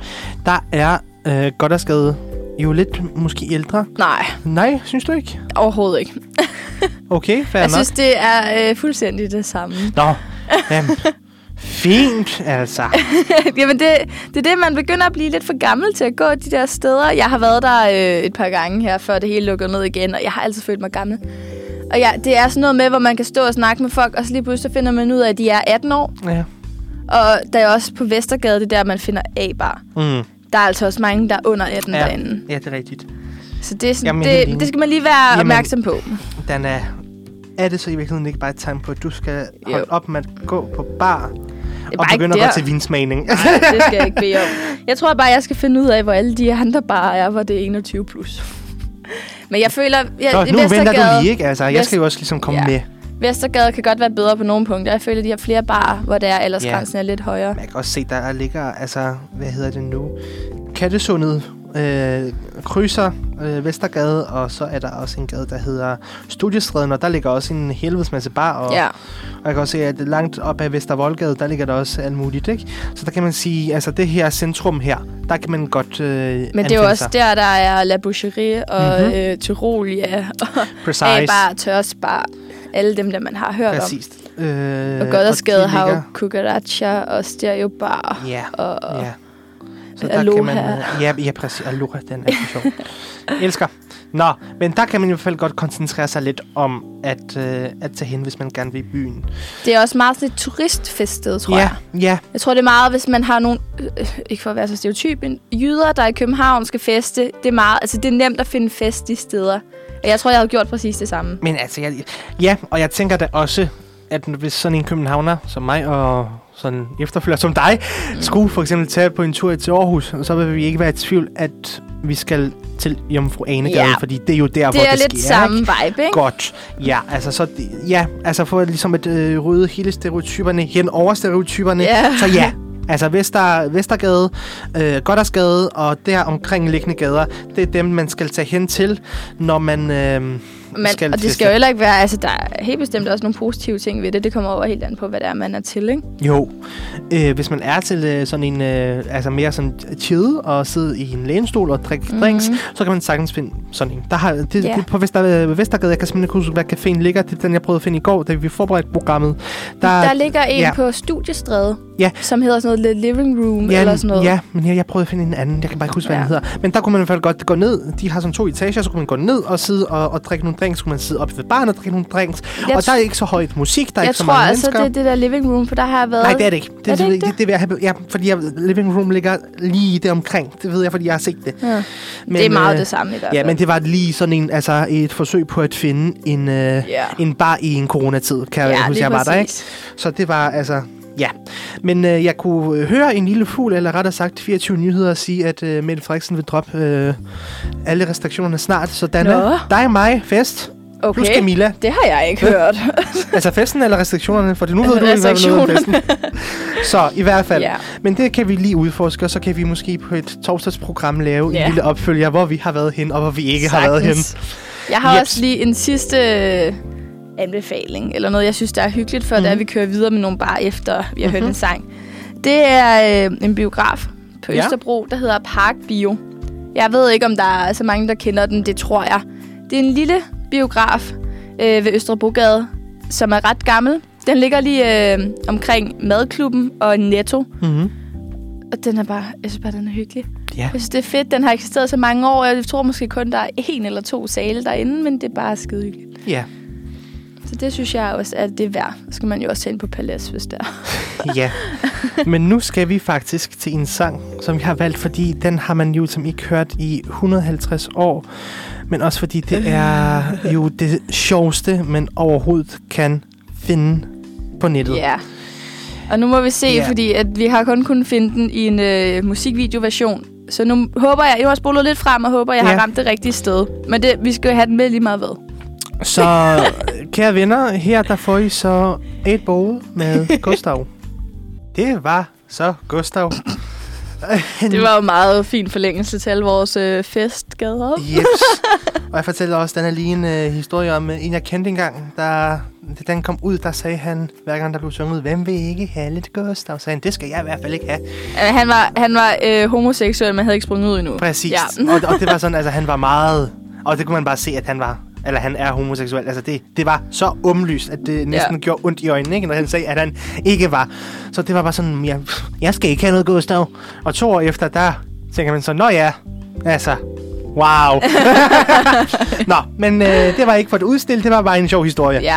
[SPEAKER 2] Der er øh, Goddersgade jo lidt måske ældre.
[SPEAKER 3] Nej,
[SPEAKER 2] Nej, synes du ikke?
[SPEAKER 3] overhovedet ikke.
[SPEAKER 2] Okay, fair
[SPEAKER 3] Jeg
[SPEAKER 2] nok.
[SPEAKER 3] synes, det er øh, fuldstændig det samme.
[SPEAKER 2] Nå, jamen, fint altså.
[SPEAKER 3] (laughs) Jamen, det, det er det, man begynder at blive lidt for gammel til at gå de der steder. Jeg har været der øh, et par gange her, før det hele lukkede ned igen, og jeg har altid følt mig gammel. Og ja, det er sådan noget med, hvor man kan stå og snakke med folk, og så lige pludselig så finder man ud af, at de er 18 år.
[SPEAKER 2] Ja.
[SPEAKER 3] Og der er også på Vestergade, det er der, man finder A-bar.
[SPEAKER 2] Mm.
[SPEAKER 3] Der er altså også mange, der er under 18 ja.
[SPEAKER 2] Ja.
[SPEAKER 3] derinde.
[SPEAKER 2] ja, det er rigtigt.
[SPEAKER 3] Så det, er sådan,
[SPEAKER 2] Jamen, jeg er helt enig.
[SPEAKER 3] det, det skal man lige være
[SPEAKER 2] Jamen.
[SPEAKER 3] Jamen. opmærksom på.
[SPEAKER 2] Den er, er det så i virkeligheden ikke bare et tegn på, at du skal
[SPEAKER 3] Jo.
[SPEAKER 2] holde op med at gå på bar og
[SPEAKER 3] bare ikke
[SPEAKER 2] begynde at
[SPEAKER 3] der.
[SPEAKER 2] gå til
[SPEAKER 3] (laughs)
[SPEAKER 2] vinsmagning? Altså,
[SPEAKER 3] Det skal jeg ikke bede om. Jeg tror bare, jeg skal finde ud af, hvor alle de andre bare er, hvor det er 21+. plus. Men jeg føler... Jeg,
[SPEAKER 2] Nå,
[SPEAKER 3] i
[SPEAKER 2] nu venter du
[SPEAKER 3] Vestergade-
[SPEAKER 2] lige, ikke? Altså, jeg skal
[SPEAKER 3] Vest-
[SPEAKER 2] jo også ligesom komme
[SPEAKER 3] Ja.
[SPEAKER 2] med.
[SPEAKER 3] Vestergade kan godt være bedre på nogle punkter. Jeg føler, de har flere barer, hvor der aldersgrænsen yeah. er lidt højere.
[SPEAKER 2] Man kan også se, der ligger, altså, hvad hedder det nu? Kattesundet øh, krydser øh, Vestergade, og så er der også en gade, der hedder Studiestræden, og der ligger også en helvedes masse bar, og,
[SPEAKER 3] Ja.
[SPEAKER 2] og jeg kan også se, at langt op ad Vestervoldgade, der ligger der også alt muligt, ikke? Så der kan man sige, altså det her centrum her, der kan man godt øh,
[SPEAKER 3] Men det er jo også der, der er La Boucherie og
[SPEAKER 2] Mhm.
[SPEAKER 3] mm-hmm. øh, Tyrolia og
[SPEAKER 2] Precise.
[SPEAKER 3] A-bar, Tørsbar. Alle dem, der man har hørt om.
[SPEAKER 2] Præcis. Øh,
[SPEAKER 3] Og Goddersgade
[SPEAKER 2] de
[SPEAKER 3] har jo
[SPEAKER 2] ligger-
[SPEAKER 3] Cucaracha og Stereo Bar.
[SPEAKER 2] Ja,
[SPEAKER 3] Og,
[SPEAKER 2] ja. Så
[SPEAKER 3] Aloha.
[SPEAKER 2] øh, ja, ja, præcis. Aloha, den er så sjov. Elsker. Nå, men der kan man i hvert fald godt koncentrere sig lidt om at, øh, at tage hen, hvis man gerne vil i byen.
[SPEAKER 3] Det er også meget sådan et turistfestet, tror
[SPEAKER 2] ja,
[SPEAKER 3] jeg.
[SPEAKER 2] ja,
[SPEAKER 3] Jeg tror, det er meget, hvis man har nogle... Øh, ikke for at være så stereotyp, men jyder, der i København skal feste. Det er, meget, altså, det er nemt at finde fest i steder. Og jeg tror, jeg havde gjort præcis det samme.
[SPEAKER 2] men altså, jeg, ja, og jeg tænker da også, at hvis sådan en københavner som mig og sådan efterfølger som dig, skulle for eksempel tage på en tur til Aarhus, så vil vi ikke være i tvivl, at vi skal til Jomfru Anegade,
[SPEAKER 3] Ja.
[SPEAKER 2] fordi det er jo der, hvor
[SPEAKER 3] Det er
[SPEAKER 2] det
[SPEAKER 3] lidt
[SPEAKER 2] sker.
[SPEAKER 3] samme
[SPEAKER 2] ikke?
[SPEAKER 3] vibe, ikke?
[SPEAKER 2] Godt. Ja, altså, så, ja, altså for ligesom at øh, rydde hele stereotyperne hen over stereotyperne.
[SPEAKER 3] Ja.
[SPEAKER 2] Så ja, altså Vester, Vestergade, øh, Goddersgade og der omkring liggende gader, det er dem, man skal tage hen til, når man øh,
[SPEAKER 3] Men,
[SPEAKER 2] skal
[SPEAKER 3] og det
[SPEAKER 2] feste.
[SPEAKER 3] skal jo heller ikke være, altså der er helt bestemt også nogle positive ting ved det. Det kommer over helt an på, hvad det er, man er til, ikke?
[SPEAKER 2] Jo, øh, hvis man er til øh, sådan en, øh, altså mere sådan chill og sidde i en lænestol og drikke mm-hmm. drinks, så kan man sagtens finde sådan en. Der har, det,
[SPEAKER 3] Mhm. Ja.
[SPEAKER 2] yeah. på Vester, øh, Vestergade, jeg kan simpelthen ikke huske, hvad caféen ligger. Det er den, jeg prøvede at finde i går, da vi forberedte programmet.
[SPEAKER 3] Der, der ligger en
[SPEAKER 2] ja.
[SPEAKER 3] ja. på studiestræde,
[SPEAKER 2] Ja.
[SPEAKER 3] som hedder sådan noget The Living Room
[SPEAKER 2] Ja,
[SPEAKER 3] eller sådan noget.
[SPEAKER 2] ja, men jeg, jeg prøvede at finde en anden. Jeg kan bare ikke huske, hvad ja.
[SPEAKER 3] Ja.
[SPEAKER 2] den hedder. Men der kunne man i hvert fald godt gå ned. De har sådan to etager, så kunne man gå ned og sidde og, og drikke nogle drinks, kunne man sidde op ved barnet og drikke nogle drinks.
[SPEAKER 3] Jeg
[SPEAKER 2] og der er
[SPEAKER 3] tr-
[SPEAKER 2] ikke så højt musik, der er
[SPEAKER 3] jeg
[SPEAKER 2] ikke så
[SPEAKER 3] tror
[SPEAKER 2] mange
[SPEAKER 3] altså,
[SPEAKER 2] mennesker.
[SPEAKER 3] det er det der living room, for der har jeg været...
[SPEAKER 2] Nej, det er det ikke. Det,
[SPEAKER 3] Er det
[SPEAKER 2] ved
[SPEAKER 3] ikke
[SPEAKER 2] jeg- det, det vil jeg have, ja, fordi jeg, living room ligger lige der omkring. Det ved jeg, fordi jeg har set det.
[SPEAKER 3] Ja. Men, det er meget
[SPEAKER 2] øh,
[SPEAKER 3] det samme i hvert fald.
[SPEAKER 2] Ja, men det var lige sådan en, altså et forsøg på at finde en, øh,
[SPEAKER 3] Ja.
[SPEAKER 2] en bar i en coronatid, kan jeg huske,
[SPEAKER 3] lige
[SPEAKER 2] jeg var der, ikke?
[SPEAKER 3] præcis.
[SPEAKER 2] Så det var altså, ja. Men øh, jeg kunne øh, høre en lille fugl, eller rettere sagt 24 nyheder, sige, at øh, Mette Frederiksen vil droppe øh, alle restriktionerne snart. Så Dana,
[SPEAKER 3] Nå.
[SPEAKER 2] dig, mig, fest.
[SPEAKER 3] Okay.
[SPEAKER 2] Plus Camilla.
[SPEAKER 3] Det har jeg
[SPEAKER 2] (laughs)
[SPEAKER 3] ikke hørt.
[SPEAKER 2] Altså festen eller restriktionerne? For nu ved du ikke, hvad vi nåede festen.
[SPEAKER 3] (laughs)
[SPEAKER 2] Så i hvert fald.
[SPEAKER 3] Altså Ja.
[SPEAKER 2] Men det kan vi lige udforske, og så kan vi måske på et torsdagsprogram lave
[SPEAKER 3] Ja.
[SPEAKER 2] en lille opfølger, hvor vi har været hen, og hvor vi ikke har været hen.
[SPEAKER 3] Sagtens. Jeg har
[SPEAKER 2] Jeps.
[SPEAKER 3] også lige en sidste øh, anbefaling, eller noget, jeg synes, der er hyggeligt for, mm.
[SPEAKER 2] Mhm.
[SPEAKER 3] det er, at vi kører videre med nogle bar efter, vi har mm-hmm. hørt en sang. Det er øh, en biograf på
[SPEAKER 2] Ja.
[SPEAKER 3] Østerbro, der hedder Park Bio. Jeg ved ikke, om der er så mange, der kender den. Det tror jeg. Det er en lille biograf øh, ved Østerbrogade, som er ret gammel. Den ligger lige øh, omkring Madklubben og Netto.
[SPEAKER 2] Mm-hmm.
[SPEAKER 3] Og den er bare, jeg synes bare, den er hyggelig.
[SPEAKER 2] Ja.
[SPEAKER 3] Jeg synes, det er fedt. Den har eksisteret så mange år, og jeg tror måske kun, der er en eller to sale derinde, men det er bare skide hyggeligt.
[SPEAKER 2] Ja.
[SPEAKER 3] Så det synes jeg også, at det er værd. Så skal man jo også ind på Palads, hvis det er. (laughs)
[SPEAKER 2] ja. Men nu skal vi faktisk til en sang, som jeg har valgt, fordi den har man jo som ikke hørt i 150 år. Men også fordi
[SPEAKER 3] Øh.
[SPEAKER 2] det er jo det sjoveste, man overhovedet kan finde på nettet.
[SPEAKER 3] Ja. Og nu må vi se,
[SPEAKER 2] Ja.
[SPEAKER 3] yeah. fordi at vi har kun kunnet finde den i en øh, musikvideoversion. Så nu håber jeg, jeg har spolet lidt frem og håber, jeg
[SPEAKER 2] Ja.
[SPEAKER 3] har ramt det rigtige sted. Men det, vi skal jo have den med lige meget ved.
[SPEAKER 2] Så kære venner, her der får I så et bowl med Gustav. Det var så Gustav.
[SPEAKER 3] Det var jo meget fin forlængelse til alle vores øh, festgader.
[SPEAKER 2] Jeps. Og jeg fortæller også, den er lige en øh, historie om øh, en, jeg kendte engang, der, da den kom ud, der sagde han, hver gang der blev sunget, hvem vil ikke have lidt Gustav? Sagde han, det skal jeg i hvert fald ikke have.
[SPEAKER 3] Øh, Han var, han var øh, homoseksuel, men havde ikke sprunget ud endnu.
[SPEAKER 2] Præcis.
[SPEAKER 3] Ja.
[SPEAKER 2] Ja. og, og, det var sådan, altså han var meget, og det kunne man bare se, at han var eller han er homoseksuel. Altså, det, det var så omlyst, at det næsten
[SPEAKER 3] Ja.
[SPEAKER 2] ja. gjorde ondt i øjnene, ikke? når han sagde, at han ikke var. Så det var bare sådan, ja, pff, jeg skal ikke have noget Gustav. Og to år efter, der tænker man så, nå ja, altså, wow. (laughs) nå, men øh, det var ikke for at udstille, det var bare en sjov historie.
[SPEAKER 3] Ja.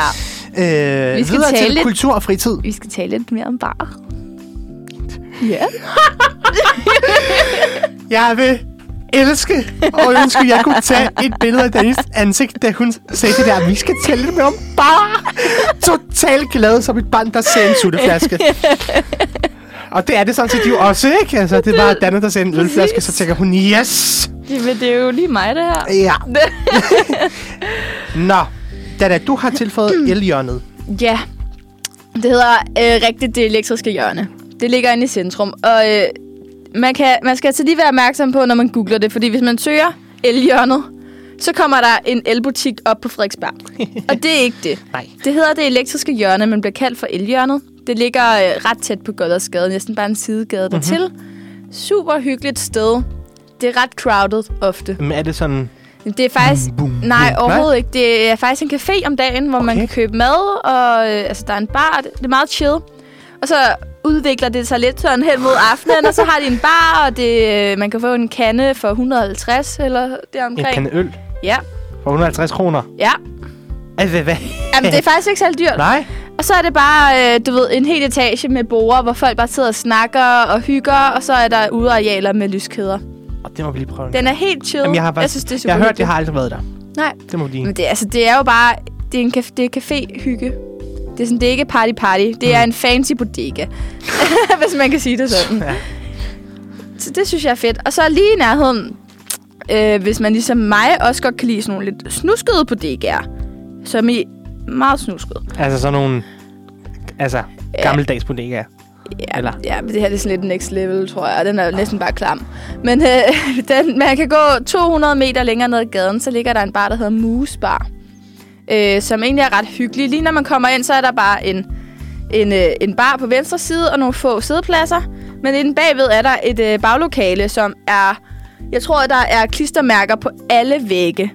[SPEAKER 2] Øh,
[SPEAKER 3] Vi skal
[SPEAKER 2] videre
[SPEAKER 3] tale
[SPEAKER 2] til
[SPEAKER 3] lidt-
[SPEAKER 2] kultur og fritid.
[SPEAKER 3] Vi skal tale lidt mere om bar. Ja.
[SPEAKER 2] Jeg vil elske og ønske, at jeg kunne tage et billede af Dennis ansigt, da hun sagde det der, vi skal tælle det med om bare totalt glad som et barn, der ser en (laughs) sutteflaske. Og det er det sådan set jo også, ikke? Altså, det er bare Danne, der ser en ølflaske, så tænker hun, yes!
[SPEAKER 3] Jamen, det er jo lige mig, det her.
[SPEAKER 2] (laughs) Ja. Nå, Dada, du har tilføjet elhjørnet.
[SPEAKER 3] Ja. Det hedder øh, rigtigt det elektriske hjørne. Det ligger inde i centrum. Og øh, man, kan, man skal altså lige være opmærksom på, når man googler det. Fordi hvis man søger elhjørnet, så kommer der en elbutik op på (laughs) Frederiksberg. Og det er ikke det.
[SPEAKER 2] Nej.
[SPEAKER 3] Det hedder det elektriske hjørne, men bliver kaldt for elhjørnet. Det ligger øh, ret tæt på Goddersgade, næsten bare en sidegade dertil. Mm-hmm. Super hyggeligt sted. Det er ret crowded ofte.
[SPEAKER 2] Men er det sådan...
[SPEAKER 3] Det er faktisk...
[SPEAKER 2] Boom, boom,
[SPEAKER 3] Nej,
[SPEAKER 2] boom.
[SPEAKER 3] overhovedet ikke. Det er faktisk en café om dagen, hvor okay. man
[SPEAKER 2] Okay.
[SPEAKER 3] kan købe mad, og øh, altså, der er en bar. Det, det er meget chill. Og så udvikler det sig lidt sådan hen mod aftenen, og så har de en bar, og det, øh, man kan få en kande for 150 eller
[SPEAKER 2] En
[SPEAKER 3] deromkring.
[SPEAKER 2] kande øl
[SPEAKER 3] Ja,
[SPEAKER 2] for 150 kroner.
[SPEAKER 3] ja.
[SPEAKER 2] Altså, hvad?
[SPEAKER 3] Jamen, det er faktisk ikke særlig dyrt.
[SPEAKER 2] (laughs) Nej?
[SPEAKER 3] Og så er det bare, øh, du ved, en hel etage med borer, hvor folk bare sidder og snakker og hygger, og så er der udearealer med lyskæder.
[SPEAKER 2] Og det må vi lige prøve.
[SPEAKER 3] Den er helt chill.
[SPEAKER 2] Jamen, jeg har,
[SPEAKER 3] jeg
[SPEAKER 2] faktisk,
[SPEAKER 3] synes, det er super
[SPEAKER 2] jeg har hørt,
[SPEAKER 3] hyggeligt.
[SPEAKER 2] jeg har aldrig været der.
[SPEAKER 3] Nej.
[SPEAKER 2] Det må vi lige...
[SPEAKER 3] Men det, altså, det er jo bare... Det er en café, det er café-hygge. Det er, sådan, det er ikke party-party. Det
[SPEAKER 2] Mm.
[SPEAKER 3] er en fancy bodega. (laughs) hvis man kan sige det sådan.
[SPEAKER 2] Ja.
[SPEAKER 3] Så det synes jeg er fedt. Og så lige i nærheden, øh, hvis man ligesom mig også godt kan lide sådan nogle lidt snuskede bodegaer, som i meget snusket.
[SPEAKER 2] Altså sådan nogle altså, gammeldags bodegaer.
[SPEAKER 3] Ja,
[SPEAKER 2] Eller?
[SPEAKER 3] ja, men det her det er sådan lidt next level, tror jeg. Den er jo næsten bare klam. Men øh, (laughs) den, man kan gå 200 meter længere ned ad gaden, så ligger der en bar, der hedder Moose Bar. Øh, som egentlig er ret hyggelig. Lige når man kommer ind, så er der bare en, en, øh, en bar på venstre side og nogle få sidepladser. Men inden bagved er der et øh, baglokale, som er... Jeg tror, der er klistermærker på alle vægge.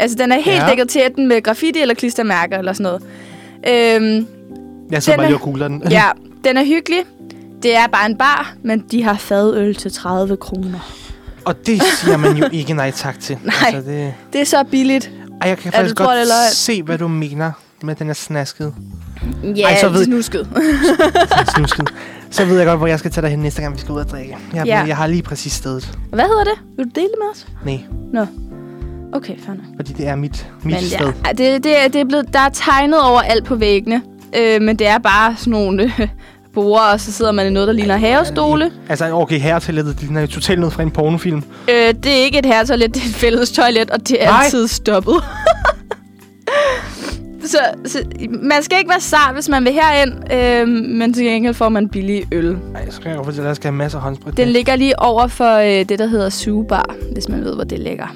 [SPEAKER 3] Altså, den er helt
[SPEAKER 2] Ja.
[SPEAKER 3] ja. dækket til enten med graffiti eller klistermærker eller sådan noget. Øhm,
[SPEAKER 2] Jeg sidder
[SPEAKER 3] Den
[SPEAKER 2] bare
[SPEAKER 3] er-
[SPEAKER 2] lige og googler den.
[SPEAKER 3] Ja, den er hyggelig. Det er bare en bar, men de har fadøl til 30 kroner.
[SPEAKER 2] og det siger man jo ikke nej tak til.
[SPEAKER 3] (laughs)
[SPEAKER 2] Altså,
[SPEAKER 3] Nej.
[SPEAKER 2] det,
[SPEAKER 3] Det er så billigt.
[SPEAKER 2] Ej, jeg kan
[SPEAKER 3] Ja,
[SPEAKER 2] faktisk
[SPEAKER 3] du tror, det er løgn.
[SPEAKER 2] godt se, hvad du mener med den her snaskede.
[SPEAKER 3] Ja,
[SPEAKER 2] Ej, så ved-
[SPEAKER 3] snusket.
[SPEAKER 2] snusket. Så ved jeg godt, hvor jeg skal tage dig hen næste gang, vi skal ud og drikke. Jeg,
[SPEAKER 3] Ja.
[SPEAKER 2] ja. jeg har lige præcis stedet.
[SPEAKER 3] (laughs) Hvad hedder det? Vil du dele det med os?
[SPEAKER 2] Nej,
[SPEAKER 3] Okay, fair nok.
[SPEAKER 2] fordi det er mit, mit
[SPEAKER 3] Men
[SPEAKER 2] sted.
[SPEAKER 3] ja, det, det, er- det er blevet, der er tegnet over alt på væggene. Øh, men det er bare sådan nogle øh, borer, og så sidder man i noget, der ligner havestole.
[SPEAKER 2] Altså, okay, her til det ligner jo totalt noget fra en pornofilm.
[SPEAKER 3] Øh, det er ikke et herretoilet, det er et fælles toilet, og det er
[SPEAKER 2] Nej.
[SPEAKER 3] altid stoppet. (laughs) så, så man skal ikke være sart, hvis man vil herind, øh, men til gengæld får man billig øl.
[SPEAKER 2] Nej, så kan jeg godt fortælle, at jeg skal have masser af håndsprit.
[SPEAKER 3] Den
[SPEAKER 2] med.
[SPEAKER 3] ligger lige over for øh, det, der hedder Sugebar, hvis man ved, hvor det ligger.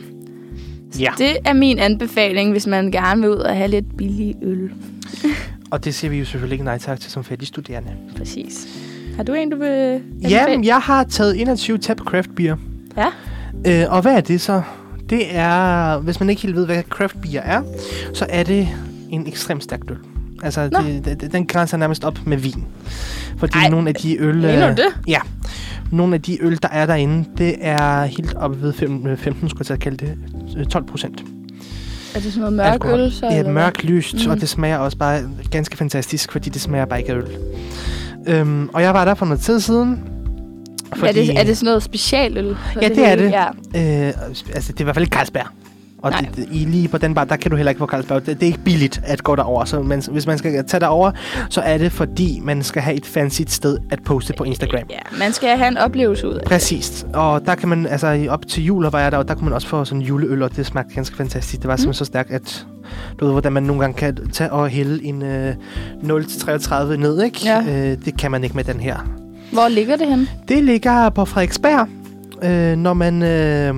[SPEAKER 3] Så
[SPEAKER 2] Ja.
[SPEAKER 3] det er min anbefaling, hvis man gerne vil ud og have lidt billig øl.
[SPEAKER 2] Og det siger vi jo selvfølgelig ikke nej tak til som fattige studerende.
[SPEAKER 3] Præcis. Har du en, du vil anbefale?
[SPEAKER 2] Jamen, jeg har taget 21 tab craft beer.
[SPEAKER 3] Ja.
[SPEAKER 2] Øh, og hvad er det så? Det er, hvis man ikke helt ved, hvad craft beer er, så er det en ekstremt stærk øl. Altså,
[SPEAKER 3] Nå.
[SPEAKER 2] det, det, den grænser nærmest op med vin. Fordi
[SPEAKER 3] Ej,
[SPEAKER 2] Ej, nogle af de øl...
[SPEAKER 3] mener
[SPEAKER 2] øh,
[SPEAKER 3] du det?
[SPEAKER 2] Ja. Nogle af de øl, der er derinde, det er helt op ved fem- øh, 15, skulle jeg til at kalde det, øh, 12 procent.
[SPEAKER 3] Er det sådan noget mørk
[SPEAKER 2] alkohol.
[SPEAKER 3] øl? Så,
[SPEAKER 2] Det
[SPEAKER 3] eller
[SPEAKER 2] er
[SPEAKER 3] hvad?
[SPEAKER 2] mørk lyst, mm.
[SPEAKER 3] Mm.
[SPEAKER 2] og det smager også bare ganske fantastisk, fordi det smager bare ikke af øl. Øhm, og jeg var der for noget tid siden.
[SPEAKER 3] Er, det, er det sådan noget specialøl? Så
[SPEAKER 2] Ja, det er
[SPEAKER 3] hele-
[SPEAKER 2] det.
[SPEAKER 3] Ja.
[SPEAKER 2] Øh, altså, det er i hvert fald ikke Carlsberg. Og
[SPEAKER 3] Nej.
[SPEAKER 2] det, det, i lige på den bar, der kan du heller ikke få Carlsberg. Det, det er ikke billigt at gå derover. Så man, hvis man skal tage derover, så er det fordi, man skal have et fancy sted at poste på Instagram.
[SPEAKER 3] ja, man skal have en oplevelse ud af det.
[SPEAKER 2] Præcis. Og der kan man, altså i- op til jul, og var jeg der, og der kunne man også få sådan en juleøl, og det smagte ganske fantastisk.
[SPEAKER 3] Mm.
[SPEAKER 2] Det var simpelthen så stærkt, at du ved, hvordan man nogle gange kan tage og hælde en øh, 0-33 ned, ikke?
[SPEAKER 3] Ja.
[SPEAKER 2] Øh, det kan man ikke med den her.
[SPEAKER 3] Hvor ligger det henne?
[SPEAKER 2] Det ligger på Frederiksberg, øh, når man, øh,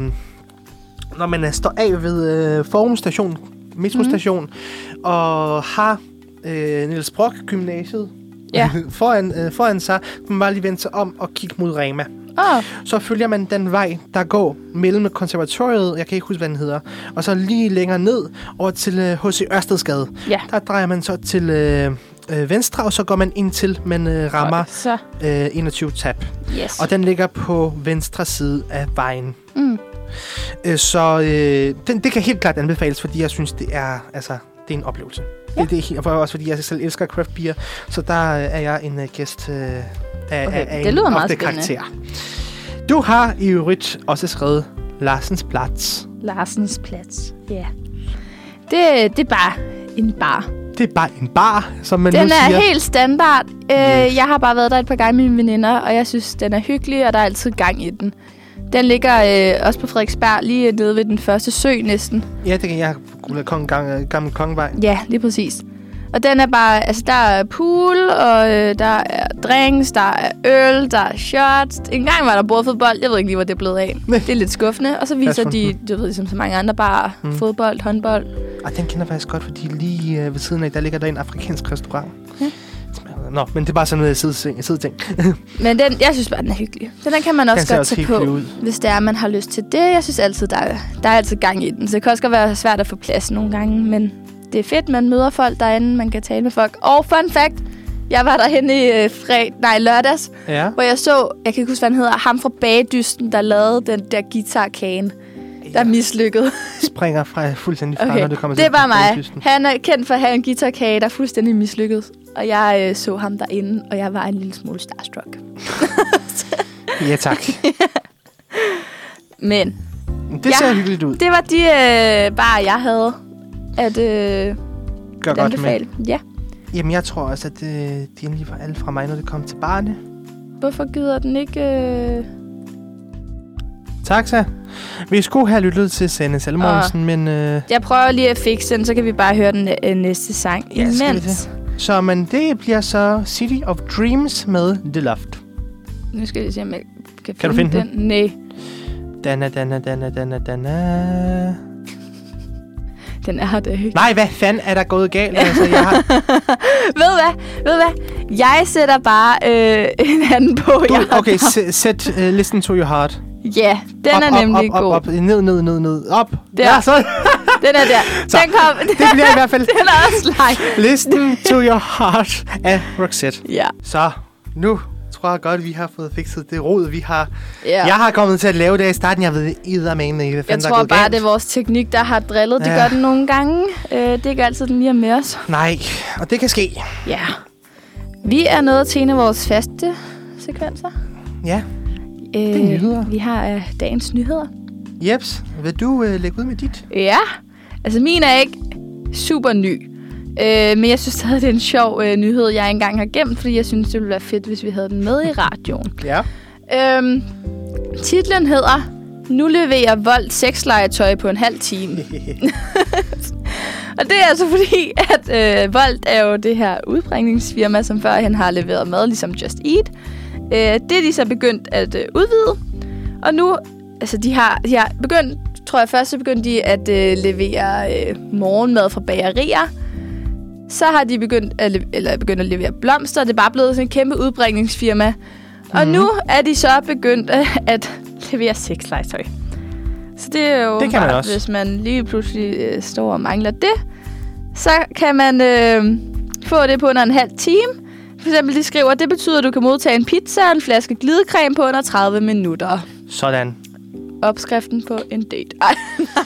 [SPEAKER 2] når man øh, står af ved øh, Forum station, metrostation,
[SPEAKER 3] Mhm.
[SPEAKER 2] mm. og har øh, Niels Brock gymnasiet
[SPEAKER 3] Ja.
[SPEAKER 2] (laughs) foran, øh, foran sig, kan man bare lige vende sig om og kigge mod Rema
[SPEAKER 3] Åh, oh,
[SPEAKER 2] så følger man den vej, der går mellem konservatoriet, jeg kan ikke huske, hvad den hedder, og så lige længere ned over til øh, H.C. Ørstedsgade.
[SPEAKER 3] Ja.
[SPEAKER 2] Der drejer man så til øh, øh, venstre, og så går man ind til, man øh, rammer
[SPEAKER 3] så.
[SPEAKER 2] øh, 21 tab.
[SPEAKER 3] Yes.
[SPEAKER 2] Og den ligger på venstre side af vejen.
[SPEAKER 3] Mm.
[SPEAKER 2] Øh, så øh, den, det kan helt klart anbefales, fordi jeg synes, det er, altså, det er en oplevelse. Ja. Det, det er helt, og for- også fordi jeg selv elsker craft beer, så der øh, er jeg en øh, gæst øh, af, okay. af, af
[SPEAKER 3] det
[SPEAKER 2] en
[SPEAKER 3] lyder meget
[SPEAKER 2] ofte
[SPEAKER 3] spændende.
[SPEAKER 2] karakter. Du har i øvrigt også skrevet Larsens Platz.
[SPEAKER 3] Larsens Plads. Ja. Yeah. Det, det er bare en bar.
[SPEAKER 2] Det er bare en bar, som man
[SPEAKER 3] den
[SPEAKER 2] nu
[SPEAKER 3] er
[SPEAKER 2] siger.
[SPEAKER 3] helt standard. Øh, Jeg har bare været der et par gange med mine veninder, og jeg synes, den er hyggelig, og der er altid gang i den. Den ligger øh, også på Frederiksberg, lige nede ved den første sø næsten.
[SPEAKER 2] Ja, det kan jeg kunne kong, gang, gammel kongevej.
[SPEAKER 3] Ja, lige præcis. Og den er bare, altså der er pool, og øh, der er drinks, der er øl, der er shots. En gang var der bordfodbold, jeg ved ikke lige, hvor det er blevet af.
[SPEAKER 2] Nej.
[SPEAKER 3] Det er lidt skuffende. Og så viser
[SPEAKER 2] som
[SPEAKER 3] de, du ved, ligesom så mange andre bare mm. fodbold, håndbold.
[SPEAKER 2] Og den kender jeg faktisk godt, fordi lige øh, ved siden af, der ligger der en afrikansk restaurant. Ja. Nå, men det er bare sådan noget sideting. sideting.
[SPEAKER 3] Men den, jeg synes bare, den er hyggelig. Så den kan man også
[SPEAKER 2] Den ser
[SPEAKER 3] godt
[SPEAKER 2] også
[SPEAKER 3] tage
[SPEAKER 2] hyggelig
[SPEAKER 3] på,
[SPEAKER 2] ud.
[SPEAKER 3] hvis det er, man har lyst til det. Jeg synes altid, der er, der er altid gang i den. Så det kan også godt være svært at få plads nogle gange, men det er fedt, man møder folk derinde, man kan tale med folk. Og fun fact, jeg var derhen i øh, fred, nej, lørdags,
[SPEAKER 2] ja.
[SPEAKER 3] hvor jeg så, jeg kan ikke huske, hvad han hedder, ham fra Bagdysten, der lavede den der guitarkane, der mislykkede.
[SPEAKER 2] (laughs) springer fra, fuldstændig fra, okay.
[SPEAKER 3] Okay,
[SPEAKER 2] når det kommer
[SPEAKER 3] det
[SPEAKER 2] til
[SPEAKER 3] var mig.
[SPEAKER 2] Østkysten.
[SPEAKER 3] Han er kendt for at have en guitarkage, der fuldstændig mislykkedes. Og jeg øh, så ham derinde, og jeg var en lille smule starstruck.
[SPEAKER 2] Ja, tak.
[SPEAKER 3] Men
[SPEAKER 2] Det
[SPEAKER 3] Ja.
[SPEAKER 2] ja. ser hyggeligt ud.
[SPEAKER 3] Det var de øh, bare, jeg havde at øh,
[SPEAKER 2] Gør godt med.
[SPEAKER 3] anbefale. Ja.
[SPEAKER 2] Jamen, jeg tror også, at øh, det, det egentlig var alt fra mig, når det kom til barne.
[SPEAKER 3] Hvorfor gider den ikke... Øh...
[SPEAKER 2] Tak, så. Vi skulle have lyttet til Sanne Salmonsen, men øh,
[SPEAKER 3] Jeg prøver lige at fikse den, så kan vi bare høre den øh, næste sang.
[SPEAKER 2] Ja, skal vi
[SPEAKER 3] imens.
[SPEAKER 2] så men det bliver så City of Dreams med The Loft.
[SPEAKER 3] Nu skal jeg se, om jeg kan,
[SPEAKER 2] Kan du
[SPEAKER 3] finde
[SPEAKER 2] finde
[SPEAKER 3] den. Nej,
[SPEAKER 2] Dana, dana, dana, dana, dana.
[SPEAKER 3] den er her da ikke.
[SPEAKER 2] Nej, hvad fanden er der gået galt? Altså, jeg har,
[SPEAKER 3] Ved hvad? Ved hvad? Jeg sætter bare øh, (laughs) en anden på. jeg
[SPEAKER 2] du,
[SPEAKER 3] har-
[SPEAKER 2] okay, sæt- sæt uh, Listen to Your Heart.
[SPEAKER 3] Ja, den
[SPEAKER 2] op,
[SPEAKER 3] er nemlig
[SPEAKER 2] op, op,
[SPEAKER 3] god.
[SPEAKER 2] Op, op, ned, ned, ned, ned, op.
[SPEAKER 3] Der.
[SPEAKER 2] Ja, så,
[SPEAKER 3] Den er der.
[SPEAKER 2] (laughs) Så,
[SPEAKER 3] Den kom. (laughs)
[SPEAKER 2] det bliver i hvert fald
[SPEAKER 3] den er også leg.
[SPEAKER 2] Listen to Your Heart af Roxette.
[SPEAKER 3] Ja.
[SPEAKER 2] Så nu tror jeg godt, vi har fået fikset det rod, vi har.
[SPEAKER 3] Ja.
[SPEAKER 2] Ja. Jeg har kommet til at lave det i starten. Jeg ved eddermame ikke, hvad
[SPEAKER 3] Jeg
[SPEAKER 2] fanden der
[SPEAKER 3] tror
[SPEAKER 2] er gået
[SPEAKER 3] bare,
[SPEAKER 2] galt.
[SPEAKER 3] det er vores teknik, der har drillet. Det
[SPEAKER 2] Ja.
[SPEAKER 3] gør den nogle gange. Øh, det er ikke altid, den lige er med os.
[SPEAKER 2] Nej, og det kan ske.
[SPEAKER 3] Ja. Vi er nået til en af vores faste sekvenser.
[SPEAKER 2] Ja.
[SPEAKER 3] Øh,
[SPEAKER 2] er nyheder.
[SPEAKER 3] Vi har øh, dagens nyheder.
[SPEAKER 2] Jeps, vil du øh, lægge ud med dit?
[SPEAKER 3] Ja, altså min er ikke super ny. Øh, men jeg synes stadig, det er en sjov øh, nyhed, jeg ikke engang har gemt, fordi jeg synes, det ville være fedt, hvis vi havde den med i radioen.
[SPEAKER 2] Ja.
[SPEAKER 3] Øhm, titlen hedder Nu leverer vold sexlegetøj på en halv time. Og det er altså fordi, at øh, Volt er jo det her udbringningsfirma, som førhen har leveret mad, ligesom Just Eat. Øh, det er de så begyndt at øh, udvide. Og nu, altså de har, de har begyndt, tror jeg først, så begyndte de at øh, levere øh, morgenmad fra bagerier. Så har de begyndt at, le- eller begyndt at levere blomster, og det er bare blevet sådan et kæmpe udbringningsfirma. Og
[SPEAKER 2] Mhm.
[SPEAKER 3] mm. nu er de så begyndt øh, at levere sexlegetøj. Så det er jo
[SPEAKER 2] Det kan man
[SPEAKER 3] bare,
[SPEAKER 2] også.
[SPEAKER 3] hvis man lige pludselig øh, står og mangler det, så kan man øh, få det på under en halv time. For eksempel, de skriver, det betyder, at du kan modtage en pizza og en flaske glidecreme på under 30 minutter.
[SPEAKER 2] Sådan.
[SPEAKER 3] Opskriften på en date. Ej,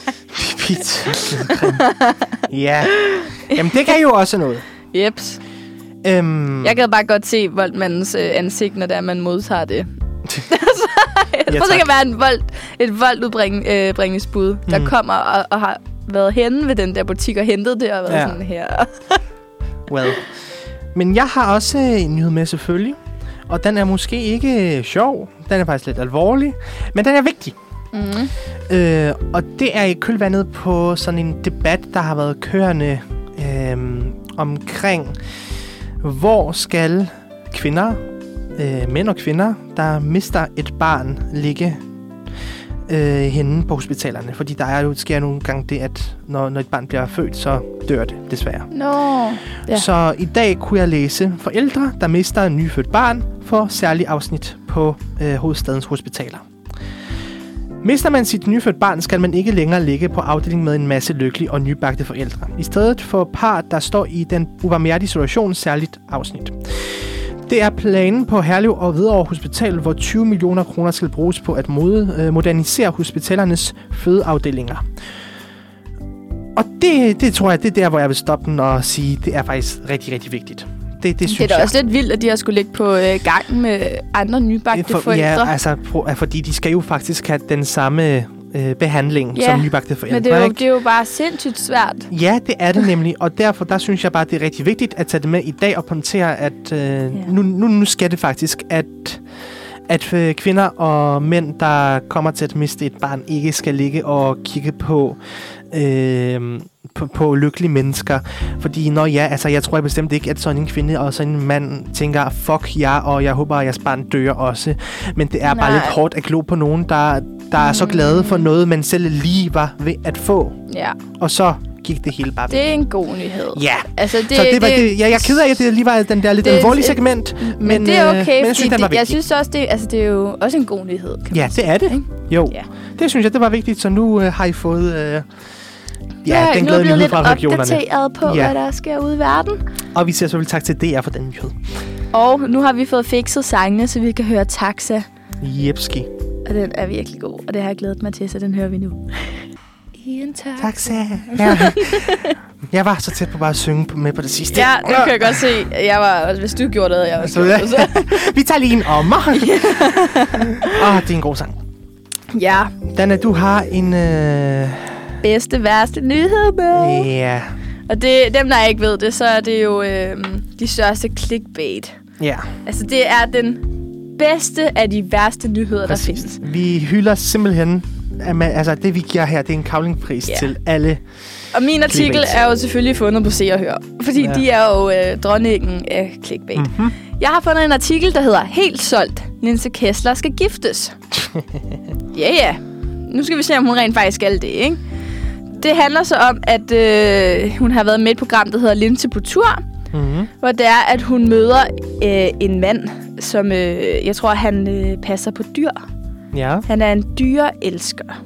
[SPEAKER 3] (laughs)
[SPEAKER 2] Pizza. ja. Jamen, det kan jo også noget.
[SPEAKER 3] jeps.
[SPEAKER 2] Øhm,
[SPEAKER 3] Jeg kan bare godt se voldmandens øh, ansigt, når det er, man modtager
[SPEAKER 2] (laughs)
[SPEAKER 3] det. (laughs) Jeg
[SPEAKER 2] Ja,
[SPEAKER 3] tror, det
[SPEAKER 2] tak.
[SPEAKER 3] kan være en vold, et voldudbringningsbud, øh,
[SPEAKER 2] Mm.
[SPEAKER 3] der kommer og, og har været henne ved den der butik og hentet det og været
[SPEAKER 2] Ja.
[SPEAKER 3] ja. sådan her.
[SPEAKER 2] well. Men jeg har også øh, en nyhed med, selvfølgelig. Og den er måske ikke øh, sjov. Den er faktisk lidt alvorlig. Men den er vigtig.
[SPEAKER 3] Mm.
[SPEAKER 2] Øh, og det er i kølvandet på sådan en debat, der har været kørende øh, omkring, hvor skal kvinder, øh, mænd og kvinder, der mister et barn, ligge øh, henne på hospitalerne. Fordi der er jo, sker nogle gange det, at når, når et barn bliver født, så dør det desværre.
[SPEAKER 3] Nå. Ja.
[SPEAKER 2] Ja. Så i dag kunne jeg læse Forældre, der mister en nyfødt barn for særlig afsnit på øh, hovedstadens hospitaler. Mister man sit nyfødt barn, skal man ikke længere ligge på afdelingen med en masse lykkelige og nybagte forældre. I stedet for par, der står i den ubarmhjertige situation, særligt afsnit. Det er planen på Herlev og Hvidovre Hospital, hvor 20 millioner kroner skal bruges på at mode, øh, modernisere hospitalernes fødeafdelinger. Og det, det tror jeg, det er der, hvor jeg vil stoppe den og sige, det er faktisk rigtig, rigtig vigtigt. Det, det, synes
[SPEAKER 3] Det er da
[SPEAKER 2] jeg.
[SPEAKER 3] også lidt vildt, at de har skulle ligge på øh, gang med andre nybagte
[SPEAKER 2] For-
[SPEAKER 3] forældre.
[SPEAKER 2] Ja, altså, pro- fordi de skal jo faktisk have den samme øh, behandling
[SPEAKER 3] Ja,
[SPEAKER 2] som nybagte forældre.
[SPEAKER 3] Men det er, jo,
[SPEAKER 2] ikke?
[SPEAKER 3] det er jo bare sindssygt svært.
[SPEAKER 2] Ja, det er det nemlig, og derfor der synes jeg bare, det er rigtig vigtigt at tage det med i dag og pointere, at øh, ja. nu, nu, nu skal det faktisk, at, at øh, kvinder og mænd, der kommer til at miste et barn, ikke skal ligge og kigge på, øh, på, på lykkelige mennesker. Fordi når ja, altså, jeg tror jeg bestemt ikke, at sådan en kvinde og sådan en mand tænker, fuck jer, og jeg håber, at jeres barn dør også. Men det er Nej. bare
[SPEAKER 3] Nej.
[SPEAKER 2] lidt hårdt at glo på nogen, der, der er så glade for noget, man selv lige var ved at få
[SPEAKER 3] Ja,
[SPEAKER 2] og så gik det hele bare
[SPEAKER 3] det er en god nyhed.
[SPEAKER 2] Ja.
[SPEAKER 3] Altså, det,
[SPEAKER 2] Det, så det var, det, det, ja, jeg er ked af, at det lige var den der lidt
[SPEAKER 3] Det-
[SPEAKER 2] alvorlige segment, men,
[SPEAKER 3] Men, men det er
[SPEAKER 2] øh,
[SPEAKER 3] okay,
[SPEAKER 2] men jeg synes, den var
[SPEAKER 3] det, jeg
[SPEAKER 2] vigtig.
[SPEAKER 3] synes også, det, altså, det er jo også en god nyhed. Kan
[SPEAKER 2] ja,
[SPEAKER 3] man
[SPEAKER 2] det
[SPEAKER 3] sige,
[SPEAKER 2] er det.
[SPEAKER 3] ikke?
[SPEAKER 2] Jo,
[SPEAKER 3] Ja.
[SPEAKER 2] ja. det synes jeg, det var vigtigt, så nu øh, har I fået øh,
[SPEAKER 3] Nu er-
[SPEAKER 2] ja, den
[SPEAKER 3] nu er jeg
[SPEAKER 2] glæde
[SPEAKER 3] blevet
[SPEAKER 2] nyhed
[SPEAKER 3] lidt
[SPEAKER 2] fra regionerne.
[SPEAKER 3] opdateret på,
[SPEAKER 2] Ja.
[SPEAKER 3] ja. hvad der sker ude i verden.
[SPEAKER 2] Og vi siger selvfølgelig tak til DR for den nyhed.
[SPEAKER 3] Og nu har vi fået fikset sangene, så vi kan høre Taxa.
[SPEAKER 2] Jepski.
[SPEAKER 3] Og den er virkelig god, og det har jeg glædet mig til, så den hører vi nu. I en tak. (laughs)
[SPEAKER 2] Tak, Sarah. Ja. Jeg var så tæt på bare at synge på- med på det sidste.
[SPEAKER 3] Ja, nu kan jeg godt se. Jeg var, hvis du gjorde det, havde jeg også
[SPEAKER 2] Så,
[SPEAKER 3] gjort
[SPEAKER 2] ja.
[SPEAKER 3] det. Så.
[SPEAKER 2] vi tager lige en ommer. Åh, det er en god sang.
[SPEAKER 3] (laughs) Ja,
[SPEAKER 2] Dana, du har en... Øh,
[SPEAKER 3] bedste, værste nyhed med.
[SPEAKER 2] ja,
[SPEAKER 3] Og det, dem, der ikke ved det, så er det jo øh, de største clickbait.
[SPEAKER 2] ja.
[SPEAKER 3] Altså, det er den bedste af de værste nyheder, der
[SPEAKER 2] Præcis.
[SPEAKER 3] findes.
[SPEAKER 2] Vi hylder simpelthen, at man, altså det vi giver her, det er en kavlingpris
[SPEAKER 3] Ja.
[SPEAKER 2] yeah. til alle.
[SPEAKER 3] Og min artikel
[SPEAKER 2] Clickbait.
[SPEAKER 3] er jo selvfølgelig fundet på Se og Hør, fordi
[SPEAKER 2] Ja. Hmm.
[SPEAKER 3] ja. de er jo øh, dronningen af clickbait. Mm-hmm. Jeg har fundet en artikel, der hedder Helt solgt. Linse Kessler skal
[SPEAKER 2] (laughs)
[SPEAKER 3] giftes. Ja, ja. Yeah, Nu skal vi se, om hun rent faktisk skal det, ikke? Det handler så om, at øh, hun har været med i et program, der hedder Linse på tur.
[SPEAKER 2] Mm-hmm.
[SPEAKER 3] Hvor det er, at hun møder øh, en mand, som øh, jeg tror, han øh, passer på dyr.
[SPEAKER 2] Ja.
[SPEAKER 3] Han er en dyreelsker.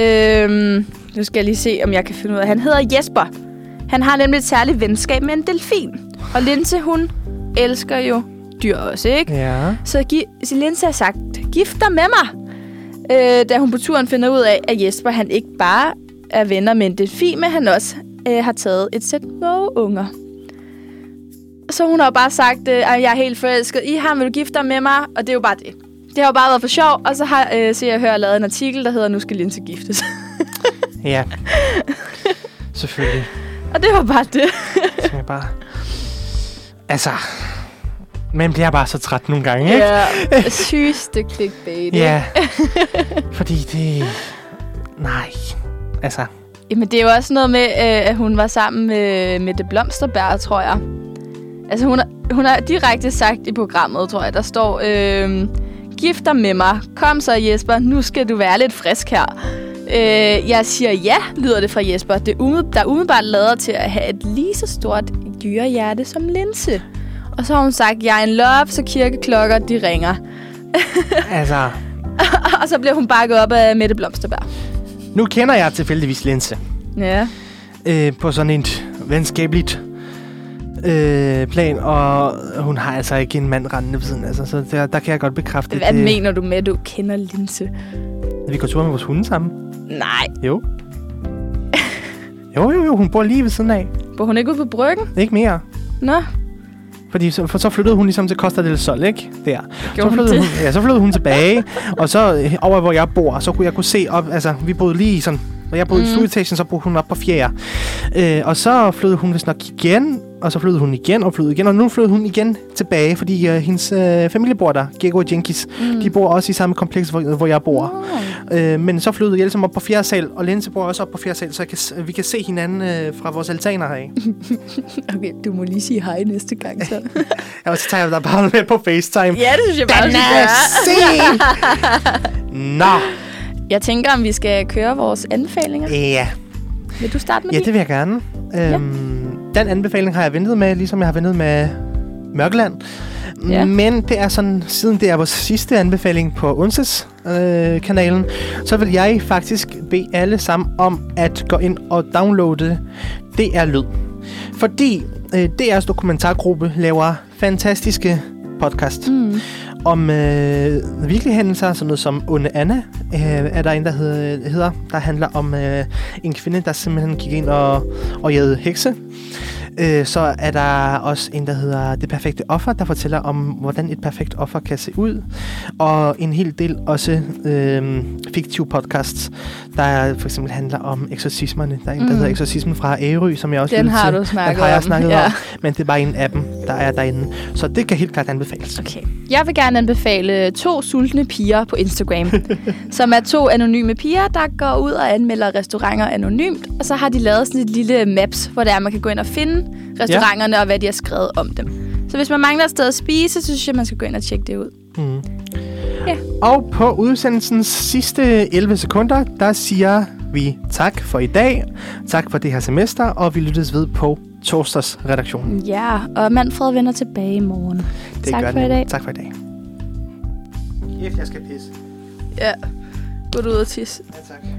[SPEAKER 3] Øhm, nu skal jeg lige se, om jeg kan finde ud af. Han hedder Jesper. Han har nemlig et særligt venskab med en delfin. Og Linse, hun elsker jo dyr også, ikke?
[SPEAKER 2] Ja.
[SPEAKER 3] Så gi- Linse har sagt, gift dig med mig, øh, da hun på turen finder ud af, at Jesper han ikke bare er venner med en delfin, men han også øh, har taget et sæt mågeunger. Så hun har jo bare sagt, øh, at jeg er helt forelsket i ham, vil du gifte dig med mig? Og det er jo bare det. Det har jo bare været for sjov, og så har øh, Se og Hør lavet en artikel, der hedder, nu skal Linse giftes. (laughs)
[SPEAKER 2] Ja. Selvfølgelig.
[SPEAKER 3] og det var bare det.
[SPEAKER 2] Så jeg bare... Altså... Man bliver bare så træt nogle gange, ikke?
[SPEAKER 3] Ja, sygeste clickbait. ikke?
[SPEAKER 2] Ja. Fordi det... Nej. Altså...
[SPEAKER 3] Jamen, det er jo også noget med, øh, at hun var sammen med, med det blomsterbær, tror jeg. Altså, hun, har- hun har direkte sagt i programmet, tror jeg, der står, øh, gift dig med mig. Kom så, Jesper. Nu skal du være lidt frisk her. Øh, jeg siger ja, lyder det fra Jesper, det umiddel- der umiddelbart lader til at have et lige så stort dyrehjerte som linse. Og så har hun sagt, jeg er en love, så kirkeklokker, de ringer. (laughs)
[SPEAKER 2] Altså...
[SPEAKER 3] Og så bliver hun bakket op af Mette Blomsterbær.
[SPEAKER 2] Nu kender jeg tilfældigvis Linse.
[SPEAKER 3] Ja.
[SPEAKER 2] Øh, på sådan et venskabeligt øh, plan. Og hun har altså ikke en mand rendende ved siden. Altså, så der, der kan jeg godt bekræfte, øh,
[SPEAKER 3] Hvad mener du med, at du kender linse?
[SPEAKER 2] at vi går tur med vores hunde sammen.
[SPEAKER 3] Nej,
[SPEAKER 2] Jo. Jo, jo, jo. Hun bor lige ved siden af.
[SPEAKER 3] Bor hun ikke ude på bryggen?
[SPEAKER 2] Ikke mere.
[SPEAKER 3] Nå,
[SPEAKER 2] Fordi så, for så flyttede hun ligesom til Costa del Sol, ikke? Der. så
[SPEAKER 3] hun
[SPEAKER 2] flyttede
[SPEAKER 3] det?
[SPEAKER 2] hun, ja, så flyttede hun tilbage, og så øh, over, hvor jeg bor, så kunne jeg kunne se op, altså vi boede lige sådan, når jeg boede mm. i stueetagen, så boede hun op på fjerde. Øh, og så flyttede hun vist nok igen, og så flyttede hun igen, og flyttede igen, og nu flyttede hun igen tilbage, fordi øh, hendes øh, familie bor der, Diego og Jenkins, mm. de bor også i samme kompleks, hvor, hvor jeg bor. Øh, men så flyttede jeg ligesom op på fjerde sal, og Linse bor også op på fjerde sal, så jeg kan, s- vi kan se hinanden øh, fra vores altaner heraf.
[SPEAKER 3] okay, du må lige sige hej næste gang så.
[SPEAKER 2] Ja, og så tager jeg dig bare (laughs) med på FaceTime.
[SPEAKER 3] (laughs) ja, det synes jeg bare,
[SPEAKER 2] se! Nå,
[SPEAKER 3] Jeg tænker, om vi skal køre vores anbefalinger.
[SPEAKER 2] ja.
[SPEAKER 3] Vil du starte med
[SPEAKER 2] Øh, ja,
[SPEAKER 3] din?
[SPEAKER 2] det vil jeg gerne. Øhm, den anbefaling har jeg ventet med, ligesom jeg har ventet med Mørkeland.
[SPEAKER 3] Ja.
[SPEAKER 2] Men det er sådan, siden det er vores sidste anbefaling på Unses øh, kanalen, så vil jeg faktisk bede alle sammen om at gå ind og downloade DR Lyd. Fordi øh, DR's dokumentargruppe laver fantastiske podcast mm. om øh, virkelige hændelser, sådan noget som Onde Anna, øh, er der en, der hedder, hedder der handler om øh, en kvinde, der simpelthen gik ind og, og jagede hekse. Øh, så er der også en, der hedder Det Perfekte Offer, der fortæller om, hvordan et perfekt offer kan se ud. Og en hel del også øh, fiktive podcasts, der for eksempel handler om eksorcismerne. Der er en, der mm.
[SPEAKER 3] Mm.
[SPEAKER 2] hedder Eksorcismen fra Ærø, som jeg også
[SPEAKER 3] Den
[SPEAKER 2] lyttede
[SPEAKER 3] har
[SPEAKER 2] til.
[SPEAKER 3] du snakket
[SPEAKER 2] Den har jeg
[SPEAKER 3] om,
[SPEAKER 2] snakket
[SPEAKER 3] ja.
[SPEAKER 2] om, men det er bare en af dem, der er derinde. Så det kan helt klart anbefales.
[SPEAKER 3] Okay. Jeg vil gerne anbefale to sultne piger på
[SPEAKER 2] (laughs)
[SPEAKER 3] Instagram, som er to anonyme piger, der går ud og anmelder restauranter anonymt, og så har de lavet sådan et lille maps, hvor der man kan gå ind og finde restauranterne ja. og hvad de har skrevet om dem. Så hvis man mangler et sted at spise, så synes jeg, man skal gå ind og tjekke det ud.
[SPEAKER 2] Og på udsendelsens sidste 11 sekunder, der siger vi tak for i dag, tak for det her semester, og vi lyttes ved på torsdagsredaktionen.
[SPEAKER 3] Ja, og Manfred vender tilbage i morgen.
[SPEAKER 2] Det
[SPEAKER 3] tak
[SPEAKER 2] gør
[SPEAKER 3] for
[SPEAKER 2] den.
[SPEAKER 3] i dag.
[SPEAKER 2] Tak for i dag. Kæft, jeg skal pisse.
[SPEAKER 3] Ja. Gå du ud og tisse.
[SPEAKER 2] Ja, tak.